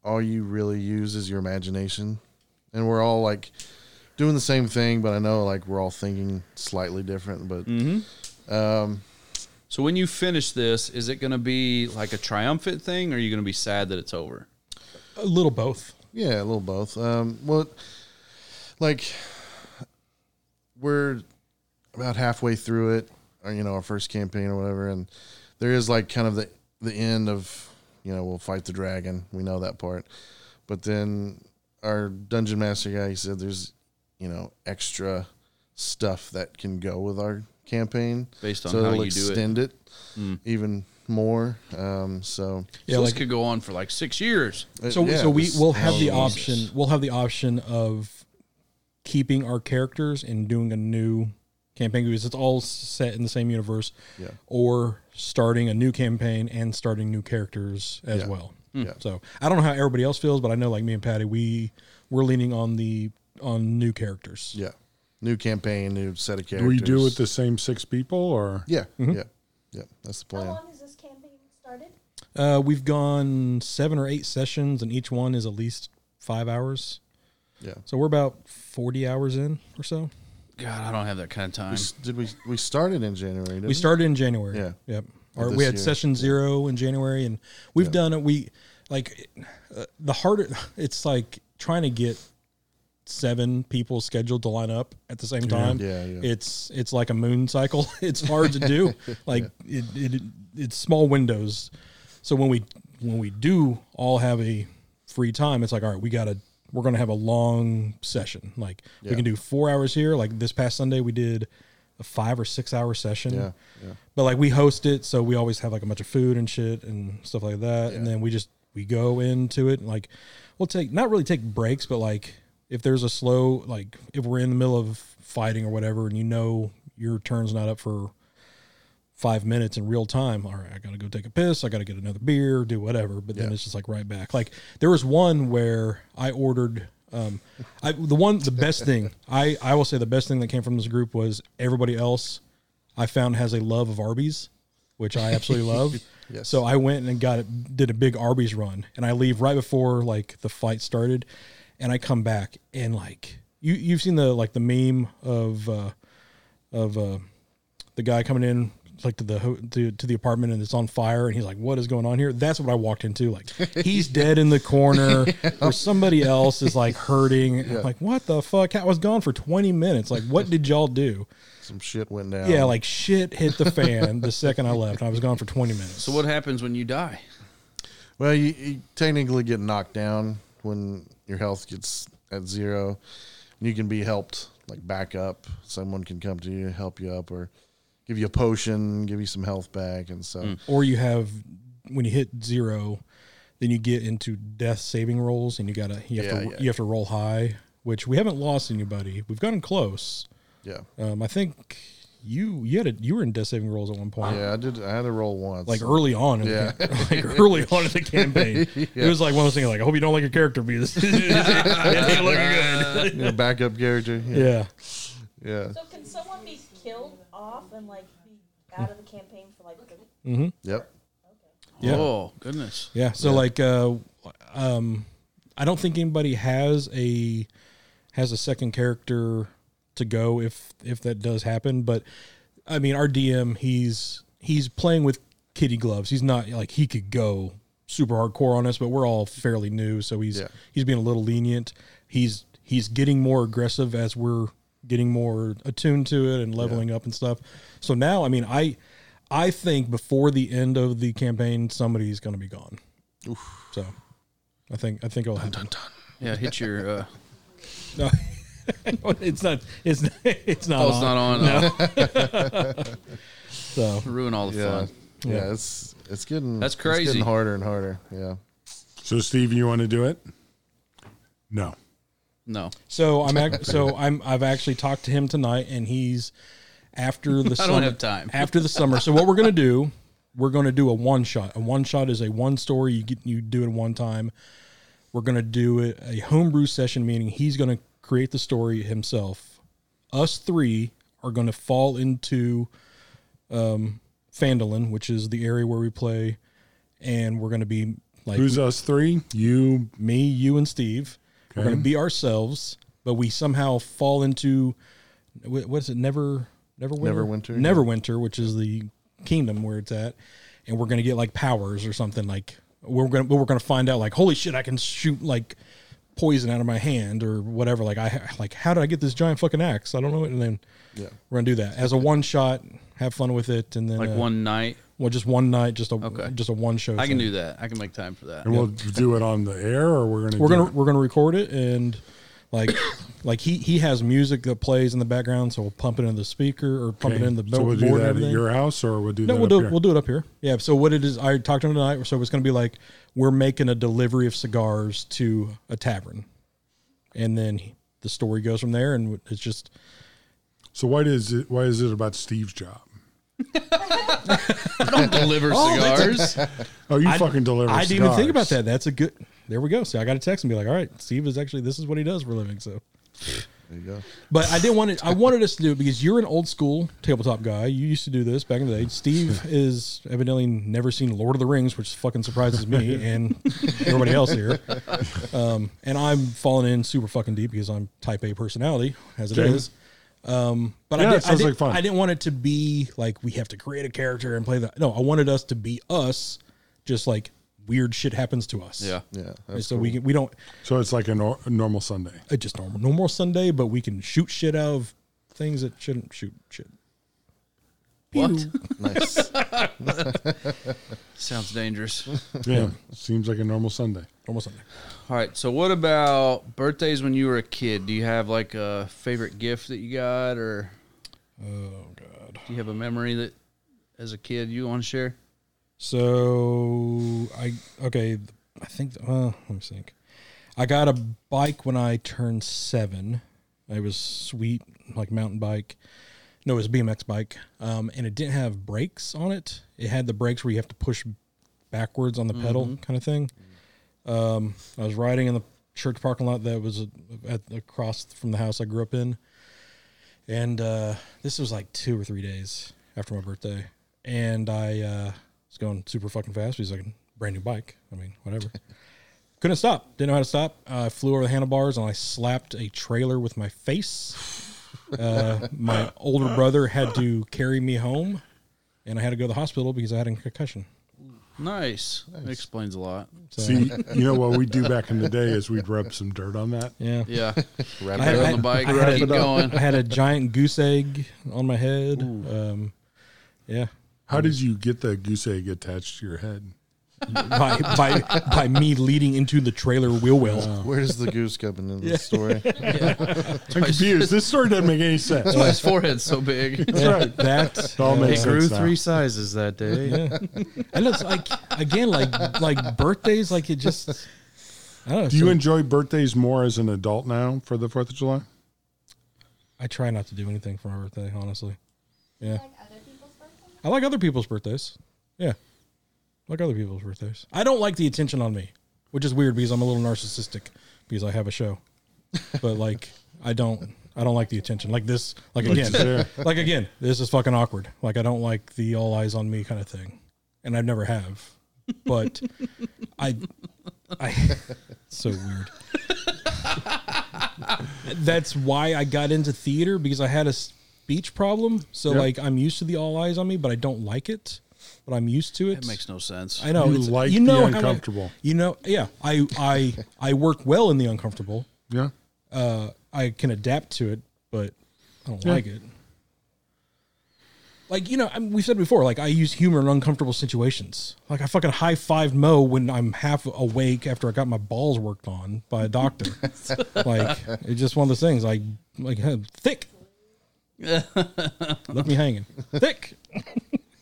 Speaker 5: all you really use is your imagination, and we're all like doing the same thing, but I know like we're all thinking slightly different. But
Speaker 4: So when you finish this, is it going to be like a triumphant thing, or are you going to be sad that it's over?
Speaker 1: a little both.
Speaker 5: Yeah, a little both. Um, well, like we're about halfway through it, or you know, our first campaign or whatever, and there is like kind of the the end of you know we'll fight the dragon. We know that part, but then our dungeon master guy he said there's you know extra stuff that can go with our campaign
Speaker 4: Based on
Speaker 5: so
Speaker 4: how
Speaker 5: it'll
Speaker 4: you do it. Mm.
Speaker 5: extend it, even more. Um, so
Speaker 1: Yeah,
Speaker 4: so
Speaker 1: like
Speaker 4: this could go on for like six years.
Speaker 1: so.
Speaker 5: Uh, yeah,
Speaker 1: so we
Speaker 5: this-
Speaker 1: will have the
Speaker 5: Jesus.
Speaker 1: option. We'll have the option of keeping our characters and doing a new campaign because it's all set in the same universe.
Speaker 5: Yeah.
Speaker 1: or starting a new campaign and starting new characters as
Speaker 5: Yeah. Hmm.
Speaker 1: well.
Speaker 5: Yeah.
Speaker 1: So I don't know how everybody else feels, but I know like me and Patty, we we're leaning on the on new characters.
Speaker 5: Yeah. New campaign, new set of
Speaker 2: do
Speaker 5: characters.
Speaker 2: we do with the same six people or?
Speaker 5: Yeah. Yeah. Yeah. That's the
Speaker 6: How
Speaker 5: plan.
Speaker 6: long has this campaign started?
Speaker 1: Uh, we've gone seven or eight sessions, and each one is at least five hours.
Speaker 5: Yeah.
Speaker 1: So we're about forty hours in or so.
Speaker 4: God, I don't have that kind of time.
Speaker 5: We s- Did we we started in January? Didn't
Speaker 1: We started in January.
Speaker 5: Yeah.
Speaker 1: Yep. Or
Speaker 5: this
Speaker 1: we had
Speaker 5: year.
Speaker 1: session zero in January, and we've done it. We like uh, the harder. It's like trying to get seven people scheduled to line up at the same time.
Speaker 5: Yeah, yeah.
Speaker 1: It's it's like a moon cycle. It's hard to do. Like it, it it's small windows. So when we when we do all have a free time, it's like all right, we gotta we're gonna have a long session. Like we
Speaker 5: Yeah.
Speaker 1: can do four hours here. Like this past Sunday, we did a five or six hour session.
Speaker 5: Yeah, yeah.
Speaker 1: But like we host it, so we always have like a bunch of food and shit and stuff like that. And then we just we go into it and like we'll take not really take breaks, but like if there's a slow like if we're in the middle of fighting or whatever and you know your turn's not up for five minutes in real time. All right, I gotta go take a piss. I gotta get another beer, do whatever. But then it's just like right back. Like there was one where I ordered. Um, I the one the best thing I I will say the best thing that came from this group was everybody else I found has a love of Arby's, which I absolutely love.
Speaker 5: Yes.
Speaker 1: So I went and got it, did a big Arby's run, and I leave right before like the fight started, and I come back and like you you've seen the like the meme of uh, of uh, the guy coming in like to the ho- to, to the apartment and it's on fire and he's like what is going on here that's what i walked into like he's dead in the corner or somebody else is like hurting I'm like what the fuck i was gone for 20 minutes like what did y'all do
Speaker 5: Some shit went down.
Speaker 1: yeah like shit hit the fan the second i left and i was gone for 20 minutes
Speaker 4: So what happens when you die?
Speaker 5: Well, you, you technically get knocked down when your health gets at zero. You can be helped, like back up. Someone can come to you, help you up, or give you a potion, give you some health back, and so
Speaker 1: or you have when you hit zero then you get into death saving rolls and you gotta you have
Speaker 5: Yeah,
Speaker 1: to
Speaker 5: yeah.
Speaker 1: you have to roll high which we haven't lost anybody we've gotten close
Speaker 5: yeah,
Speaker 1: um, i think you you had a, you were in death saving rolls at one point
Speaker 5: yeah. I did. I had to roll once.
Speaker 1: like early on, in
Speaker 5: Yeah.
Speaker 1: the, like early on in the campaign. It was like one of those things. Like, I hope you don't like your character because this it ain't looking good.
Speaker 5: you know, backup character. Yeah,
Speaker 1: yeah,
Speaker 5: yeah.
Speaker 6: So can someone be killed off and like be out of the campaign for like a week?
Speaker 5: Yep.
Speaker 1: Yeah.
Speaker 4: Oh goodness.
Speaker 1: yeah. So like, uh, um, I don't think anybody has a has a second character to go if if that does happen. But I mean, our DM he's he's playing with kitty gloves. He's not like he could go super hardcore on us, but we're all fairly new, so he's
Speaker 5: Yeah.
Speaker 1: he's being a little lenient. He's he's getting more aggressive as we're getting more attuned to it and leveling up and stuff. So now, I mean, I I think before the end of the campaign, somebody's going to be gone. So I think I think it'll happen.
Speaker 4: Yeah, hit your. Uh,
Speaker 1: No, it's not. It's not. It's not.
Speaker 4: oh, it's
Speaker 1: on.
Speaker 4: not on.
Speaker 1: So
Speaker 4: Oh, ruin all the
Speaker 5: Yeah.
Speaker 4: fun.
Speaker 5: yeah, It's it's getting
Speaker 4: That's
Speaker 5: it's
Speaker 4: crazy.
Speaker 5: getting harder and harder. Yeah.
Speaker 2: So, Steve, you want to do it? No.
Speaker 4: No,
Speaker 1: so I'm ac- so I'm I've actually talked to him tonight, and he's after the.
Speaker 4: I
Speaker 1: summer,
Speaker 4: don't have time.
Speaker 1: after the summer. So what we're gonna do, we're gonna do a one shot. A one shot is a one story. You get you do it one time. We're gonna do it a homebrew session, meaning he's gonna create the story himself. Us three are gonna fall into um, Fandolin, which is the area where we play, and we're gonna be like
Speaker 2: Who's us three? You.
Speaker 1: me, you, and Steve. We're
Speaker 2: Okay.
Speaker 1: going to be ourselves, but we somehow fall into wh- what is it? Never, never winter,
Speaker 5: Neverwinter,
Speaker 1: never winter, which is the kingdom where it's at, and we're going to get like powers or something. Like we're going, to we're going to find out like, holy shit, I can shoot like poison out of my hand or whatever. Like I ha- like, how did I get this giant fucking axe? I don't know. And then
Speaker 5: Yeah.
Speaker 1: we're going to do that as a one shot. Have fun with it, and then
Speaker 4: like
Speaker 1: uh,
Speaker 4: one night.
Speaker 1: well, just one night, just a
Speaker 4: Okay.
Speaker 1: just a one show.
Speaker 4: I
Speaker 1: thing.
Speaker 4: can do that. I can make time for that.
Speaker 2: And we'll do it on the air, or we're gonna.
Speaker 1: we're
Speaker 2: do
Speaker 1: gonna
Speaker 2: it-
Speaker 1: we're gonna record it and like like he he has music that plays in the background, so we'll pump it in the speaker or pump
Speaker 2: Okay.
Speaker 1: it in the
Speaker 2: so we'll
Speaker 1: board
Speaker 2: do
Speaker 1: and
Speaker 2: that at
Speaker 1: everything.
Speaker 2: your house, or we'll do
Speaker 1: no,
Speaker 2: that
Speaker 1: we'll
Speaker 2: up
Speaker 1: do
Speaker 2: here?
Speaker 1: it, we'll do it up here. Yeah. So what it is, I talked to him tonight, so it's gonna be like we're making a delivery of cigars to a tavern, and then he- the story goes from there, and it's just
Speaker 2: So why is it? Why is it about Steve's job?
Speaker 4: I don't deliver cigars.
Speaker 2: Oh, you fucking deliver.
Speaker 1: I didn't even think about
Speaker 2: cigars.
Speaker 1: that. That's a good. There we go. So I got to text and be like, all right, Steve is actually this is what he does for a living. So
Speaker 5: There you go.
Speaker 1: But I didn't want it. I wanted us to do it because you're an old school tabletop guy. You used to do this back in the day. Steve is evidently never seen Lord of the Rings, which fucking surprises me and everybody else here. Um, and I'm falling in super fucking deep because I'm Type A personality as it is.
Speaker 2: Okay.
Speaker 1: Um, but
Speaker 2: Yeah,
Speaker 1: I,
Speaker 2: it
Speaker 1: did, I,
Speaker 2: sounds
Speaker 1: did,
Speaker 2: like fun.
Speaker 1: I didn't want it to be like we have to create a character and play that. No, I wanted us to be us, just like weird shit happens to us.
Speaker 4: yeah.
Speaker 5: Yeah.
Speaker 1: And
Speaker 5: That's
Speaker 1: so we can, we don't
Speaker 2: So it's like a, nor- a normal Sunday.
Speaker 1: uh, just normal normal Sunday, but we can shoot shit out of things that shouldn't shoot shit.
Speaker 4: What?
Speaker 5: nice.
Speaker 4: Sounds dangerous.
Speaker 2: Yeah, seems like a normal Sunday.
Speaker 1: Normal Sunday.
Speaker 4: All right. So what about birthdays when you were a kid? Do you have like a favorite gift that you got or
Speaker 1: Oh god.
Speaker 4: Do you have a memory that, as a kid, you want to share?
Speaker 1: So I okay, I think uh, let me think. I got a bike when I turned seven. It was sweet, like mountain bike. No, it was a BMX bike, um, and it didn't have brakes on it. It had the brakes where you have to push backwards on the pedal, kind of thing. Um, I was riding in the church parking lot that was uh, at across from the house I grew up in, and uh, this was like two or three days after my birthday, and I uh, was going super fucking fast. He's like a brand new bike. I mean, whatever. Couldn't stop. Didn't know how to stop. Uh, I flew over the handlebars and I slapped a trailer with my face. Uh, my older brother had to carry me home, and I had to go to the hospital because I had a concussion.
Speaker 4: Nice. That explains a lot.
Speaker 1: So,
Speaker 2: See, you know what we do back in the day is we'd rub some dirt on that.
Speaker 1: yeah.
Speaker 4: Yeah.
Speaker 5: Wrap
Speaker 1: I-
Speaker 4: Get
Speaker 5: it up.
Speaker 4: on the bike.
Speaker 1: I had
Speaker 4: keep
Speaker 1: it up.
Speaker 4: going.
Speaker 1: I had a giant goose egg on my head. Um, yeah,
Speaker 2: How did you get the goose egg attached to your head?
Speaker 1: by, by by me leading into the trailer wheel well.
Speaker 5: Where's the goose coming into the story?
Speaker 2: I'm confused. This story doesn't make any sense.
Speaker 4: That's why his forehead's so big.
Speaker 1: That's right. That
Speaker 2: It all makes
Speaker 4: It
Speaker 2: sense
Speaker 4: grew
Speaker 2: now.
Speaker 4: three sizes that day.
Speaker 1: yeah. And it's like again, like like birthdays, like it just. I don't know.
Speaker 2: Do you
Speaker 1: so
Speaker 2: enjoy birthdays more as an adult now for the Fourth of July?
Speaker 1: I try not to do anything for my birthday, honestly. Yeah,
Speaker 7: Like other people's birthdays?
Speaker 1: I like other people's birthdays. Yeah, I like other people's birthdays. I don't like the attention on me, which is weird because I'm a little narcissistic because I have a show, but like I don't. I don't like the attention. Like this, like again,
Speaker 2: there.
Speaker 1: like again, this is fucking awkward. Like I don't like the all eyes on me kind of thing, and I never have. But I, I, so weird. That's why I got into theater because I had a speech problem. So
Speaker 2: Yep.
Speaker 1: like I'm used to the all eyes on me, but I don't like it. But I'm used to it.
Speaker 4: That makes no sense.
Speaker 1: I know
Speaker 2: You
Speaker 1: it's-
Speaker 2: like the
Speaker 1: how I-
Speaker 2: uncomfortable.
Speaker 1: you know, yeah. I I I work well in the uncomfortable.
Speaker 2: Yeah.
Speaker 1: Uh, I can adapt to it, but I don't
Speaker 2: Yeah.
Speaker 1: like it. Like you know, I mean, we've said before. Like I use humor in uncomfortable situations. Like I fucking high five Mo when I'm half awake after I got my balls worked on by a doctor. like it's just one of those things. Like like huh, thick. Left me hanging. Thick.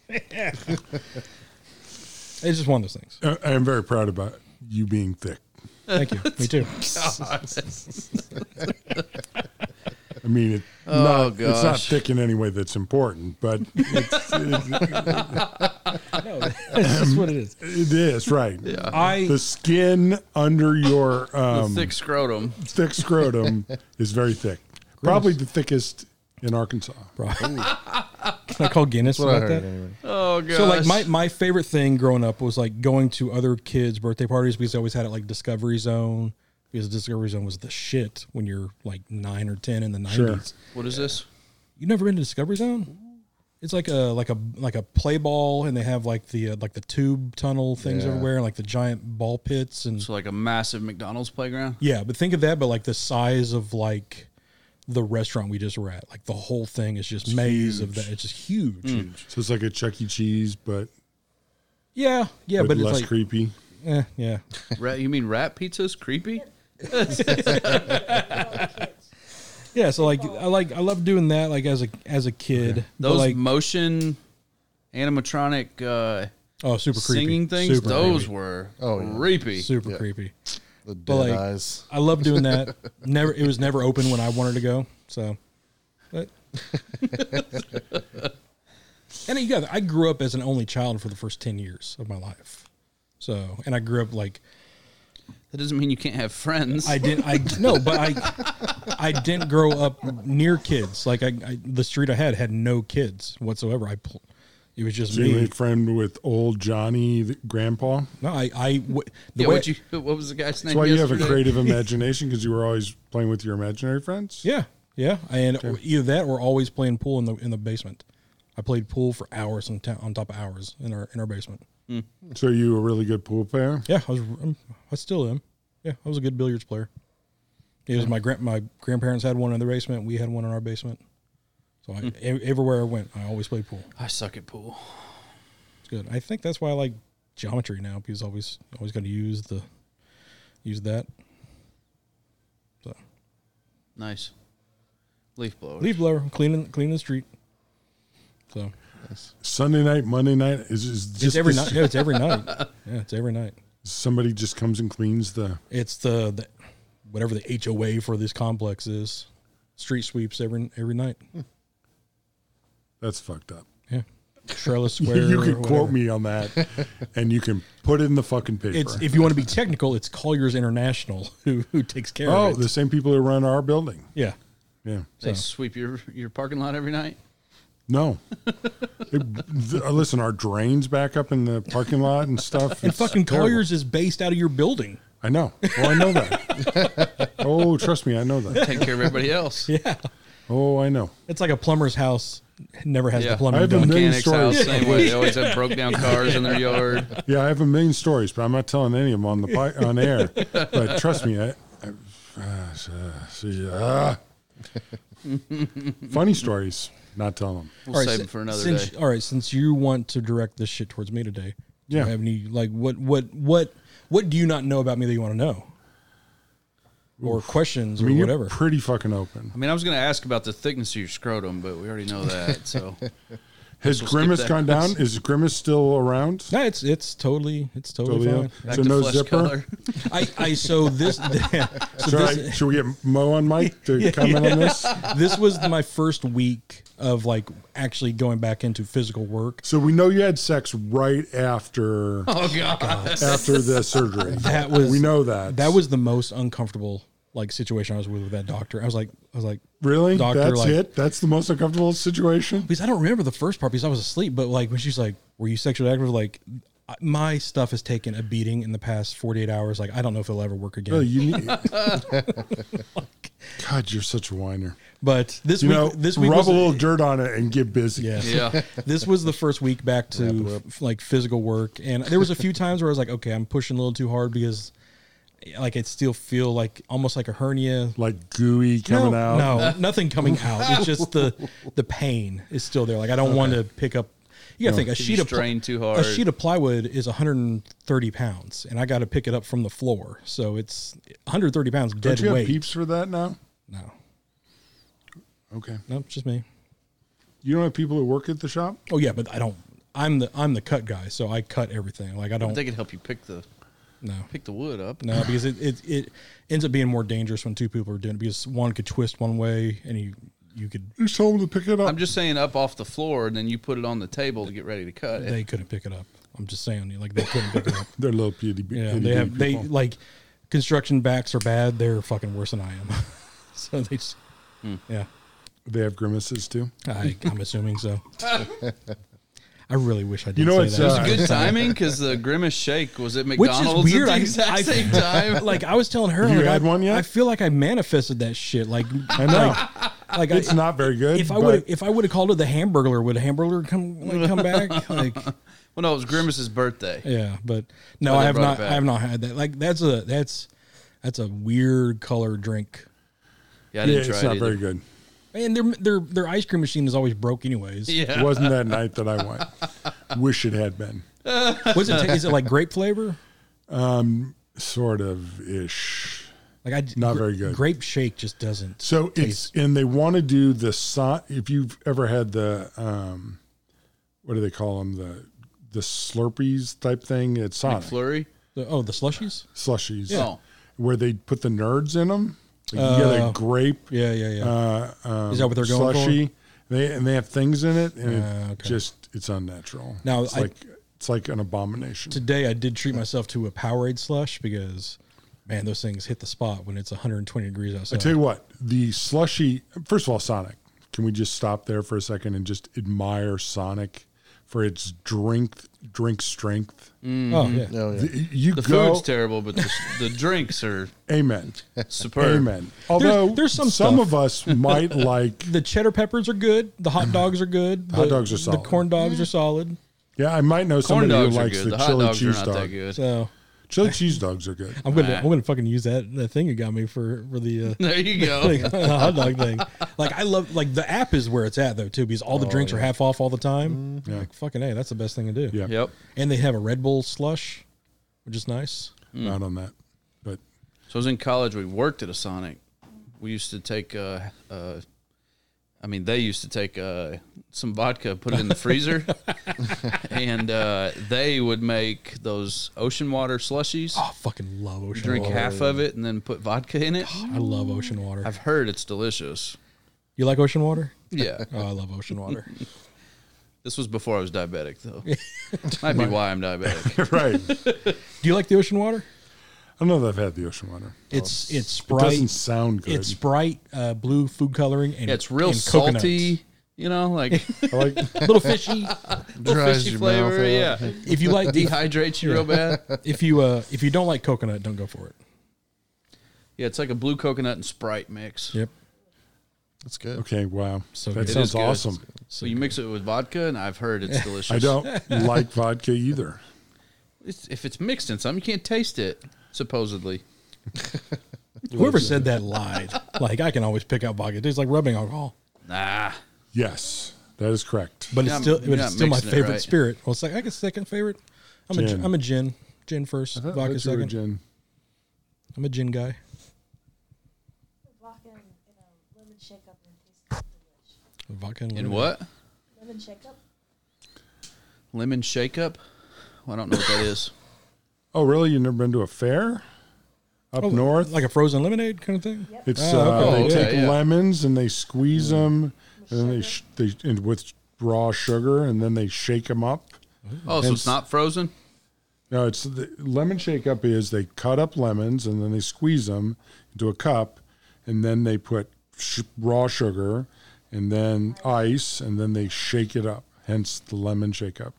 Speaker 1: it's just one of those things.
Speaker 2: I, I am very proud about you being thick.
Speaker 1: Thank you. Me too.
Speaker 2: I mean, it,
Speaker 4: Oh,
Speaker 2: not, it's not
Speaker 4: gosh.
Speaker 2: thick in any way that's important, but it's, it,
Speaker 1: No, that's just what it is.
Speaker 2: it is, right.
Speaker 1: I
Speaker 2: The skin under your um,
Speaker 4: Thick scrotum.
Speaker 2: thick scrotum is very thick. Probably the thickest in Arkansas.
Speaker 1: Bro. Can I call Guinness
Speaker 5: That's what I
Speaker 1: about
Speaker 5: heard.
Speaker 1: that?
Speaker 5: Anyway.
Speaker 4: Oh god.
Speaker 1: So like my, my favorite thing growing up was like going to other kids' birthday parties because they always had it like Discovery Zone because Discovery Zone was the shit when you're like nine or ten in the nineties.
Speaker 2: Sure.
Speaker 4: What is this?
Speaker 1: You never been to Discovery Zone? It's like a like a like a play ball and they have like the uh, like the tube tunnel things
Speaker 5: Yeah.
Speaker 1: everywhere and like the giant ball pits and
Speaker 4: So like a massive McDonald's playground.
Speaker 1: yeah. But think of that, but like the size of like the restaurant we just were at, like the whole thing is just maze of that. It's just huge.
Speaker 2: So it's like a Chuck E. Cheese, but,
Speaker 1: Yeah, yeah,
Speaker 2: but,
Speaker 1: but it's
Speaker 2: less
Speaker 1: like
Speaker 2: creepy.
Speaker 1: eh, yeah.
Speaker 4: Rat, you mean rat pizza's creepy?
Speaker 1: Yeah, so like I like I love doing that like as a as a kid. but,
Speaker 4: Those
Speaker 1: like
Speaker 4: motion animatronic uh,
Speaker 1: oh super creepy
Speaker 4: singing things,
Speaker 1: Super
Speaker 4: those
Speaker 1: creepy.
Speaker 4: were
Speaker 5: Oh, yeah.
Speaker 4: creepy.
Speaker 1: super
Speaker 5: yeah.
Speaker 1: creepy.
Speaker 5: The dead
Speaker 1: But, like-
Speaker 5: eyes.
Speaker 1: I love doing that. never it was never open when I wanted to go. So but And you got I grew up as an only child for the first 10 years of my life. So, and I grew up like
Speaker 4: That doesn't mean you can't have friends.
Speaker 1: I didn't. I no, but I I didn't grow up near kids. Like I, I the street I had had no kids whatsoever. I pl- it was just
Speaker 2: So you
Speaker 1: me.
Speaker 2: made friend with old Johnny, the grandpa.
Speaker 1: No, I I w- the
Speaker 4: yeah,
Speaker 1: way
Speaker 4: what you what was the guy's name?
Speaker 2: That's why you have a
Speaker 4: yesterday?
Speaker 2: creative imagination because you were always playing with your imaginary friends.
Speaker 1: yeah yeah and either that or always playing pool in the in the basement. I played pool for hours on, to on top of hours in our in our basement.
Speaker 2: So you were a really good pool player.
Speaker 1: Yeah, I was I'm, I still am. Yeah, I was a good billiards player. It was my grand my grandparents had one in the basement. We had one in our basement. So
Speaker 2: Hmm.
Speaker 1: I, e- everywhere I went, I always played pool.
Speaker 4: I suck at pool.
Speaker 1: It's good. I think that's why I like geometry now because always always got to use the use that
Speaker 4: Nice. Leaf blower.
Speaker 1: leaf blower, cleaning cleaning the street. So
Speaker 2: Sunday night, Monday night is, is just
Speaker 1: it's every
Speaker 2: this-
Speaker 1: night. Yeah, it's every night. Yeah, it's every night.
Speaker 2: Somebody just comes and cleans the.
Speaker 1: It's the, the whatever the HOA for this complex is. Street sweeps every every night.
Speaker 2: That's fucked up.
Speaker 1: Yeah, Trellis Square.
Speaker 2: you
Speaker 1: or
Speaker 2: can quote
Speaker 1: whatever.
Speaker 2: me on that, and you can put it in the fucking paper.
Speaker 1: It's if you want to be technical, it's Collier's International who who takes care
Speaker 2: oh,
Speaker 1: of it.
Speaker 2: the same people who run our building.
Speaker 1: yeah,
Speaker 2: Yeah.
Speaker 4: They sweep your your parking lot every night.
Speaker 2: No. It- th- uh, listen, our drains back up in the parking lot and stuff.
Speaker 1: and
Speaker 2: it's
Speaker 1: fucking
Speaker 2: terrible.
Speaker 1: Collier's is based out of your building.
Speaker 2: I know. Oh, I know that. oh, trust me, I know that.
Speaker 4: Take care of everybody else.
Speaker 1: Yeah,
Speaker 2: Oh, I know.
Speaker 1: it's like a plumber's house never has
Speaker 4: Yeah.
Speaker 1: the plumbing
Speaker 2: I've been
Speaker 1: done.
Speaker 2: there.
Speaker 4: Mechanics house,
Speaker 2: stories.
Speaker 4: same way. They always have broke down cars in their yard.
Speaker 2: Yeah, I have a million stories, but I'm not telling any of them on the pi- on air. But trust me, I. I uh, see, uh, funny stories. Not telling them.
Speaker 4: We'll save them
Speaker 1: si-
Speaker 4: for another
Speaker 1: since,
Speaker 4: day.
Speaker 1: All right, since you want to direct this shit towards me today, do
Speaker 2: Yeah.
Speaker 1: you have any like what what what what do you not know about me that you want to know, or questions
Speaker 2: I mean,
Speaker 1: or
Speaker 2: you're
Speaker 1: whatever?
Speaker 2: pretty fucking open.
Speaker 4: I mean, I was going to ask about the thickness of your scrotum, but we already know that. So
Speaker 2: Has
Speaker 4: We'll skip
Speaker 2: Grimace
Speaker 4: that
Speaker 2: gone down?
Speaker 4: question.
Speaker 2: Is Grimace still around?
Speaker 1: no, it's it's totally it's totally,
Speaker 2: Totally up.
Speaker 1: fine.
Speaker 4: back
Speaker 2: So
Speaker 4: to
Speaker 2: no
Speaker 4: flesh
Speaker 2: zipper?
Speaker 4: color.
Speaker 1: I, I so this so
Speaker 2: Should,
Speaker 1: this,
Speaker 2: I, should we get Mo on mic to comment on this?
Speaker 1: this was my first week of like actually going back into physical work.
Speaker 2: So we know you had sex right after uh,
Speaker 4: Oh god.
Speaker 2: after the surgery.
Speaker 1: That was
Speaker 2: we know that.
Speaker 1: that was the most uncomfortable like situation I was with with that doctor. I was like I was like
Speaker 2: really
Speaker 1: doctor
Speaker 2: that's
Speaker 1: like
Speaker 2: it. That's the most uncomfortable situation.
Speaker 1: because I don't remember the first part because I was asleep. But like when she's like, "Were you sexually active?" Like I- my stuff has taken a beating in the past forty eight hours. Like I don't know if it'll ever work again.
Speaker 2: Really, you need, God, you're such a whiner.
Speaker 1: but this
Speaker 2: You
Speaker 1: week,
Speaker 2: know,
Speaker 1: this week
Speaker 2: rub
Speaker 1: was,
Speaker 2: a little dirt on it and get busy.
Speaker 1: Yes.
Speaker 4: Yeah.
Speaker 1: this was the first week back to f- like physical work, and there was a few times where I was like, "Okay, I'm pushing a little too hard because." Like it still feel like almost like a hernia
Speaker 2: Like gooey coming
Speaker 1: no,
Speaker 2: out.
Speaker 1: No, nothing coming out. It's just the the pain is still there. Like I don't want to pick up. You gotta think a
Speaker 4: you
Speaker 1: sheet of pl-
Speaker 4: strain too hard?
Speaker 1: A sheet of plywood is 130 pounds, and I got to pick it up from the floor. So it's 130 pounds dead
Speaker 2: Don't you
Speaker 1: weight.
Speaker 2: have peeps for that now?
Speaker 1: No,
Speaker 2: Okay.
Speaker 1: no, it's just me.
Speaker 2: You don't have people who work at the shop?
Speaker 1: Oh yeah, but I don't. I'm the I'm the cut guy, so I cut everything. Like I don't.
Speaker 4: They could help you pick the
Speaker 1: no,
Speaker 4: pick the wood up.
Speaker 1: no, because it, it it ends up being more dangerous when two people are doing it because one could twist one way and you you could
Speaker 2: You just told them to pick it up.
Speaker 4: I'm just saying up off the floor and then you put it on the table to get ready to cut it.
Speaker 1: they couldn't pick it up. I'm just saying, like they couldn't pick it up.
Speaker 2: They're little pity.
Speaker 1: Yeah, they have they like construction backs are bad. They're fucking worse than I am. so they, just,
Speaker 4: Hmm.
Speaker 1: yeah,
Speaker 2: they have grimaces too.
Speaker 1: I, I'm assuming so. I really wish I did.
Speaker 2: You know,
Speaker 1: say
Speaker 2: it's,
Speaker 1: that.
Speaker 2: uh,
Speaker 4: Good timing because the grimace shake was at
Speaker 1: Which is
Speaker 4: McDonald's
Speaker 1: weird,
Speaker 4: at
Speaker 1: I-
Speaker 4: the exact
Speaker 1: I-
Speaker 4: same time.
Speaker 1: like I was telling her,
Speaker 2: You
Speaker 1: like,
Speaker 2: had
Speaker 1: I,
Speaker 2: one yet?
Speaker 1: I feel like I manifested that shit. Like
Speaker 2: I know.
Speaker 1: like
Speaker 2: it's
Speaker 1: I,
Speaker 2: not very good.
Speaker 1: If I
Speaker 2: but
Speaker 1: would if I would have called it the Hamburglar, would Hamburglar come like, come back? Like
Speaker 4: well, no, it was Grimace's birthday.
Speaker 1: yeah, but no,
Speaker 4: Oh, they
Speaker 1: I have
Speaker 4: brought it
Speaker 1: not.
Speaker 4: back.
Speaker 1: I have not had that. Like that's a that's that's a weird color drink.
Speaker 4: Yeah, I
Speaker 2: yeah,
Speaker 4: didn't try
Speaker 2: it's
Speaker 4: it
Speaker 2: not
Speaker 4: either.
Speaker 2: very good.
Speaker 1: And their their their ice cream machine is always broke, anyways.
Speaker 4: Yeah,
Speaker 2: It wasn't that night that I went. Wish it had been.
Speaker 1: What's it? ta- Is it like grape flavor?
Speaker 2: Sort of ish.
Speaker 1: Like I
Speaker 2: Not very good.
Speaker 1: Grape shake just doesn't.
Speaker 2: So it's and they want to do the si- if you've ever had the um, what do they call them the the Slurpees type thing at Sonic
Speaker 4: McFlurry.
Speaker 1: The- oh, the slushies.
Speaker 2: slushies
Speaker 4: Yeah.
Speaker 2: where they put the nerds in them. Like you get a
Speaker 1: Uh,
Speaker 2: grape.
Speaker 1: Yeah, yeah, yeah.
Speaker 2: Uh, um,
Speaker 1: Is that what they're going for?
Speaker 2: slushy. They and they have things in it, and
Speaker 1: Ah,
Speaker 2: it
Speaker 1: okay.
Speaker 2: just it's unnatural.
Speaker 1: Now,
Speaker 2: it's
Speaker 1: I-
Speaker 2: like it's like an abomination.
Speaker 1: Today I did treat myself to a Powerade slush because, man, those things hit the spot when it's 120 degrees
Speaker 2: I
Speaker 1: outside.
Speaker 2: tell you what, the slushy. First of all, Sonic. Can we just stop there for a second and just admire Sonic for its drink drink strength?
Speaker 1: Oh yeah.
Speaker 5: Oh, yeah.
Speaker 2: The- you
Speaker 4: Mm. The
Speaker 2: go,
Speaker 4: food's terrible, but the, the drinks are
Speaker 2: amen,
Speaker 4: superb.
Speaker 2: amen. Although
Speaker 1: there's some
Speaker 2: some
Speaker 1: stuff.
Speaker 2: of us might like.
Speaker 1: The cheddar peppers are good. The hot dogs are good. The
Speaker 2: hot dogs are solid.
Speaker 1: The corn dogs are solid.
Speaker 2: Yeah, I might know
Speaker 4: Corn
Speaker 2: somebody who
Speaker 4: dogs are
Speaker 2: likes
Speaker 4: good. The,
Speaker 2: the,
Speaker 4: hot
Speaker 2: chili
Speaker 4: dogs are
Speaker 2: cheese
Speaker 4: not that
Speaker 2: dog.
Speaker 4: good.
Speaker 1: So
Speaker 2: Chili cheese dogs are good.
Speaker 1: I'm gonna I'm gonna fucking use that that thing you got me for for the. Uh,
Speaker 4: There you go.
Speaker 1: like, the hot dog thing. Like I love like the app is where it's at though too because all the drinks are half off all the time.
Speaker 2: Oh, Mm-hmm. Yeah.
Speaker 1: Like fucking hey, that's the best thing to do.
Speaker 2: Yeah,
Speaker 4: Yep.
Speaker 1: And they have a Red Bull slush, which is nice.
Speaker 4: Mm.
Speaker 2: not on that, but
Speaker 4: So I was in college. We worked at a Sonic. We used to take uh, uh, I mean, they used to take uh, some vodka, put it in the freezer, and uh, they would make those ocean water slushies.
Speaker 1: Oh, I fucking love ocean
Speaker 4: drink
Speaker 1: water.
Speaker 4: half of it and then put vodka in it.
Speaker 1: I love ocean water.
Speaker 4: I've heard it's delicious.
Speaker 1: you like ocean water?
Speaker 4: Yeah.
Speaker 1: Oh, I love ocean water.
Speaker 4: This was before I was diabetic, though. Might be why I'm diabetic.
Speaker 2: right. I
Speaker 1: Do you like the ocean water?
Speaker 2: don't know that I've had the ocean water.
Speaker 1: It's it's
Speaker 2: Oh, It
Speaker 1: Sprite.
Speaker 2: doesn't sound good.
Speaker 1: it's Sprite uh, blue food coloring and
Speaker 4: Yeah, it's real
Speaker 1: and
Speaker 4: salty, you know, like
Speaker 2: I like
Speaker 1: coconuts. little fishy.
Speaker 4: little
Speaker 5: Dries
Speaker 4: fishy
Speaker 5: your
Speaker 4: flavor.
Speaker 5: mouth out.
Speaker 4: yeah.
Speaker 1: If you like
Speaker 4: Dehydrates you real bad.
Speaker 1: if you uh, if you don't like coconut, don't go for it.
Speaker 4: Yeah, it's like a blue coconut and Sprite mix.
Speaker 1: Yep.
Speaker 5: That's good.
Speaker 2: Okay, wow.
Speaker 1: So
Speaker 2: that
Speaker 1: good. It
Speaker 2: sounds
Speaker 4: is good.
Speaker 2: awesome.
Speaker 4: So you mix it with vodka, and I've heard it's delicious.
Speaker 2: I don't like vodka either.
Speaker 4: It's, if it's mixed in something, you can't taste it, supposedly.
Speaker 1: Whoever said that lied. Like I can always pick out vodka. It's like rubbing alcohol,
Speaker 4: Nah.
Speaker 2: Yes, that is correct.
Speaker 1: but it's
Speaker 4: not-
Speaker 1: still
Speaker 4: you're
Speaker 1: but
Speaker 4: not
Speaker 1: it's still my
Speaker 4: mixing it
Speaker 1: favorite
Speaker 4: right.
Speaker 1: spirit. Well, it's like I guess second favorite. I'm a
Speaker 2: Gin.
Speaker 1: gin. I'm a gin. Gin first,
Speaker 2: I thought
Speaker 1: vodka
Speaker 2: that you were
Speaker 1: second.
Speaker 2: gin.
Speaker 1: I'm a gin guy.
Speaker 6: Vodka and and a lemon shake up and taste delish.
Speaker 1: Vodka and
Speaker 4: In
Speaker 1: lemon.
Speaker 4: what?
Speaker 6: Lemon shake up.
Speaker 4: Lemon shake up? Well, I don't know what that is.
Speaker 2: Oh, really? You've never been to a fair up
Speaker 1: Oh,
Speaker 2: north?
Speaker 1: like a frozen lemonade kind of thing.
Speaker 2: It's
Speaker 1: Oh,
Speaker 2: uh,
Speaker 1: okay.
Speaker 2: they
Speaker 4: Oh, okay,
Speaker 2: take
Speaker 4: yeah.
Speaker 2: lemons and they squeeze
Speaker 1: Mm.
Speaker 2: them, and then they sh- they and with raw sugar, and then they shake them up.
Speaker 4: Oh, so it's not frozen?
Speaker 2: No, it's the lemon shake up is they cut up lemons and then they squeeze them into a cup, and then they put sh- raw sugar, and then ice, and then they shake it up. Hence the lemon shake up.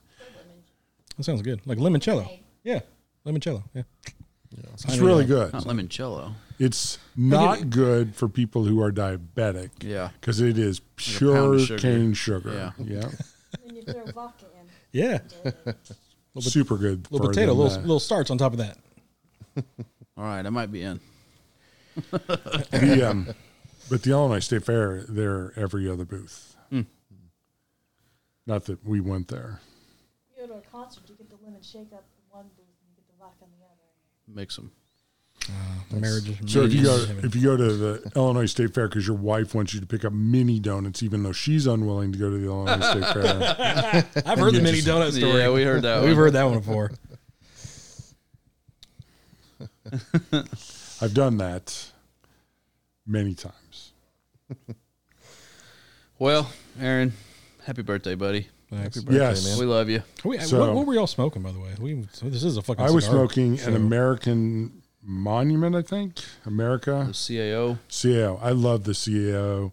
Speaker 1: That sounds good. Like limoncello. Yeah, limoncello. Yeah.
Speaker 2: It's really good.
Speaker 4: Not limoncello.
Speaker 2: It's not good for people who are diabetic.
Speaker 4: Yeah.
Speaker 2: Because it is
Speaker 4: pound
Speaker 2: pure
Speaker 4: of sugar.
Speaker 2: cane sugar. Yeah.
Speaker 6: And you throw vodka in.
Speaker 1: Yeah.
Speaker 2: Super good.
Speaker 1: little
Speaker 2: for
Speaker 1: potato,
Speaker 2: them,
Speaker 1: little
Speaker 2: uh,
Speaker 1: little starch on top of that.
Speaker 4: All right, I might be in.
Speaker 2: the, um, but the Illinois State Fair, they're every other booth.
Speaker 4: Hmm.
Speaker 2: Not that we went there.
Speaker 6: You go to a concert, you get the lemon shake up in one booth and you get the vodka in the other.
Speaker 4: Mix them.
Speaker 1: marriage is
Speaker 2: So if you go
Speaker 1: marriage is
Speaker 2: if you go to the Illinois State Fair because your wife wants you to pick up mini donuts, even though she's unwilling to go to the Illinois State Fair,
Speaker 1: heaven. I've heard the mini donut story.
Speaker 4: Yeah, we heard that.
Speaker 1: We've
Speaker 4: one.
Speaker 1: heard that one before.
Speaker 2: I've done that many times.
Speaker 4: Well, Aaron, happy birthday, buddy.
Speaker 1: Thanks.
Speaker 2: yes,
Speaker 4: We love you.
Speaker 1: We-
Speaker 2: So-
Speaker 1: what, what were y'all smoking, by the way? We so this is a fucking.
Speaker 2: I was
Speaker 1: cigar
Speaker 2: smoking
Speaker 1: show.
Speaker 2: an American Monument, I think. America.
Speaker 4: The CAO
Speaker 2: CAO. I love the CAO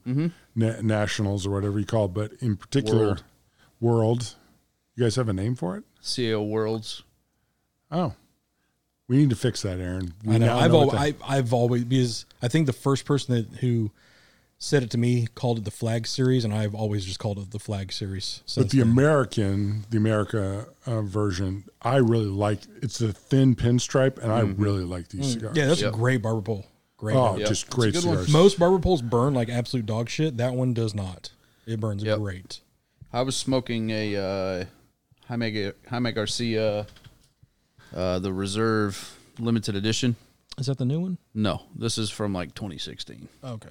Speaker 2: na- nationals or whatever you call it, but in particular, world.
Speaker 4: World.
Speaker 2: You guys have a name for it?
Speaker 4: CAO Worlds.
Speaker 2: Oh, we need to fix that, Aaron. We
Speaker 1: I know.
Speaker 2: now
Speaker 1: I've
Speaker 2: what
Speaker 1: always, I, I've always because I think the first person that who said it to me called it the flag series, and I've always just called it the flag series.
Speaker 2: but
Speaker 1: since
Speaker 2: the
Speaker 1: then.
Speaker 2: American, the America uh, version, I really like. It's a thin pinstripe, and I really like these cigars.
Speaker 1: yeah, that's
Speaker 4: Yep.
Speaker 1: a great barber pole. Great.
Speaker 2: oh,
Speaker 1: barber-
Speaker 4: Yeah.
Speaker 2: just
Speaker 4: It's a
Speaker 2: great
Speaker 4: good one.
Speaker 2: cigars.
Speaker 1: Most barber poles burn like absolute dog shit. That one does not. It burns
Speaker 4: Yep.
Speaker 1: great.
Speaker 4: I was smoking a uh, Jaime, Ga- Jaime Garcia, uh, the Reserve Limited Edition.
Speaker 1: Is that the new one?
Speaker 4: No, this is from like 2016. Did
Speaker 1: Oh, Okay.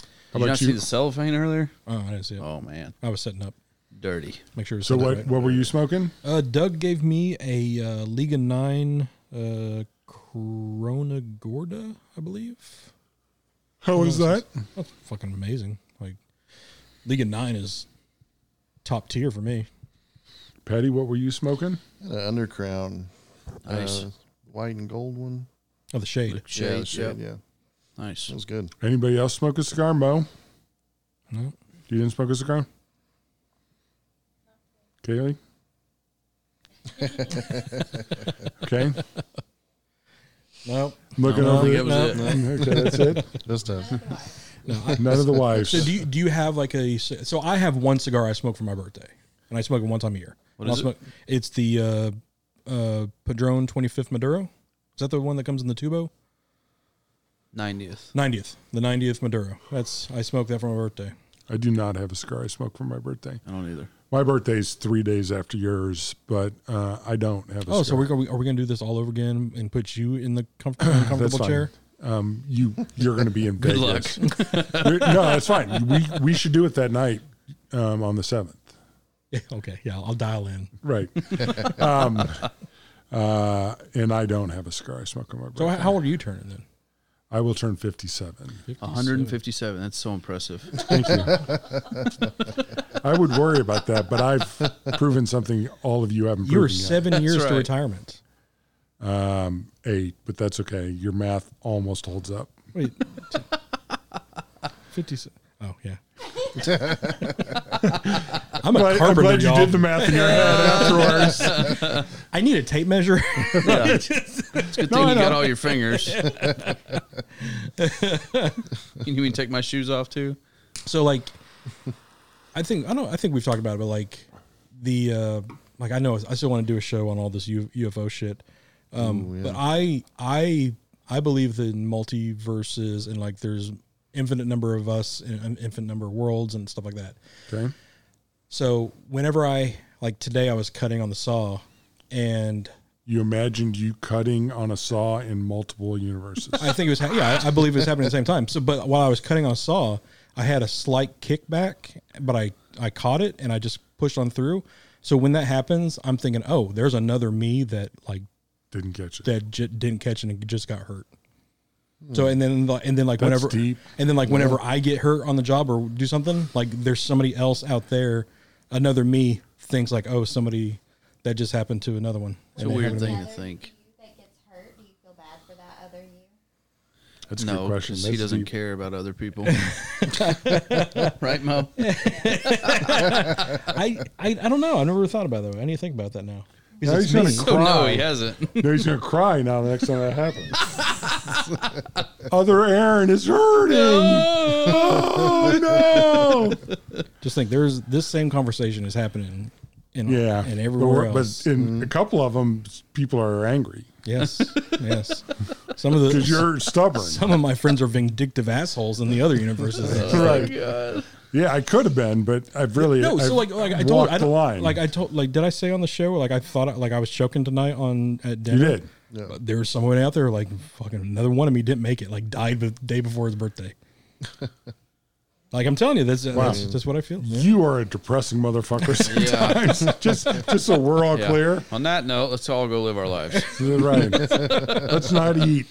Speaker 4: you
Speaker 2: about
Speaker 4: not
Speaker 2: you?
Speaker 4: see the cellophane earlier?
Speaker 1: Oh, I didn't see it.
Speaker 4: Oh man,
Speaker 1: I was setting up.
Speaker 4: dirty.
Speaker 1: Make sure. It was
Speaker 2: so
Speaker 1: set
Speaker 2: what?
Speaker 1: That right.
Speaker 2: What were you smoking?
Speaker 1: Uh, Doug gave me a uh, Liga Nine uh, Corona Gorda, I believe.
Speaker 2: How was that?
Speaker 1: That's fucking amazing. Like League of Nine is top tier for me.
Speaker 2: Patty, what were you smoking?
Speaker 5: And an undercrown.
Speaker 4: Nice.
Speaker 5: uh, white and gold one.
Speaker 1: Oh, the shade.
Speaker 5: yeah, the
Speaker 4: Shades,
Speaker 5: shade,
Speaker 4: yep.
Speaker 5: yeah.
Speaker 4: Nice.
Speaker 5: It was good.
Speaker 2: Anybody else smoke a cigar, Mo?
Speaker 1: No.
Speaker 2: You didn't smoke a cigar? Kaylee? okay. I'm
Speaker 1: No.
Speaker 2: Looking
Speaker 4: No, I
Speaker 2: over
Speaker 4: think
Speaker 2: it.
Speaker 4: that was
Speaker 2: No, no, Okay, that's it.
Speaker 5: This time.
Speaker 2: None of the wives.
Speaker 1: So do you, do you have like a so I have one cigar I smoke for my birthday, and I smoke it one time a year.
Speaker 4: What
Speaker 1: And I'll
Speaker 4: is it?
Speaker 1: smoke- It's the uh, uh, Padron Twenty Fifth Maduro. Is that the one that comes in the tubo?
Speaker 4: 90th.
Speaker 1: Ninetieth, the ninetieth Maduro. That's I smoke that for my birthday.
Speaker 2: I do not have a cigar I smoke for my birthday.
Speaker 4: I don't either.
Speaker 2: My birthday's three days after yours, but uh, I don't have a
Speaker 1: Oh, so
Speaker 2: cigar.
Speaker 1: we are we, are we going to do this all over again and put you in the comfort, uncomfortable
Speaker 2: fine.
Speaker 1: chair?
Speaker 2: um, you you're going to be in
Speaker 4: Good
Speaker 2: Vegas. We're- no, that's fine. We we should do it that night um, on the seventh.
Speaker 1: Yeah, okay, yeah, I'll dial in.
Speaker 2: Right. um, uh, and I don't have a cigar. I smoke on my
Speaker 1: So
Speaker 2: birthday.
Speaker 1: how, how old are you turning then?
Speaker 2: I will turn fifty-seven.
Speaker 4: 157. That's so impressive.
Speaker 2: Thank you. I would worry about that, but I've proven something all of you haven't.
Speaker 1: You were
Speaker 2: proven yet.
Speaker 1: seven years
Speaker 4: right.
Speaker 1: to retirement.
Speaker 2: um, eight, but that's okay. Your math almost holds up.
Speaker 1: Wait, fifty. Oh yeah. I'm a
Speaker 2: But I'm
Speaker 1: carpenter,
Speaker 2: glad you
Speaker 1: y'all.
Speaker 2: did the math in your head afterwards.
Speaker 1: I need a tape measure.
Speaker 4: Yeah. it's a good thing you got all your fingers. you need me to take my shoes off too?
Speaker 1: so like, I think I don't. I think we've talked about it, but like the uh like I know I still want to do a show on all this U- UFO shit. Um, But I I I believe that in multiverses and like there's infinite number of us and an infinite number of worlds and stuff like that.
Speaker 2: Okay.
Speaker 1: So whenever I like today, I was cutting on the saw, and
Speaker 2: You imagined you cutting on a saw in multiple universes.
Speaker 1: I think it was, ha- yeah, I, I believe it was happening at the same time. So, but while I was cutting on a saw, I had a slight kickback, but I, I caught it and I just pushed on through. So when that happens, I'm thinking, oh, there's another me that like,
Speaker 2: Didn't catch it.
Speaker 1: that j- didn't catch and just got hurt. So, and then, the- and then like
Speaker 2: Hmm. That's
Speaker 1: whenever,
Speaker 2: deep.
Speaker 1: and then like whenever I get hurt on the job or do something like there's somebody else out there, another me thinks like, oh, somebody that just happened to another one.
Speaker 4: It's a
Speaker 1: And it
Speaker 4: weird
Speaker 1: happened to
Speaker 4: thing
Speaker 1: me.
Speaker 4: to
Speaker 7: Other
Speaker 4: think.
Speaker 7: you that gets hurt, do you feel bad for that other you?
Speaker 2: That's a good
Speaker 4: No,
Speaker 2: question.
Speaker 4: 'cause
Speaker 2: That's
Speaker 4: he doesn't
Speaker 2: deep.
Speaker 4: care about other people. right, Mo?
Speaker 1: I, I, I don't know. I never thought about that. I need to think about that now.
Speaker 2: Now
Speaker 1: Because
Speaker 2: he's
Speaker 1: it's
Speaker 2: gonna
Speaker 1: me.
Speaker 2: cry.
Speaker 4: So no, he hasn't.
Speaker 2: Now he's going to cry now the next time that happens. Other Aaron is hurting. Oh, no.
Speaker 1: Just think, there's this same conversation is happening in
Speaker 2: Yeah.
Speaker 1: and everywhere
Speaker 2: but,
Speaker 1: else.
Speaker 2: But in a couple of them, people are angry
Speaker 1: yes, yes. Some of the
Speaker 2: because you're stubborn.
Speaker 1: some of my friends are vindictive assholes in the other universes.
Speaker 2: right. Yeah, I could have been, but I've really
Speaker 1: no,
Speaker 2: I've
Speaker 1: so like like I told
Speaker 2: walked
Speaker 1: I
Speaker 2: the
Speaker 1: don't-
Speaker 2: line.
Speaker 1: like I told like did I say on the show like I thought I- like I was choking tonight on at dinner.
Speaker 2: did.
Speaker 5: Yeah.
Speaker 1: But There was someone out there like fucking another one of me didn't make it like died the day before his birthday. like I'm telling you, that's that's just what I feel.
Speaker 2: you are a depressing motherfucker.
Speaker 4: Yeah.
Speaker 2: just just so we're all
Speaker 4: Yeah.
Speaker 2: clear.
Speaker 4: On that note, let's all go live our lives.
Speaker 2: Right. Let's not eat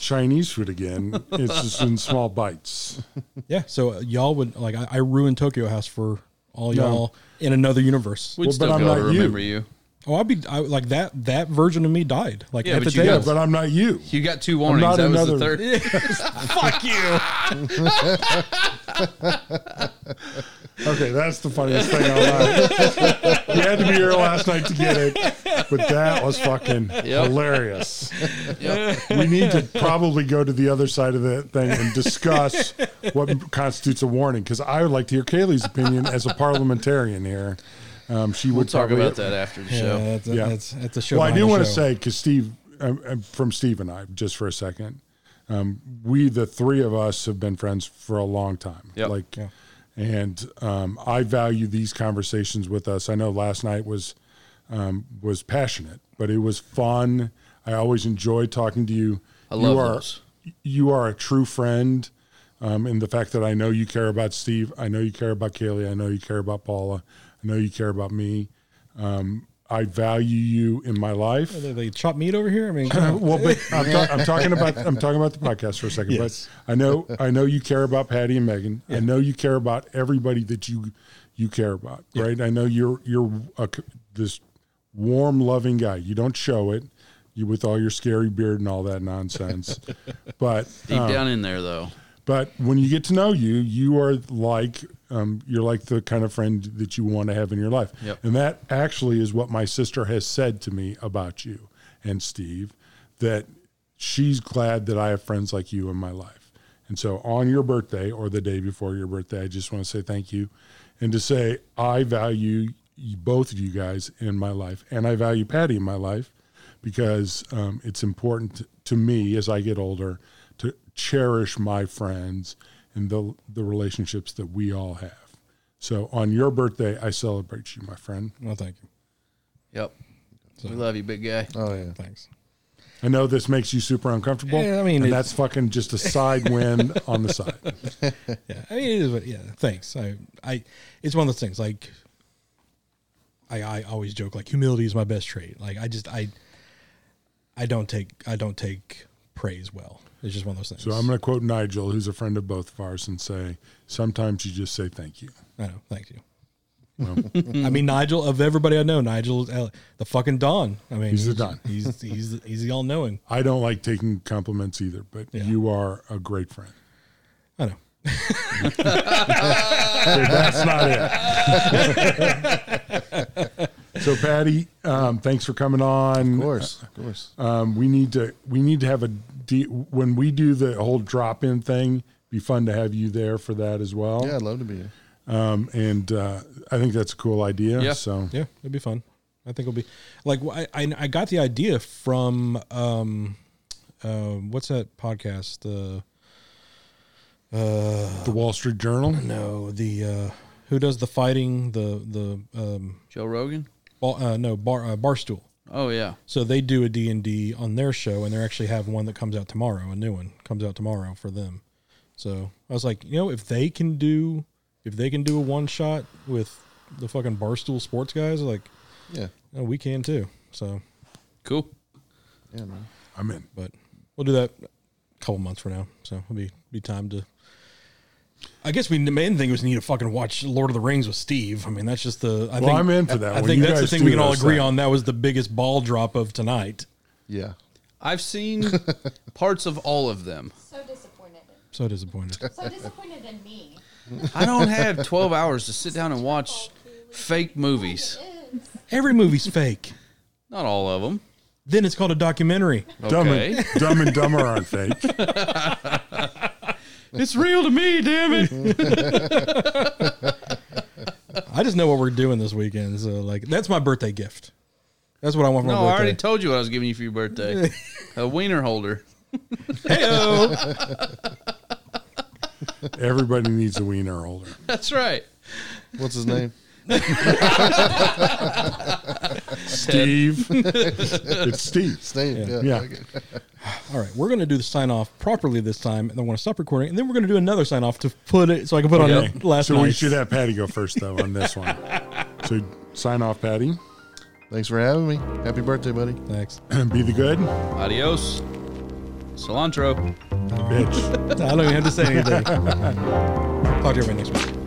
Speaker 2: Chinese food again. It's just in small bites.
Speaker 1: Yeah, so uh, y'all would like I, I ruined Tokyo House for all y'all in another universe.
Speaker 4: We'd
Speaker 2: Well, but
Speaker 4: still
Speaker 2: I'm
Speaker 4: be able to
Speaker 2: not you.
Speaker 4: remember you.
Speaker 1: Oh, I'd be I, like that. That version of me died. Like
Speaker 4: Yeah,
Speaker 1: at the
Speaker 4: but you
Speaker 1: table.
Speaker 2: Yeah, but I'm not you.
Speaker 4: You got two warnings.
Speaker 2: not
Speaker 4: that was the
Speaker 2: another-
Speaker 4: third. Fuck you.
Speaker 2: Okay, that's the funniest thing on life. you had to be here last night to get it, but that was fucking hilarious. We need to probably go to the other side of that thing and discuss what constitutes a warning, because I would like to hear Kaylee's opinion as a parliamentarian here. Um, she
Speaker 4: We'll
Speaker 2: would
Speaker 4: talk
Speaker 2: probably-
Speaker 4: about that after the
Speaker 1: yeah,
Speaker 4: show.
Speaker 1: that's,
Speaker 2: Yeah.
Speaker 1: that's that's a show.
Speaker 2: Well, I
Speaker 1: behind
Speaker 2: do
Speaker 1: the
Speaker 2: want to
Speaker 1: show.
Speaker 2: say because Steve, um, um, from Steve and I, just for a second, um, we the three of us have been friends for a long time.
Speaker 4: Yep.
Speaker 2: Like,
Speaker 1: Yeah.
Speaker 2: and um, I value these conversations with us. I know last night was um, was passionate, but it was fun. I always enjoy talking to you.
Speaker 4: I love
Speaker 2: you are
Speaker 4: those.
Speaker 2: you are a true friend. Um, and the fact that I know you care about Steve, I know you care about Kaylee, I know you care about Paula, I know you care about me. I value you in my life.
Speaker 1: they, they chop meat over here. I mean, come
Speaker 2: Uh,
Speaker 1: on.
Speaker 2: well, but I'm, ta- I'm talking about I'm talking about the podcast for a second.
Speaker 1: Yes.
Speaker 2: But I know I know you care about Patty and Megan. I know you care about everybody that you you care about, right? I know you're you're a c this warm, loving guy. You don't show it. You with all your scary beard and all that nonsense, but
Speaker 4: Deep down in there, though.
Speaker 2: but when you get to know you, you are like um, you're like the kind of friend that you want to have in your life,
Speaker 4: Yep.
Speaker 2: and that actually is what my sister has said to me about you and Steve, that she's glad that I have friends like you in my life. And so on your birthday or the day before your birthday, I just want to say thank you, and to say I value you- both of you guys in my life, and I value Patty in my life because um, it's important t- to me as I get older to cherish my friends and the the relationships that we all have. So on your birthday, I celebrate you, my friend.
Speaker 1: well, thank you.
Speaker 4: Yep. We love you, big guy.
Speaker 5: Oh yeah.
Speaker 1: Thanks.
Speaker 2: I know this makes you super uncomfortable.
Speaker 1: Yeah, I mean,
Speaker 2: and
Speaker 1: it-
Speaker 2: that's fucking just a side win on the side.
Speaker 1: Yeah, I mean, it is what. Yeah, thanks. I, I, it's one of those things. Like, I, I always joke like humility is my best trait. Like, I just, I, I don't take, I don't take praise well. It's just one of those things.
Speaker 2: So I'm going to quote Nigel, who's a friend of both of ours, and say, sometimes you just say thank you.
Speaker 1: I know. Thank you. I mean, Nigel of everybody I know, Nigel, uh, the fucking Don. I mean,
Speaker 2: He's the Don.
Speaker 1: He's he's he's the all knowing.
Speaker 2: I don't like taking compliments either, but
Speaker 1: Yeah.
Speaker 2: you are a great friend.
Speaker 1: I know.
Speaker 2: That's not it. so, Patty, um, thanks for coming on.
Speaker 5: Of course, of course.
Speaker 2: um, we need to we need to have a de- when we do the whole drop in thing. Be fun to have you there for that as well.
Speaker 5: Yeah, I'd love to be. here.
Speaker 2: Um, and uh, I think that's a cool idea.
Speaker 4: Yeah.
Speaker 2: So
Speaker 1: Yeah, it'd be fun. I think it'll be like wh- I I, I got the idea from um, uh, what's that podcast? The uh,
Speaker 2: the Wall Street Journal.
Speaker 1: no, the uh, who does the fighting? The the um,
Speaker 4: Joe Rogan.
Speaker 1: bar, uh, no bar uh, barstool.
Speaker 4: Oh yeah.
Speaker 1: So they do a D and D on their show, and they actually have one that comes out tomorrow. A new one comes out tomorrow for them. So I was like, you know, if they can do, if they can do a one shot with the fucking barstool sports guys, like
Speaker 5: Yeah,
Speaker 1: oh, we can too. So,
Speaker 4: Cool.
Speaker 5: yeah, man.
Speaker 2: I'm in.
Speaker 1: but we'll do that a couple months from now. So it'll be be time to. I guess we the main thing was need to fucking watch Lord of the Rings with Steve. I mean, that's just the. I
Speaker 2: Well,
Speaker 1: think,
Speaker 2: I'm in for that
Speaker 1: I
Speaker 2: one.
Speaker 1: think
Speaker 2: You
Speaker 1: that's the
Speaker 2: guys
Speaker 1: thing
Speaker 2: do
Speaker 1: we can all
Speaker 2: this
Speaker 1: agree
Speaker 2: thing.
Speaker 1: on. That was the biggest ball drop of tonight.
Speaker 5: yeah.
Speaker 4: I've seen parts of all of them.
Speaker 7: So disappointed.
Speaker 1: So disappointed.
Speaker 7: So disappointed in me.
Speaker 4: I don't have 12 hours to sit down and watch fake movies.
Speaker 7: Is
Speaker 1: Every movie's fake.
Speaker 4: Not all of them.
Speaker 1: Then it's called a documentary.
Speaker 2: Dumb,
Speaker 4: Okay.
Speaker 2: and, dumb and dumber aren't fake.
Speaker 1: it's real to me, damn it. I just know what we're doing this weekend. So, like, that's my birthday gift. That's what I want for
Speaker 4: No, I
Speaker 1: my
Speaker 4: already
Speaker 1: birthday.
Speaker 4: told you what I was giving you for your birthday. A wiener holder.
Speaker 1: Heyo.
Speaker 2: Everybody needs a wiener holder.
Speaker 4: That's right.
Speaker 5: What's his name?
Speaker 2: Steve. it's Steve.
Speaker 5: His name. Yeah.
Speaker 2: Yeah.
Speaker 5: okay.
Speaker 1: All right, we're going to do the sign off properly this time, and then we're going to stop recording, and then we're going to do another sign off to put it so I can put
Speaker 2: Okay.
Speaker 1: on last
Speaker 2: so we
Speaker 1: night's.
Speaker 2: should have Patty go first though on this one. So sign off, Patty,
Speaker 5: Thanks for having me. Happy birthday, buddy.
Speaker 1: Thanks.
Speaker 2: and be the good
Speaker 4: Adios. Cilantro.
Speaker 2: bitch.
Speaker 1: I don't even have to say anything. Talk to everybody next week.